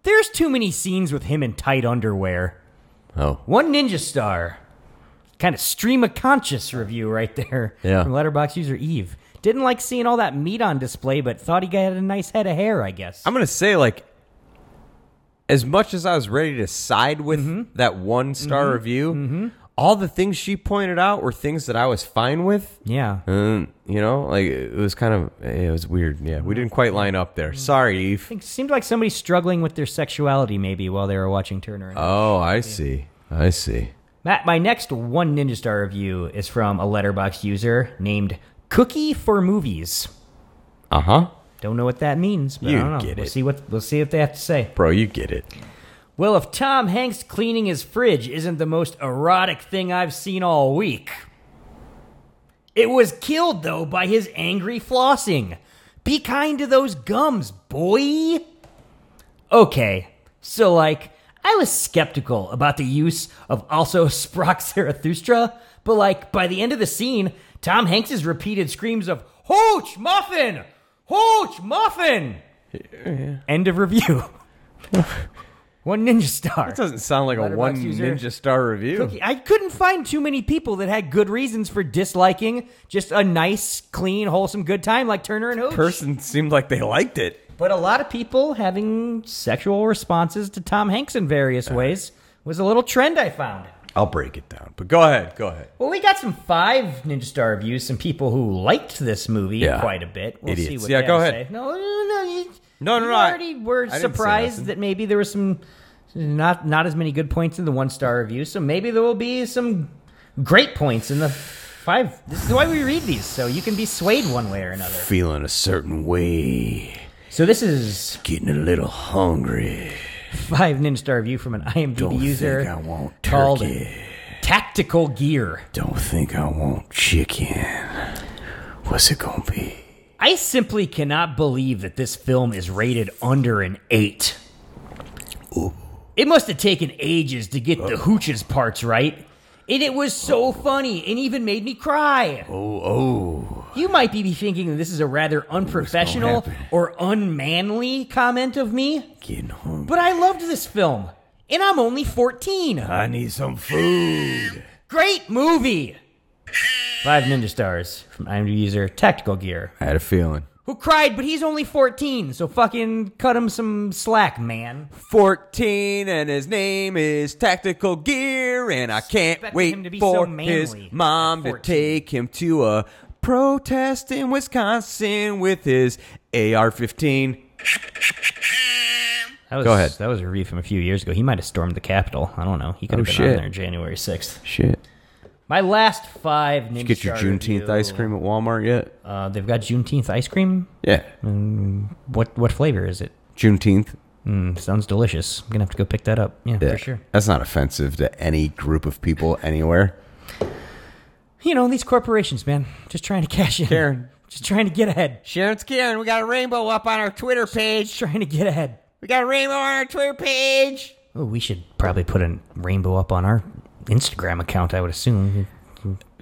There's too many scenes with him in tight underwear. Oh. One ninja star. Kind of stream of conscious review right there Yeah. from letterbox user Eve. Didn't like seeing all that meat on display, but thought he had a nice head of hair, I guess. I'm gonna say like, as much as I was ready to side with Mm-hmm. that one star review, all the things she pointed out were things that I was fine with. yeah. And, Mm, you know, like it was kind of it was weird. Yeah, we didn't quite line up there. Sorry, Eve. Think- Seemed like somebody struggling with their sexuality maybe while they were watching Turner. and Oh, I see. I see. Matt, my next one Ninja Star review is from a letterbox user named Cookie for Movies. Uh huh. Don't know what that means, but You I don't know. get we'll it. see what we'll see what they have to say. Bro, you get it. Well, if Tom Hanks cleaning his fridge isn't the most erotic thing I've seen all week. It was killed though by his angry flossing. Be kind to those gums, boy. Okay, so like I was skeptical about the use of also Sprock Zarathustra, but like by the end of the scene, Tom Hanks's repeated screams of "Hooch muffin, hooch muffin." End of review. One ninja star. Doesn't sound like a Letterboxd one user. ninja star review. I couldn't find too many people that had good reasons for disliking just a nice, clean, wholesome, good time like Turner and Hooch. Person seemed like they liked it. but a lot of people having sexual responses to Tom Hanks in various ways was a little trend I found. I'll break it down. But go ahead. Go ahead. Well, we got some five Ninja Star reviews, some people who liked this movie Yeah. quite a bit. We'll see Idiots. what Yeah, they go have to ahead. say. No, no, no, no. You, No, no, you no, I- already were I didn't say surprised nothing. that maybe there was some not not as many good points in the one star review, so maybe there will be some great points in the five. This is why we read these, so you can be swayed one way or another. Feeling a certain way. So this is Getting a little hungry. five Ninja Star review from an IMDb Don't user think I want called turkey. Tactical Gear. Don't think I want chicken. What's it gonna be? I simply cannot believe that this film is rated under an eight. It must have taken ages to get the hooches parts right. And it was so funny and even made me cry. Oh, oh. You might be thinking that this is a rather unprofessional or unmanly comment of me, Getting hungry. but I loved this film. And I'm only 14. I need some food. Great movie! Five ninja stars from IMDb user Tactical Gear. I had a feeling. who cried, but he's only 14, so fucking cut him some slack, man. 14 and his name is Tactical Gear and I can't Expecting him to wait be so for manly his at mom to 14. take him to a protest in Wisconsin with his AR-15. That was, Go ahead. That was a review from a few years ago. He might have stormed the Capitol. I don't know. He could Oh, have been on shit. there January 6th. Shit. My last five ninja Get your Star Juneteenth review. ice cream at Walmart yet? Uh, they've got Juneteenth ice cream. Yeah. What what flavor is it? Juneteenth. Mm, sounds delicious. I'm gonna have to go pick that up. Yeah, Yeah. for sure. That's not offensive to any group of people anywhere. You know these corporations, man, just trying to cash in. Karen. just trying to get ahead. Sharon's Karen, we got a rainbow up on our Twitter page. Just trying to get ahead. We got a rainbow on our Twitter page. Oh, we should probably put a rainbow up on our Instagram account. I would assume.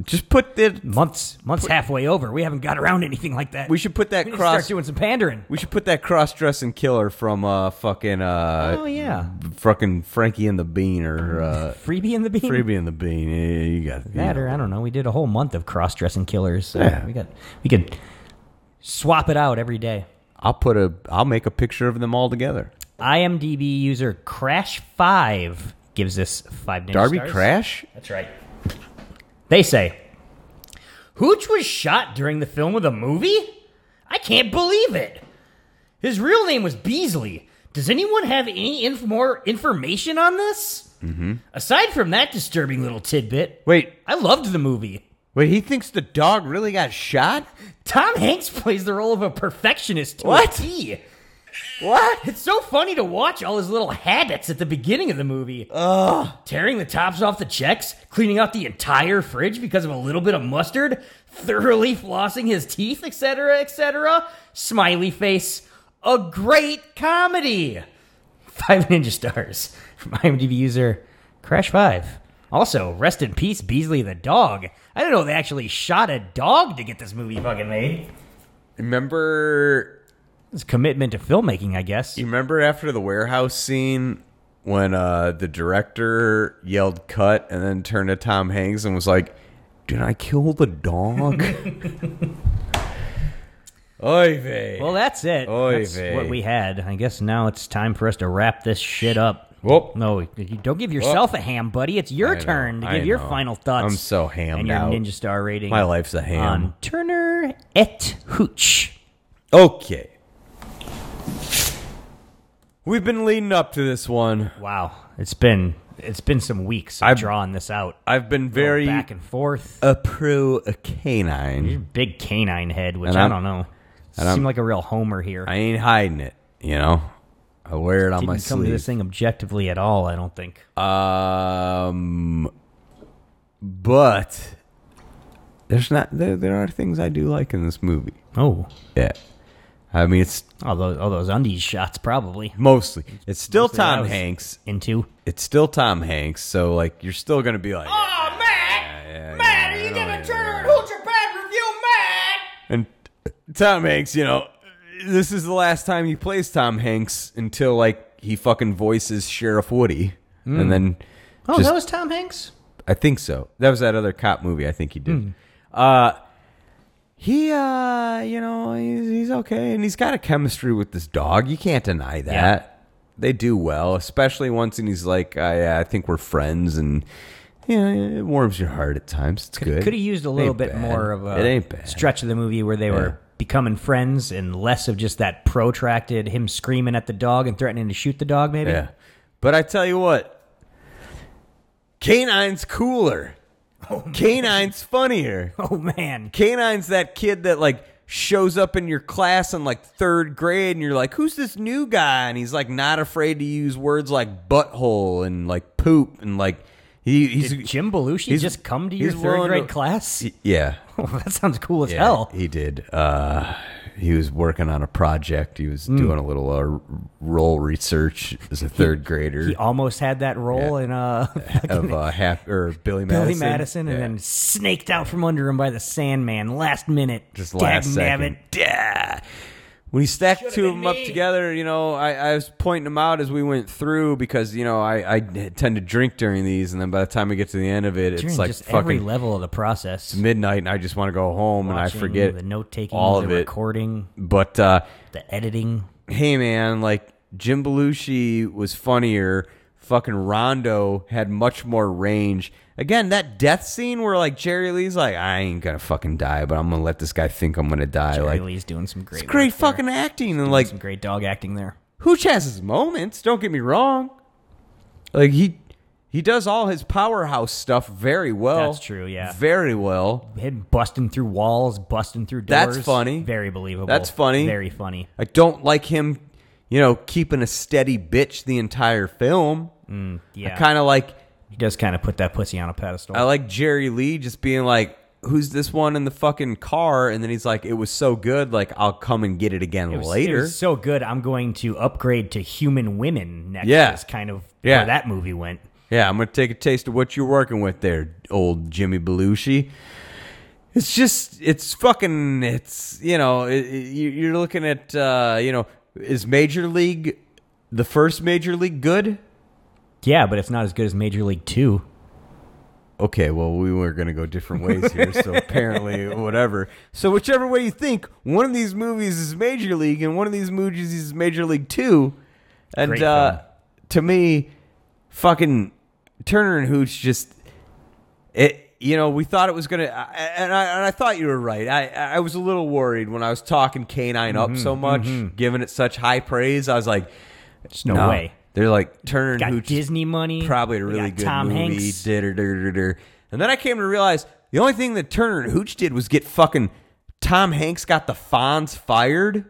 Just put the Months, months halfway over. We haven't got around anything like that. We should put that We need to cross. Start doing some pandering. we should put that cross-dressing killer from uh fucking uh oh yeah, fucking Frankie and the Bean or uh freebie and the bean. Freebie and the Bean. Yeah, you got you That know. or I don't know. We did a whole month of cross-dressing killers. So yeah. we got we could swap it out every day. I'll put a I'll make a picture of them all together. IMDb user Crash Five gives this five ninja Darby stars. Crash? That's right. They say, Hooch was shot during the film of the movie? I can't believe it. His real name was Beasley. Does anyone have any inf- more information on this? Mm-hmm. Aside from that disturbing little tidbit, Wait, I loved the movie. wait, he thinks the dog really got shot? Tom Hanks plays the role of a perfectionist to What? a T. What? It's so funny to watch all his little habits at the beginning of the movie. Ugh. Tearing the tops off the checks, cleaning out the entire fridge because of a little bit of mustard, thoroughly flossing his teeth, etc., etc. Smiley face. A great comedy. Five ninja stars from IMDb user Crash5. Also, rest in peace, Beasley the dog. I didn't know they actually shot a dog to get this movie fucking made. Remember It's commitment to filmmaking, I guess. you remember after the warehouse scene when uh the director yelled cut and then turned to Tom Hanks and was like, Did I kill the dog? Oy vey. Well, that's it. Oy that's vey. what we had. I guess now it's time for us to wrap this shit up. Whoop. No, you don't give yourself a ham, buddy. It's your know, turn to I give your know. final thoughts. I'm so hammed and your out. Ninja Star rating. My life's a ham. on Turner et Hooch. Okay. We've been leading up to this one. Wow, it's been it's been some weeks. I've I've- drawn this out. I've been Going very uh, back and forth. a pro a canine. Big canine head, which And I I'm- don't know. and I'm- Seem like a real homer here. I ain't hiding it, you know. I wear it on Didn't my come to this sleeve. Uh, thing objectively at all. I don't think. Um, but there's not there, there are things I do like in this movie. oh, Yeah, I mean it's all those all those undies shots probably mostly it's still Mostly Tom I was- Hanks. into. It's still Tom Hanks, so like you're still gonna be like, Oh, Matt! Matt, are you gonna turn and hold your bad review, Matt? And Tom Hanks, you know, this is the last time he plays Tom Hanks until like he fucking voices Sheriff Woody, and then Oh, just- that was Tom Hanks. I think so. That was that other cop movie. I think he did. Uh, he, uh, you know, he's, he's okay, and he's got a chemistry with this dog. You can't deny that. They do well, especially once, and he's like, I, I think we're friends, and yeah, it warms your heart at times. It's good. Could have used a little Ain't bit bad. more of a it ain't bad. stretch of the movie where they were becoming friends and less of just that protracted him screaming at the dog and threatening to shoot the dog. Maybe. Yeah. But I tell you what, Canine's cooler. Canine's funnier. Oh man. Canine's that kid that like shows up in your class in like third grade and you're like, who's this new guy? And he's like not afraid to use words like butthole and like poop and like he, he's Did Jim Belushi he's- just come to your he's third willing grade to- class? yeah. Oh, that sounds cool as Yeah, hell. He did. Uh, he was working on a project. He was doing a little uh, role research as a third grader. Hmm. He almost had that role in uh, of uh, half or Billy Madison. Billy Madison, and Yeah. then snaked out from under him by the Sandman last minute. just last second. Dagnabbit. Yeah. When he stacked two of them up together, you know, I, I was pointing them out as we went through because you know I, I tend to drink during these, and then by the time we get to the end of it, it's During like just every fucking level of the process. midnight, and I just want to go home, and I Watching, forget the note taking, all of the it. recording, But uh, the editing. hey, man, like Jim Belushi was funnier. Fucking Rondo had much more range. Again, that death scene where like Jerry Lee's like, I ain't gonna fucking die, but I'm gonna let this guy think I'm gonna die. Jerry like, Lee's doing some great, It's great work there. fucking acting and like some great dog acting there. Hooch has his moments, don't get me wrong. Like he he does all his powerhouse stuff very well. That's true, yeah. Very well. Him busting through walls, busting through doors. That's funny. Very believable. That's funny. Very funny. I don't like him, you know, keeping a steady bitch the entire film. Yeah, Kind of like he does kind of put that pussy on a pedestal. I like Jerry Lee just being like, who's this one in the fucking car? And then he's like, it was so good, like I'll come and get it again It was- later. It was so good. I'm going to upgrade to human women next. Yeah. Is kind of Yeah. where that movie went. Yeah, I'm gonna take a taste of what you're working with there, old Jimmy Belushi. It's just, it's fucking, it's you know, i i- you- you're looking at, uh, you know, is Major League the first Major League good? Yeah, but it's not as good as Major League Two. Okay, well, we were gonna go different ways here, so apparently, whatever. So whichever way you think, one of these movies is Major League, and one of these movies is Major League Two, and Great uh, film. to me, fucking Turner and Hooch just it you know we thought it was gonna I- and i and i thought you were right i i was a little worried when i was talking canine Mm-hmm, up so much giving it such high praise i was like Just no, way. they're like turner and Got Hooch Disney money. probably a They really got good Tom movie Hanks. Ditter, ditter, ditter. and then i came to realize the only thing that turner and hooch did was get fucking tom hanks got the fonz fired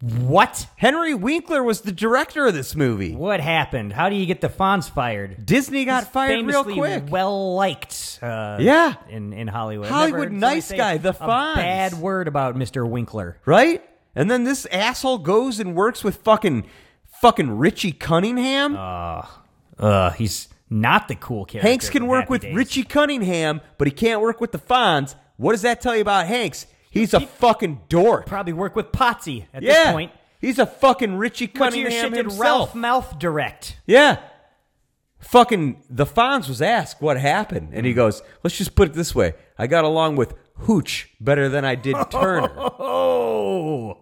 What? henry winkler was the director of this movie What happened? How do you get the Fonz fired? disney got He's fired real famously quick Well liked. Uh, Yeah. In in Hollywood. I've Hollywood heard nice somebody say guy, the a Fonz. Bad word about Mr. Winkler. right? And then this asshole goes and works with fucking fucking Richie Cunningham. Oh, Uh, he's not the cool kid. Hanks can work with Days. Richie Cunningham, but he can't work with the Fonz. What does that tell you about Hanks? He's a fucking dork. Probably work with Potsy at yeah. this point. He's a fucking Richie Much of your shit Cunningham did himself. Ralph Mouth direct. yeah. Fucking the Fonz was asked what happened, Mm. and he goes, "Let's just put it this way: I got along with Hooch better than I did Turner." Oh,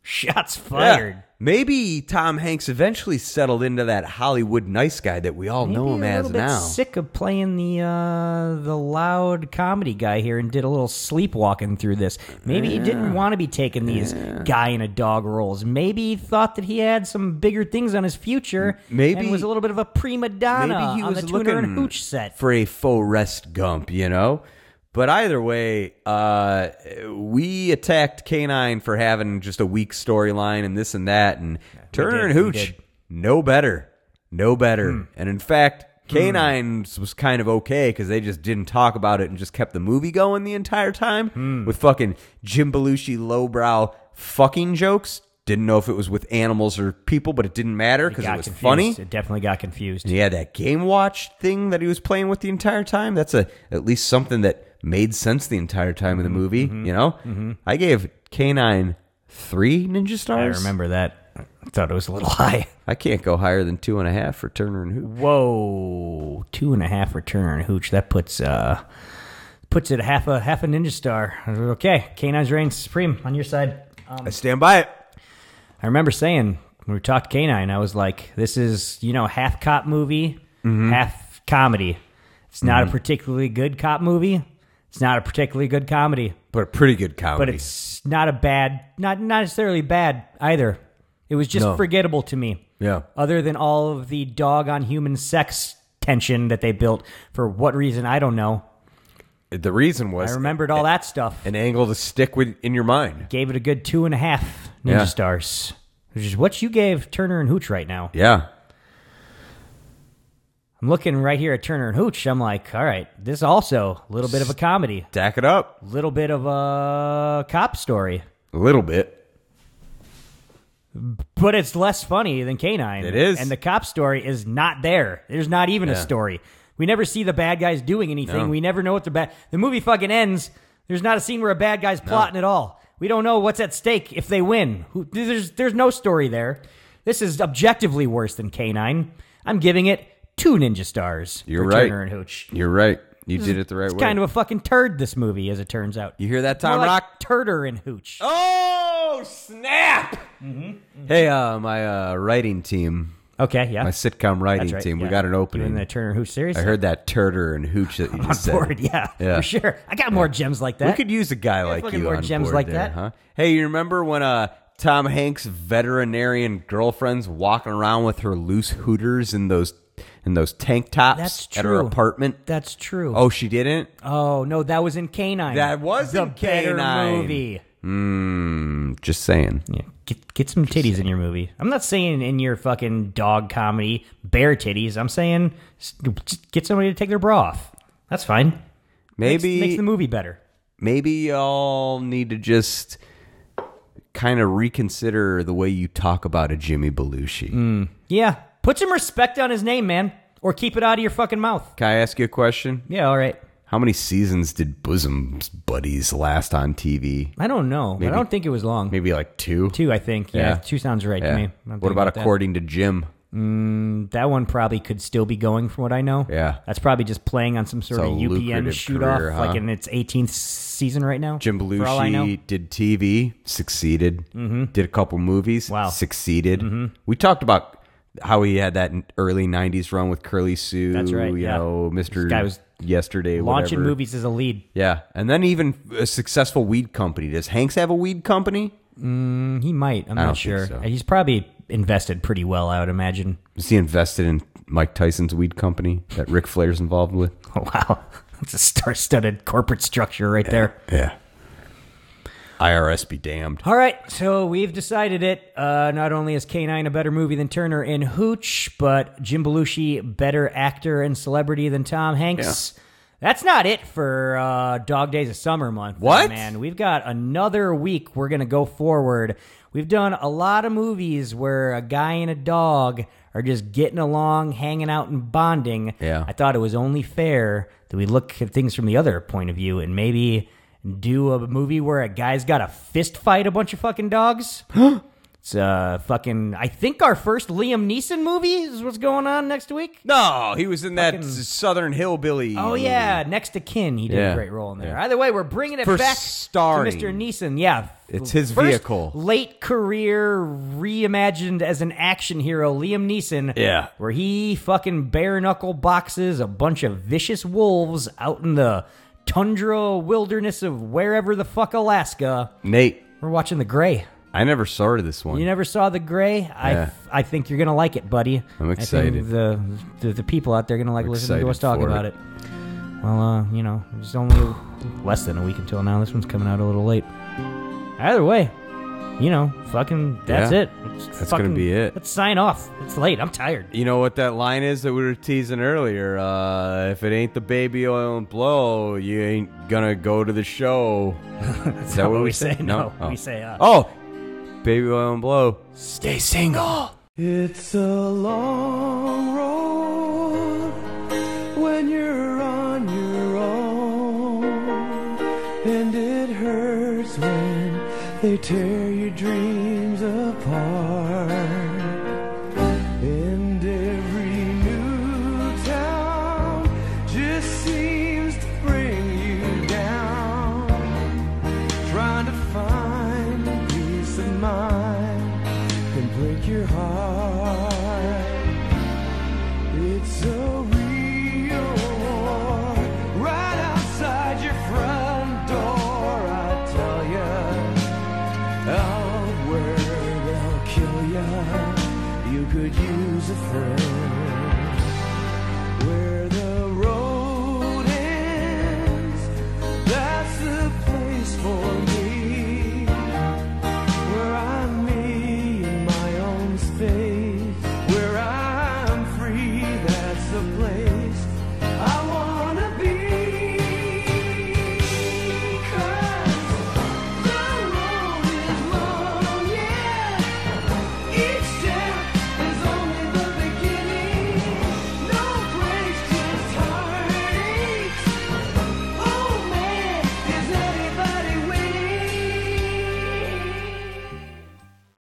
shots Yeah. fired. Maybe Tom Hanks eventually settled into that Hollywood nice guy that we all know him Maybe a as little bit now. Sick of playing the uh, the loud comedy guy here, and did a little sleepwalking through this. Maybe he didn't want to be taking these guy in a dog roles. Maybe he thought that he had some bigger things on his future. maybe- and was a little bit of a prima donna Maybe he on was the looking Tuner and Hooch set. for a faux rest gump, you know. But either way, uh, we attacked Canine for having just a weak storyline and this and that, and Turner did, and we Hooch did. Hmm. no better, no better. And in fact, Canine's was kind of okay because they just didn't talk about it and just kept the movie going the entire time Hmm. with fucking Jim Belushi lowbrow fucking jokes. Didn't know if it was with animals or people, but it didn't matter because it, Got was confused. funny. It definitely got confused. And he had that game watch thing that he was playing with the entire time. That's a at least something that made sense the entire time Mm-hmm. of the movie. You know, I gave Canine three ninja I stars. remember that. I thought it was a little high. I can't go higher than two and a half for Turner and Hoop. Whoa, two and a half return hooch. That puts uh puts it half a half a ninja star. Okay, Canine's reign supreme on your side. I stand by it. I remember saying when we talked Canine, I was like, "This is you know half cop movie, half comedy. It's not a particularly good cop movie. It's not a particularly good comedy, But a pretty good comedy. but it's not a bad, not not necessarily bad either. It was just forgettable to me. yeah. Other than all of the dog on human sex tension that they built for what reason I don't know. The reason was I remembered all that stuff. an angle to stick with in your mind. Gave it a good two and a half ninja Yeah. stars, which is what you gave Turner and Hooch right now. Yeah. I'm looking right here at Turner and Hooch. I'm like, all right, this also a little bit of a comedy, Stack it up little bit of a cop story, a little bit. but it's less funny than Canine. It is. and the cop story is not there. There's not even a story. We never see the bad guys doing anything. We never know what the bad. The movie fucking ends. There's not a scene where a bad guy's plotting at all. We don't know what's at stake if they win. Who, there's there's no story there. This is objectively worse than Canine. I'm giving it two ninja stars. You're for right. Turner and Hooch. You're right. You did it the right It's way. kind of a fucking turd, this movie, as it turns out. you hear that, More Tom like Rock? Turder and Hooch. Oh. Oh snap! Hey, uh, my uh, writing team, Okay, yeah. my sitcom writing That's right, team, we yeah. got an You in opening. the Turner Hooch series? I heard that turter and hooch that you on just board, said. yeah, Yeah. for sure. I got more gems like that. We could use a guy like looking you more on gems board like there, that. huh? Hey, you remember when uh, Tom Hanks' veterinarian girlfriend's walking around with her loose hooters and those and those tank tops That's at her true. apartment? That's true. Oh, she didn't. Oh, no, that was in Canine. That was the in better K9. movie. Mm, just saying. Yeah, get get some titties in your movie. I'm not saying in your fucking dog comedy bare titties. I'm saying s- just get somebody to take their bra off. That's fine. Maybe makes the movie better. maybe y'all need to just kind of reconsider the way you talk about a Jimmy Belushi. Hmm. Yeah, put some respect on his name, man, or keep it out of your fucking mouth. Can I ask you a question? Yeah, all right. How many seasons did Bosom Buddies last on TV? I don't know. I don't think it was long. Maybe like two. Two, I think. Yeah, Yeah. two sounds right to Yeah. me. I'm What thinking about that. according to Jim? That one probably could still be going, from what I know. Yeah. that's probably just playing on some sort It's of a UPN lucrative shoot career, off, huh? like in its 18th season right now. Jim For all I know. Mm-hmm. Belushi did TV, succeeded. Did a couple movies, Wow. Mm-hmm. succeeded. We talked about how he had that early '90s run with Curly Sue. That's right, You yeah. know, Mr. This guy was yesterday launching whatever. movies as a lead. Yeah, and then even a successful weed company. Does Hanks have a weed company? He might. I'm I not don't think sure. so. He's probably invested pretty well, I would imagine. Is he invested in Mike Tyson's weed company that Ric Flair's involved with? Oh, wow, that's a star-studded corporate structure right there. Yeah. IRS be damned. All right, so we've decided it. Uh, not only is K9 a better movie than Turner and Hooch, but Jim Belushi better actor and celebrity than Tom Hanks. That's not it for uh, Dog Days of Summer month. though, What? man? We've got another week. We're gonna go forward. We've done a lot of movies where a guy and a dog are just getting along, hanging out, and bonding. Yeah. I thought it was only fair that we look at things from the other point of view and maybe do a movie where a guy's got to fist fight a bunch of fucking dogs. it's uh fucking I think our first Liam Neeson movie is what's going on next week. No, he was in that Southern Hillbilly. Oh yeah, next to Kin, he did a Yeah. great role in there. Yeah. Either way, we're bringing it For back starring. to Mr. Neeson. Yeah, It's his First vehicle. Late career reimagined as an action hero, Liam Neeson. Yeah. where he fucking bare knuckle boxes a bunch of vicious wolves out in the tundra wilderness of wherever the fuck Alaska. Nate, We're watching The Gray. I never saw this one. You never saw The Gray? I, Yeah. I think you're gonna like it, buddy. I'm I think excited. the, the the people out there are gonna like I'm listening to us excited talk for about it. it. Well, uh, you know, it's only less than a week until now. This one's coming out a little late. Either way, you know, fucking that's Yeah. it. Let's That's gonna be it. Let's sign off. It's late. I'm tired. You know what that line is that we were teasing earlier? Uh, if it ain't the baby oil and blow, you ain't gonna go to the show. is that what not what we, we say. No, Oh. we say, uh, oh, baby oil and blow. Stay single. It's a long road when you're on your own, and it hurts when they tear your dreams apart. And every new town just seems to bring you down. Trying to find the peace of mind can break your heart. It's a real war right outside your front door, I tell ya. Out where they'll kill ya, you could use a friend.